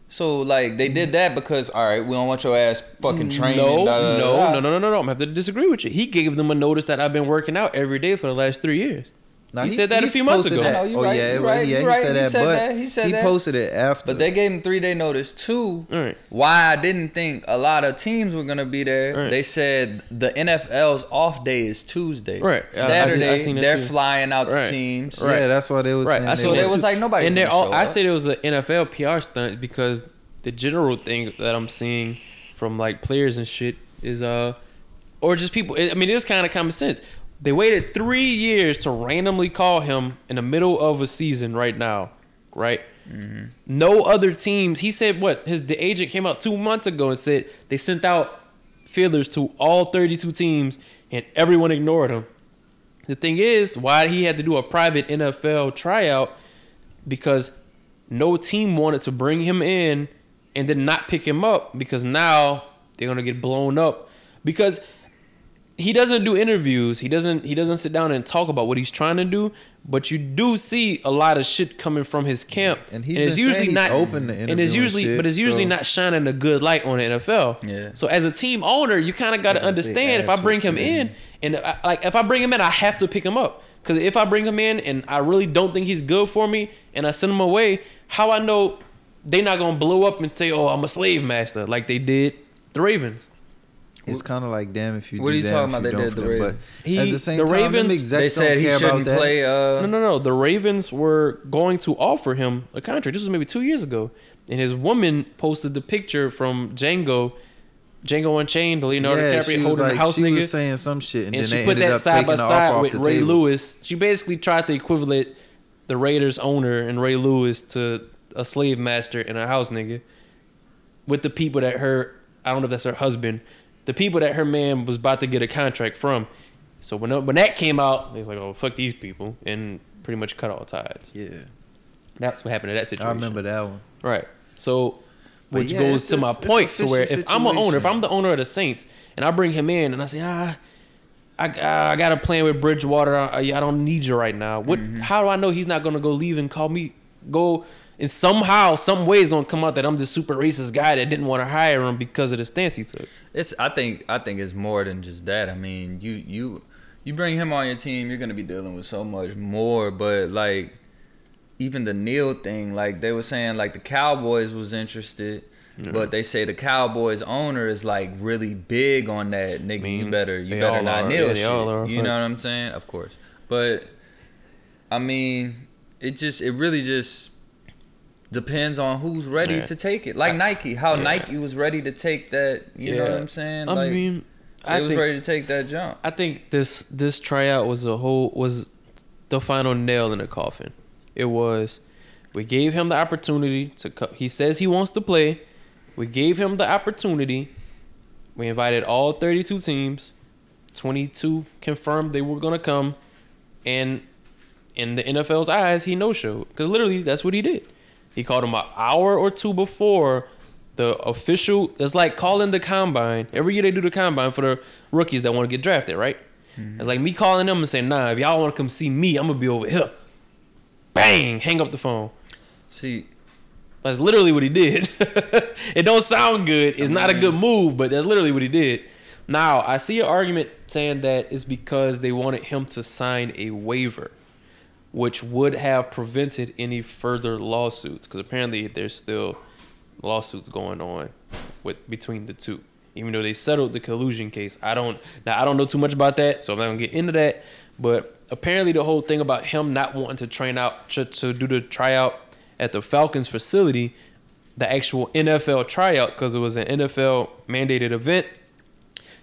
[SPEAKER 3] So like they did that because all right, we don't want your ass fucking training.
[SPEAKER 1] no,
[SPEAKER 3] da, da, da,
[SPEAKER 1] no,
[SPEAKER 3] da.
[SPEAKER 1] no, no, no, no, no. I'm have to disagree with you. He gave them a notice that I've been working out every day for the last three years.
[SPEAKER 4] Nah,
[SPEAKER 1] He said that a few months
[SPEAKER 4] posted
[SPEAKER 1] ago.
[SPEAKER 4] that-
[SPEAKER 3] No, you
[SPEAKER 4] oh
[SPEAKER 3] right,
[SPEAKER 4] yeah,
[SPEAKER 3] you
[SPEAKER 4] right,
[SPEAKER 3] right,
[SPEAKER 4] yeah,
[SPEAKER 3] you
[SPEAKER 4] he
[SPEAKER 3] right.
[SPEAKER 4] said
[SPEAKER 3] He
[SPEAKER 4] that.
[SPEAKER 3] said
[SPEAKER 4] but
[SPEAKER 3] that, he
[SPEAKER 4] he,
[SPEAKER 3] said that.
[SPEAKER 4] posted it after.
[SPEAKER 3] But they gave him three day notice too.
[SPEAKER 1] All right.
[SPEAKER 3] Why I didn't think a lot of teams were gonna be there.
[SPEAKER 1] Right.
[SPEAKER 3] They said the NFL's off day is Tuesday.
[SPEAKER 1] Right. Yeah, I- I-
[SPEAKER 3] Saturday
[SPEAKER 1] I seen that
[SPEAKER 3] they're
[SPEAKER 1] too.
[SPEAKER 3] flying out
[SPEAKER 1] Right.
[SPEAKER 3] to teams.
[SPEAKER 4] yeah, that's why they was
[SPEAKER 1] Right,
[SPEAKER 4] saying.
[SPEAKER 1] I
[SPEAKER 3] So
[SPEAKER 1] And
[SPEAKER 3] there
[SPEAKER 1] that
[SPEAKER 3] was
[SPEAKER 1] too.
[SPEAKER 3] like nobody's
[SPEAKER 1] and they're
[SPEAKER 3] gonna
[SPEAKER 1] all.
[SPEAKER 3] show
[SPEAKER 1] I
[SPEAKER 3] up.
[SPEAKER 1] said it was an NFL PR stunt because the general thing that I'm seeing from like players and shit is uh, or just people. I mean, it is kind of common sense. They waited three years to randomly call him in the middle of a season right now, right?
[SPEAKER 4] Mm-hmm.
[SPEAKER 1] No other teams. He said what his the agent came out two months ago and said they sent out fielders to all 32 teams and everyone ignored him. The thing is, why he had to do a private NFL tryout because no team wanted to bring him in and then not pick him up because now they're gonna get blown up because he doesn't do interviews. He doesn't he doesn't sit down and talk about what he's trying to do. But you do see a lot of shit coming from his camp,
[SPEAKER 4] And he's been saying he's open to
[SPEAKER 1] and it's
[SPEAKER 4] interviewing
[SPEAKER 1] usually
[SPEAKER 4] shit,
[SPEAKER 1] but it's usually
[SPEAKER 4] so-
[SPEAKER 1] not shining a good light on the NFL.
[SPEAKER 3] Yeah.
[SPEAKER 1] So as a team owner, you kind of got to
[SPEAKER 4] Yeah, big
[SPEAKER 1] understand if I
[SPEAKER 4] ass
[SPEAKER 1] bring him
[SPEAKER 4] whoopsie.
[SPEAKER 1] in and I, like if I bring him in, I have to pick him up. Because if I bring him in and I really don't think he's good for me, and I send him away, how I know they not gonna blow up and say, "Oh, I'm a slave master," like they did the Ravens.
[SPEAKER 4] It's kind of like damn if you.
[SPEAKER 3] What
[SPEAKER 4] do
[SPEAKER 3] are you
[SPEAKER 4] that,
[SPEAKER 3] talking
[SPEAKER 4] if
[SPEAKER 3] about? They
[SPEAKER 4] don't
[SPEAKER 3] did
[SPEAKER 4] for
[SPEAKER 3] the
[SPEAKER 4] them.
[SPEAKER 3] Ravens.
[SPEAKER 4] But
[SPEAKER 1] He-
[SPEAKER 4] at the same
[SPEAKER 1] the
[SPEAKER 4] time, them
[SPEAKER 1] Ravens-
[SPEAKER 4] execs
[SPEAKER 3] They said
[SPEAKER 4] don't
[SPEAKER 3] he
[SPEAKER 4] care about
[SPEAKER 3] shouldn't
[SPEAKER 4] that.
[SPEAKER 3] play. Uh,
[SPEAKER 1] No, no, no. The Ravens were going to offer him a contract. This was maybe two years ago, and his woman posted the picture from Django, Django Unchained, Leonardo
[SPEAKER 4] yeah,
[SPEAKER 1] DiCaprio
[SPEAKER 4] she was
[SPEAKER 1] holding
[SPEAKER 4] like,
[SPEAKER 1] the house
[SPEAKER 4] she
[SPEAKER 1] nigga.
[SPEAKER 4] was saying some shit, and,
[SPEAKER 1] and
[SPEAKER 4] then
[SPEAKER 1] she
[SPEAKER 4] they
[SPEAKER 1] put
[SPEAKER 4] ended
[SPEAKER 1] that
[SPEAKER 4] up
[SPEAKER 1] side by
[SPEAKER 4] taking her off
[SPEAKER 1] side
[SPEAKER 4] off
[SPEAKER 1] with
[SPEAKER 4] the
[SPEAKER 1] Ray
[SPEAKER 4] table.
[SPEAKER 1] Lewis. She basically tried to equivalent the Raiders owner and Ray Lewis to a slave master and a house nigga with the people that her I don't know if that's her husband, the people that her man was about to get a contract from. So when when that came out, they was like, "Oh fuck these people," and pretty much cut all ties.
[SPEAKER 4] Yeah,
[SPEAKER 1] That's what happened to that situation.
[SPEAKER 4] I remember that one.
[SPEAKER 1] Right. So,
[SPEAKER 4] But
[SPEAKER 1] which
[SPEAKER 4] yeah,
[SPEAKER 1] goes
[SPEAKER 4] it's
[SPEAKER 1] to my
[SPEAKER 4] just- it's a
[SPEAKER 1] point to where if
[SPEAKER 4] fishy
[SPEAKER 1] I'm an owner, if
[SPEAKER 4] situation.
[SPEAKER 1] I'm the owner of the Saints, and I bring him in and I say, ah, I, I I got a plan with Bridgewater. I, I don't need you right now. What?
[SPEAKER 4] Mm-hmm.
[SPEAKER 1] How do I know he's not gonna go leave and call me? Go and somehow, some way, it's gonna come out that I'm this super racist guy that didn't want to hire him because of the stance he took.
[SPEAKER 3] It's I think I think it's more than just that. I mean, you you you bring him on your team, you're gonna be dealing with so much more. But like even the Neil thing, like they were saying, like the Cowboys was interested. But they say the Cowboys owner is like really big on that nigga.
[SPEAKER 1] mean,
[SPEAKER 3] you better,
[SPEAKER 1] they
[SPEAKER 3] you better
[SPEAKER 1] all
[SPEAKER 3] not
[SPEAKER 1] are.
[SPEAKER 3] kneel
[SPEAKER 1] Yeah, they
[SPEAKER 3] shit.
[SPEAKER 1] all are.
[SPEAKER 3] You know what I'm saying? Of course. But I mean, it just it really just depends on who's ready
[SPEAKER 1] Yeah.
[SPEAKER 3] to take it. Like
[SPEAKER 1] I-
[SPEAKER 3] Nike, how
[SPEAKER 1] yeah.
[SPEAKER 3] Nike was ready to take that. You know
[SPEAKER 1] Yeah.
[SPEAKER 3] what I'm saying?
[SPEAKER 1] I mean,
[SPEAKER 3] I
[SPEAKER 1] I
[SPEAKER 3] was
[SPEAKER 1] think
[SPEAKER 3] ready to take that jump.
[SPEAKER 1] I think this this tryout was a whole was the final nail in the coffin. It was we gave him the opportunity to co- he says he wants to play. We gave him the opportunity. We invited all 32 teams. 22 confirmed they were going to come and in the NFL's eyes, he no-showed cuz literally that's what he did. He called him an hour or two before the official. It's like calling the combine. Every year they do the combine for the rookies that want to get drafted, right? It's like me calling them and saying, "Nah, if y'all want to come see me, I'm gonna be over here." Bang! Hang up the phone.
[SPEAKER 3] See,
[SPEAKER 1] That's literally what he did. it don't sound good. It's not a good move, but that's literally what he did. Now, I see an argument saying that it's because they wanted him to sign a waiver, which would have prevented any further lawsuits. Because apparently, there's still lawsuits going on with between the two. Even though they settled the collusion case, I don't now I don't know too much about that, so I'm not gonna get into that. But apparently, the whole thing about him not wanting to train out to, to do the tryout at the Falcons facility, the actual NFL tryout, because it was an NFL mandated event,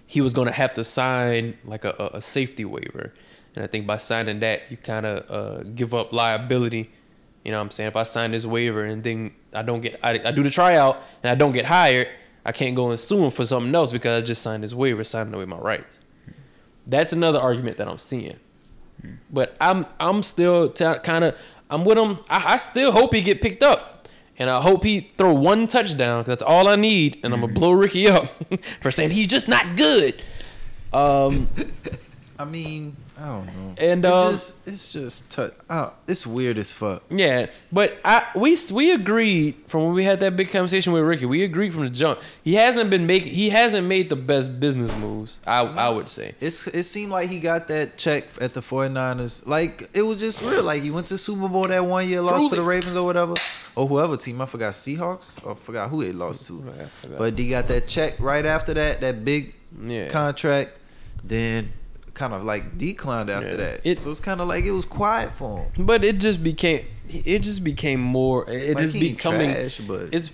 [SPEAKER 1] he was gonna have to sign like a, a, a safety waiver. And I think by signing that, you kind of uh, give up liability you know what I'm saying? If I sign this waiver and then I don't get, I, I do the tryout and I don't get hired, I can't go and sue him for something else because I just signed this waiver, signing away my rights. That's another argument that I'm seeing. But I'm I'm still t- kind of I'm with him. I, I still hope he get picked up, and I hope he throw one touchdown. 'cause that's all I need, and I'm gonna blow Ricky up for saying he's just not good. Um,
[SPEAKER 4] I mean, I don't know.
[SPEAKER 1] And,
[SPEAKER 4] It
[SPEAKER 1] uh,
[SPEAKER 4] just, it's just tou- oh, it's weird as fuck.
[SPEAKER 1] Yeah, but I we we agreed from when we had that big conversation with Ricky. We agreed from the jump. He hasn't been making. He hasn't made the best business moves. I I
[SPEAKER 4] Mm-hmm.
[SPEAKER 1] would say.
[SPEAKER 4] It's it seemed like he got that check at the 49ers. Like it was just real. Like he went to Super Bowl that one year, lost to the Ravens or whatever, or whoever team. I forgot Seahawks. Or forgot who they lost to.
[SPEAKER 1] I forgot.
[SPEAKER 4] But he got that check right after that. That big
[SPEAKER 1] Yeah.
[SPEAKER 4] contract. Then kind of like declined after
[SPEAKER 1] Yeah.
[SPEAKER 4] that.
[SPEAKER 1] It-
[SPEAKER 4] so it's kind of like it was quiet for him.
[SPEAKER 1] But it just became. It just became more. It
[SPEAKER 4] Like,
[SPEAKER 1] is
[SPEAKER 4] he ain't
[SPEAKER 1] becoming.
[SPEAKER 4] trash, but
[SPEAKER 1] It's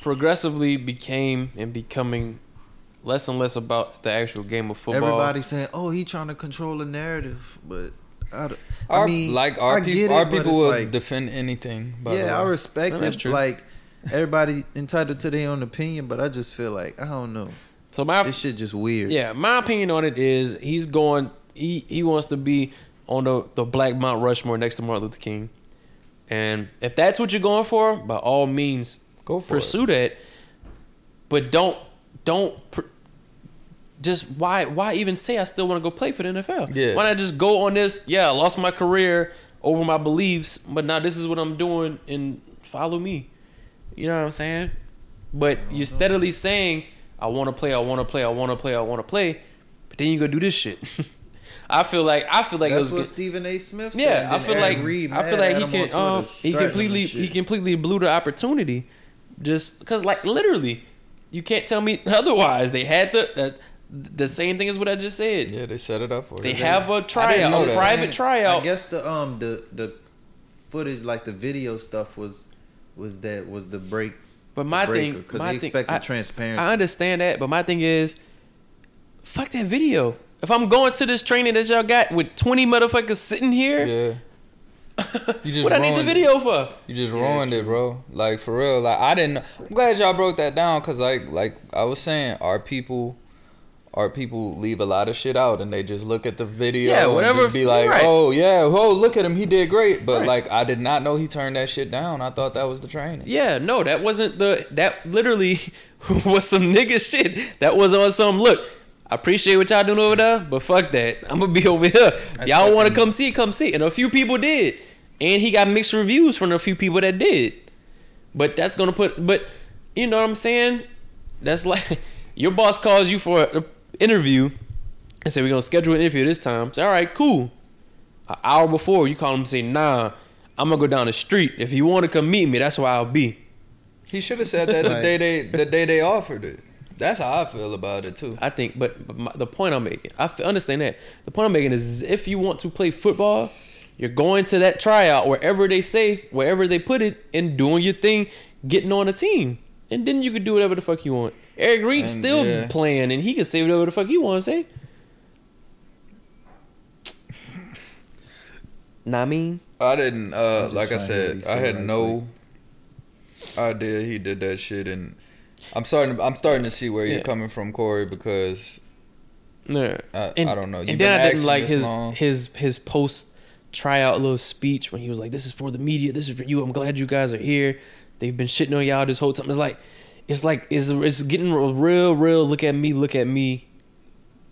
[SPEAKER 1] progressively became and becoming less and less about the actual game of football.
[SPEAKER 4] everybody saying, "Oh, he trying to control the narrative," but. I, don't- I
[SPEAKER 3] our,
[SPEAKER 4] mean,
[SPEAKER 3] like our
[SPEAKER 4] I get
[SPEAKER 3] people,
[SPEAKER 4] it,
[SPEAKER 3] our
[SPEAKER 4] but
[SPEAKER 3] people
[SPEAKER 4] it's
[SPEAKER 3] will
[SPEAKER 4] like-
[SPEAKER 3] defend anything. By
[SPEAKER 4] yeah,
[SPEAKER 3] the
[SPEAKER 4] I
[SPEAKER 3] way.
[SPEAKER 4] respect
[SPEAKER 1] No, that's
[SPEAKER 4] it.
[SPEAKER 1] true.
[SPEAKER 4] Like everybody entitled to their own opinion, but I just feel like I don't know.
[SPEAKER 1] So my
[SPEAKER 4] This shit just weird.
[SPEAKER 1] Yeah, my opinion on it is he's going. He he wants to be on the the Black Mount Rushmore next to Martin Luther King, and if that's what you're going for, by all means,
[SPEAKER 3] Go for it.
[SPEAKER 1] pursue that. But don't don't. Pr- just why why even say I still want to go play for the NFL?
[SPEAKER 3] Yeah.
[SPEAKER 1] Why not just go on this? Yeah, I lost my career over my beliefs, but now this is what I'm doing and follow me. You know what I'm saying? But you're steadily saying, I want to play, I want to play, I want to play, I want to play, but then you go do this shit. I feel like I feel like
[SPEAKER 4] that's
[SPEAKER 1] it was
[SPEAKER 4] what
[SPEAKER 1] good-
[SPEAKER 4] Stephen A. Smith said.
[SPEAKER 1] yeah, I
[SPEAKER 4] Then
[SPEAKER 1] feel
[SPEAKER 4] Aaron
[SPEAKER 1] like
[SPEAKER 4] Reed
[SPEAKER 1] I feel
[SPEAKER 4] mad
[SPEAKER 1] like
[SPEAKER 4] at
[SPEAKER 1] he
[SPEAKER 4] him
[SPEAKER 1] can
[SPEAKER 4] on
[SPEAKER 1] um,
[SPEAKER 4] Twitter,
[SPEAKER 1] he
[SPEAKER 4] threatening
[SPEAKER 1] completely
[SPEAKER 4] and shit.
[SPEAKER 1] he completely blew the opportunity, just because like literally, you can't tell me otherwise. They had the the, the same thing as what I just said.
[SPEAKER 3] Yeah, they set it up for.
[SPEAKER 1] They
[SPEAKER 3] us.
[SPEAKER 1] have a tryout,
[SPEAKER 3] know
[SPEAKER 1] a
[SPEAKER 3] that.
[SPEAKER 1] private tryout.
[SPEAKER 4] I guess the um the the footage like the video stuff was was that was the break.
[SPEAKER 1] But my thing,
[SPEAKER 4] because
[SPEAKER 1] my
[SPEAKER 4] they
[SPEAKER 1] thing,
[SPEAKER 4] expected
[SPEAKER 1] I-
[SPEAKER 4] transparency.
[SPEAKER 1] I understand that, but my thing is, fuck that video. If I'm going to this training that y'all got with 20 motherfuckers sitting here,
[SPEAKER 3] Yeah, you just
[SPEAKER 1] what I need the
[SPEAKER 3] ruined it.
[SPEAKER 1] video for?
[SPEAKER 3] You just ruined it, bro. Like for real. Like I didn't. I'm glad y'all broke that down because like like I was saying, our people, our people leave a lot of shit out and they just look at the video
[SPEAKER 1] Yeah, whatever-
[SPEAKER 3] and just be like,
[SPEAKER 1] right.
[SPEAKER 3] oh yeah, oh look at him, he did great. But
[SPEAKER 1] Right.
[SPEAKER 3] like I did not know he turned that shit down. I thought that was the training.
[SPEAKER 1] Yeah, no, that wasn't the that literally was some nigga shit. That was on some look. I appreciate what y'all doing over there, but fuck that. I'm gonna be over here. y'all want to come see? Come see. And a few people did, and he got mixed reviews from a few people that did. But that's gonna put. But you know what I'm saying? That's like your boss calls you for an interview and say we're gonna schedule an interview this time. Say all right, cool. An hour before you call him and say nah, I'm gonna go down the street. If you want to come meet me, that's where I'll be.
[SPEAKER 3] He should have said that the
[SPEAKER 4] Like-
[SPEAKER 3] day they the day they offered it. That's how I feel about it too.
[SPEAKER 1] I think, but, but my, the point I'm making, I f- understand that. The point I'm making is if you want to play football, you're going to that tryout wherever they say, wherever they put it, and doing your thing, getting on a team, and then you can do whatever the fuck you want. Eric Reed's
[SPEAKER 3] And,
[SPEAKER 1] still
[SPEAKER 3] yeah.
[SPEAKER 1] playing, and he can say whatever the fuck he want to say. nah, I mean,
[SPEAKER 3] I didn't. Uh,
[SPEAKER 4] just
[SPEAKER 3] like I
[SPEAKER 4] trying to hear what he
[SPEAKER 3] said, I
[SPEAKER 4] said
[SPEAKER 3] had
[SPEAKER 4] right
[SPEAKER 3] no idea he did that shit, and I'm starting. I'm starting to see where
[SPEAKER 1] Yeah.
[SPEAKER 3] you're coming from, Corey, because
[SPEAKER 1] no.
[SPEAKER 3] I,
[SPEAKER 1] and,
[SPEAKER 3] I don't know. You've
[SPEAKER 1] and then
[SPEAKER 3] been
[SPEAKER 1] I didn't
[SPEAKER 3] asking
[SPEAKER 1] like
[SPEAKER 3] this
[SPEAKER 1] his
[SPEAKER 3] long.
[SPEAKER 1] his his post tryout little speech when he was like, "This is for the media. This is for you. I'm glad you guys are here. They've been shitting on y'all this whole time." It's like, it's like it's it's getting real, real, real. Look at me, look at me,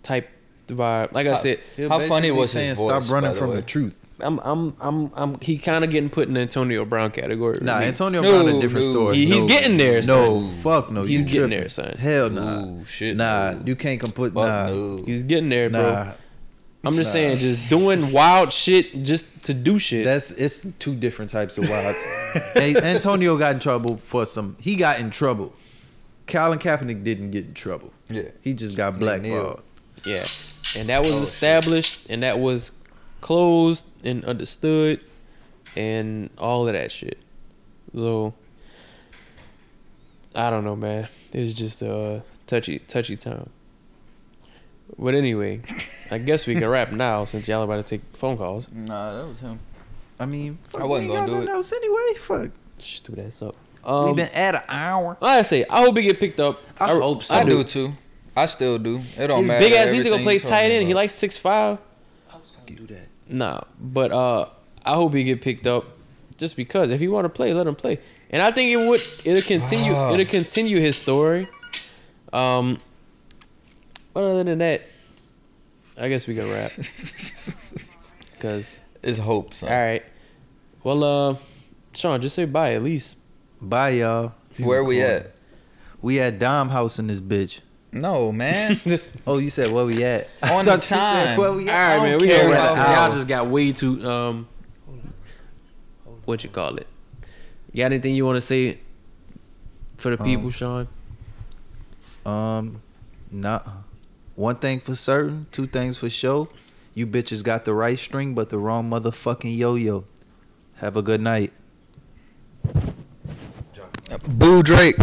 [SPEAKER 1] type vibe. Like I said,
[SPEAKER 4] He'll
[SPEAKER 3] How
[SPEAKER 4] basically
[SPEAKER 3] funny was his voice,
[SPEAKER 4] Stop running
[SPEAKER 3] by the
[SPEAKER 4] from
[SPEAKER 3] way."
[SPEAKER 4] the truth.
[SPEAKER 1] I'm I'm I'm I'm he kind of getting put in the Antonio Brown category.
[SPEAKER 4] Nah,
[SPEAKER 1] Like,
[SPEAKER 4] Antonio
[SPEAKER 3] No,
[SPEAKER 4] Brown a different
[SPEAKER 3] no.
[SPEAKER 4] story.
[SPEAKER 1] He- he's
[SPEAKER 4] No.
[SPEAKER 1] getting there,
[SPEAKER 4] No, fuck no.
[SPEAKER 1] He's
[SPEAKER 4] you
[SPEAKER 1] getting
[SPEAKER 4] tripping.
[SPEAKER 1] there, son.
[SPEAKER 4] Hell nah.
[SPEAKER 3] Ooh, shit,
[SPEAKER 4] Nah,
[SPEAKER 3] no.
[SPEAKER 4] you can't comput.
[SPEAKER 3] Fuck
[SPEAKER 4] Nah,
[SPEAKER 3] no.
[SPEAKER 1] he's getting there, bro.
[SPEAKER 4] nah.
[SPEAKER 1] I'm just
[SPEAKER 4] nah.
[SPEAKER 1] saying, just doing wild shit just to do shit.
[SPEAKER 4] That's it's two different types of wilds. Hey, Antonio got in trouble for some. He got in trouble. Colin Kaepernick didn't get in trouble.
[SPEAKER 3] Yeah.
[SPEAKER 4] He just got
[SPEAKER 3] kneeled.
[SPEAKER 4] blackballed.
[SPEAKER 1] yeah, and that was
[SPEAKER 4] Oh,
[SPEAKER 1] established, and that was closed and understood, and all of that shit. So I don't know, man. It was just a touchy touchy time. But anyway, I guess we can wrap now since y'all about to take phone calls.
[SPEAKER 3] Nah, that was him.
[SPEAKER 4] I mean, fuck,
[SPEAKER 3] I wasn't
[SPEAKER 4] we
[SPEAKER 3] gonna
[SPEAKER 4] ain't got
[SPEAKER 3] do
[SPEAKER 4] nothing
[SPEAKER 3] it.
[SPEAKER 4] else anyway. Fuck.
[SPEAKER 1] Just threw that up. Um,
[SPEAKER 4] We've been at an hour.
[SPEAKER 1] Like I say, I hope he get picked up.
[SPEAKER 4] I hope so.
[SPEAKER 3] I,
[SPEAKER 1] I
[SPEAKER 3] do.
[SPEAKER 1] do.
[SPEAKER 3] too. I still do. It don't
[SPEAKER 1] His
[SPEAKER 3] matter.
[SPEAKER 1] big ass need to go
[SPEAKER 3] everything
[SPEAKER 1] play
[SPEAKER 3] you told
[SPEAKER 1] tight
[SPEAKER 3] me
[SPEAKER 1] end. He
[SPEAKER 3] about.
[SPEAKER 1] likes six five.
[SPEAKER 4] I was gonna do that.
[SPEAKER 1] Nah, but uh, I hope he get picked up, just because if he want to play, let him play. And I think it would. It'll continue.
[SPEAKER 3] Ah.
[SPEAKER 1] It'll continue his story. Um. But other than that, I guess we can wrap. Cause
[SPEAKER 3] It's hope, son.
[SPEAKER 1] all right. Well, uh, Sean, just say bye at least.
[SPEAKER 4] Bye, y'all.
[SPEAKER 3] Where we at?
[SPEAKER 4] We at Dom House in this bitch.
[SPEAKER 3] No, man.
[SPEAKER 1] Just,
[SPEAKER 4] Oh, you said where we at? I
[SPEAKER 3] On the
[SPEAKER 4] thought you said
[SPEAKER 3] time.
[SPEAKER 4] Where we
[SPEAKER 1] all
[SPEAKER 4] at?
[SPEAKER 1] right,
[SPEAKER 4] I
[SPEAKER 1] man.
[SPEAKER 4] don't
[SPEAKER 1] We
[SPEAKER 4] care
[SPEAKER 1] got
[SPEAKER 4] where the
[SPEAKER 1] y'all
[SPEAKER 4] hour-
[SPEAKER 1] just got way too um. What you call it? You got anything you want to say for the
[SPEAKER 4] Um,
[SPEAKER 1] people, Sean?
[SPEAKER 4] Um, nah. One thing for certain, two things for sure. You bitches got the right string, but the wrong motherfucking yo-yo. Have a good night.
[SPEAKER 3] Boo Drake.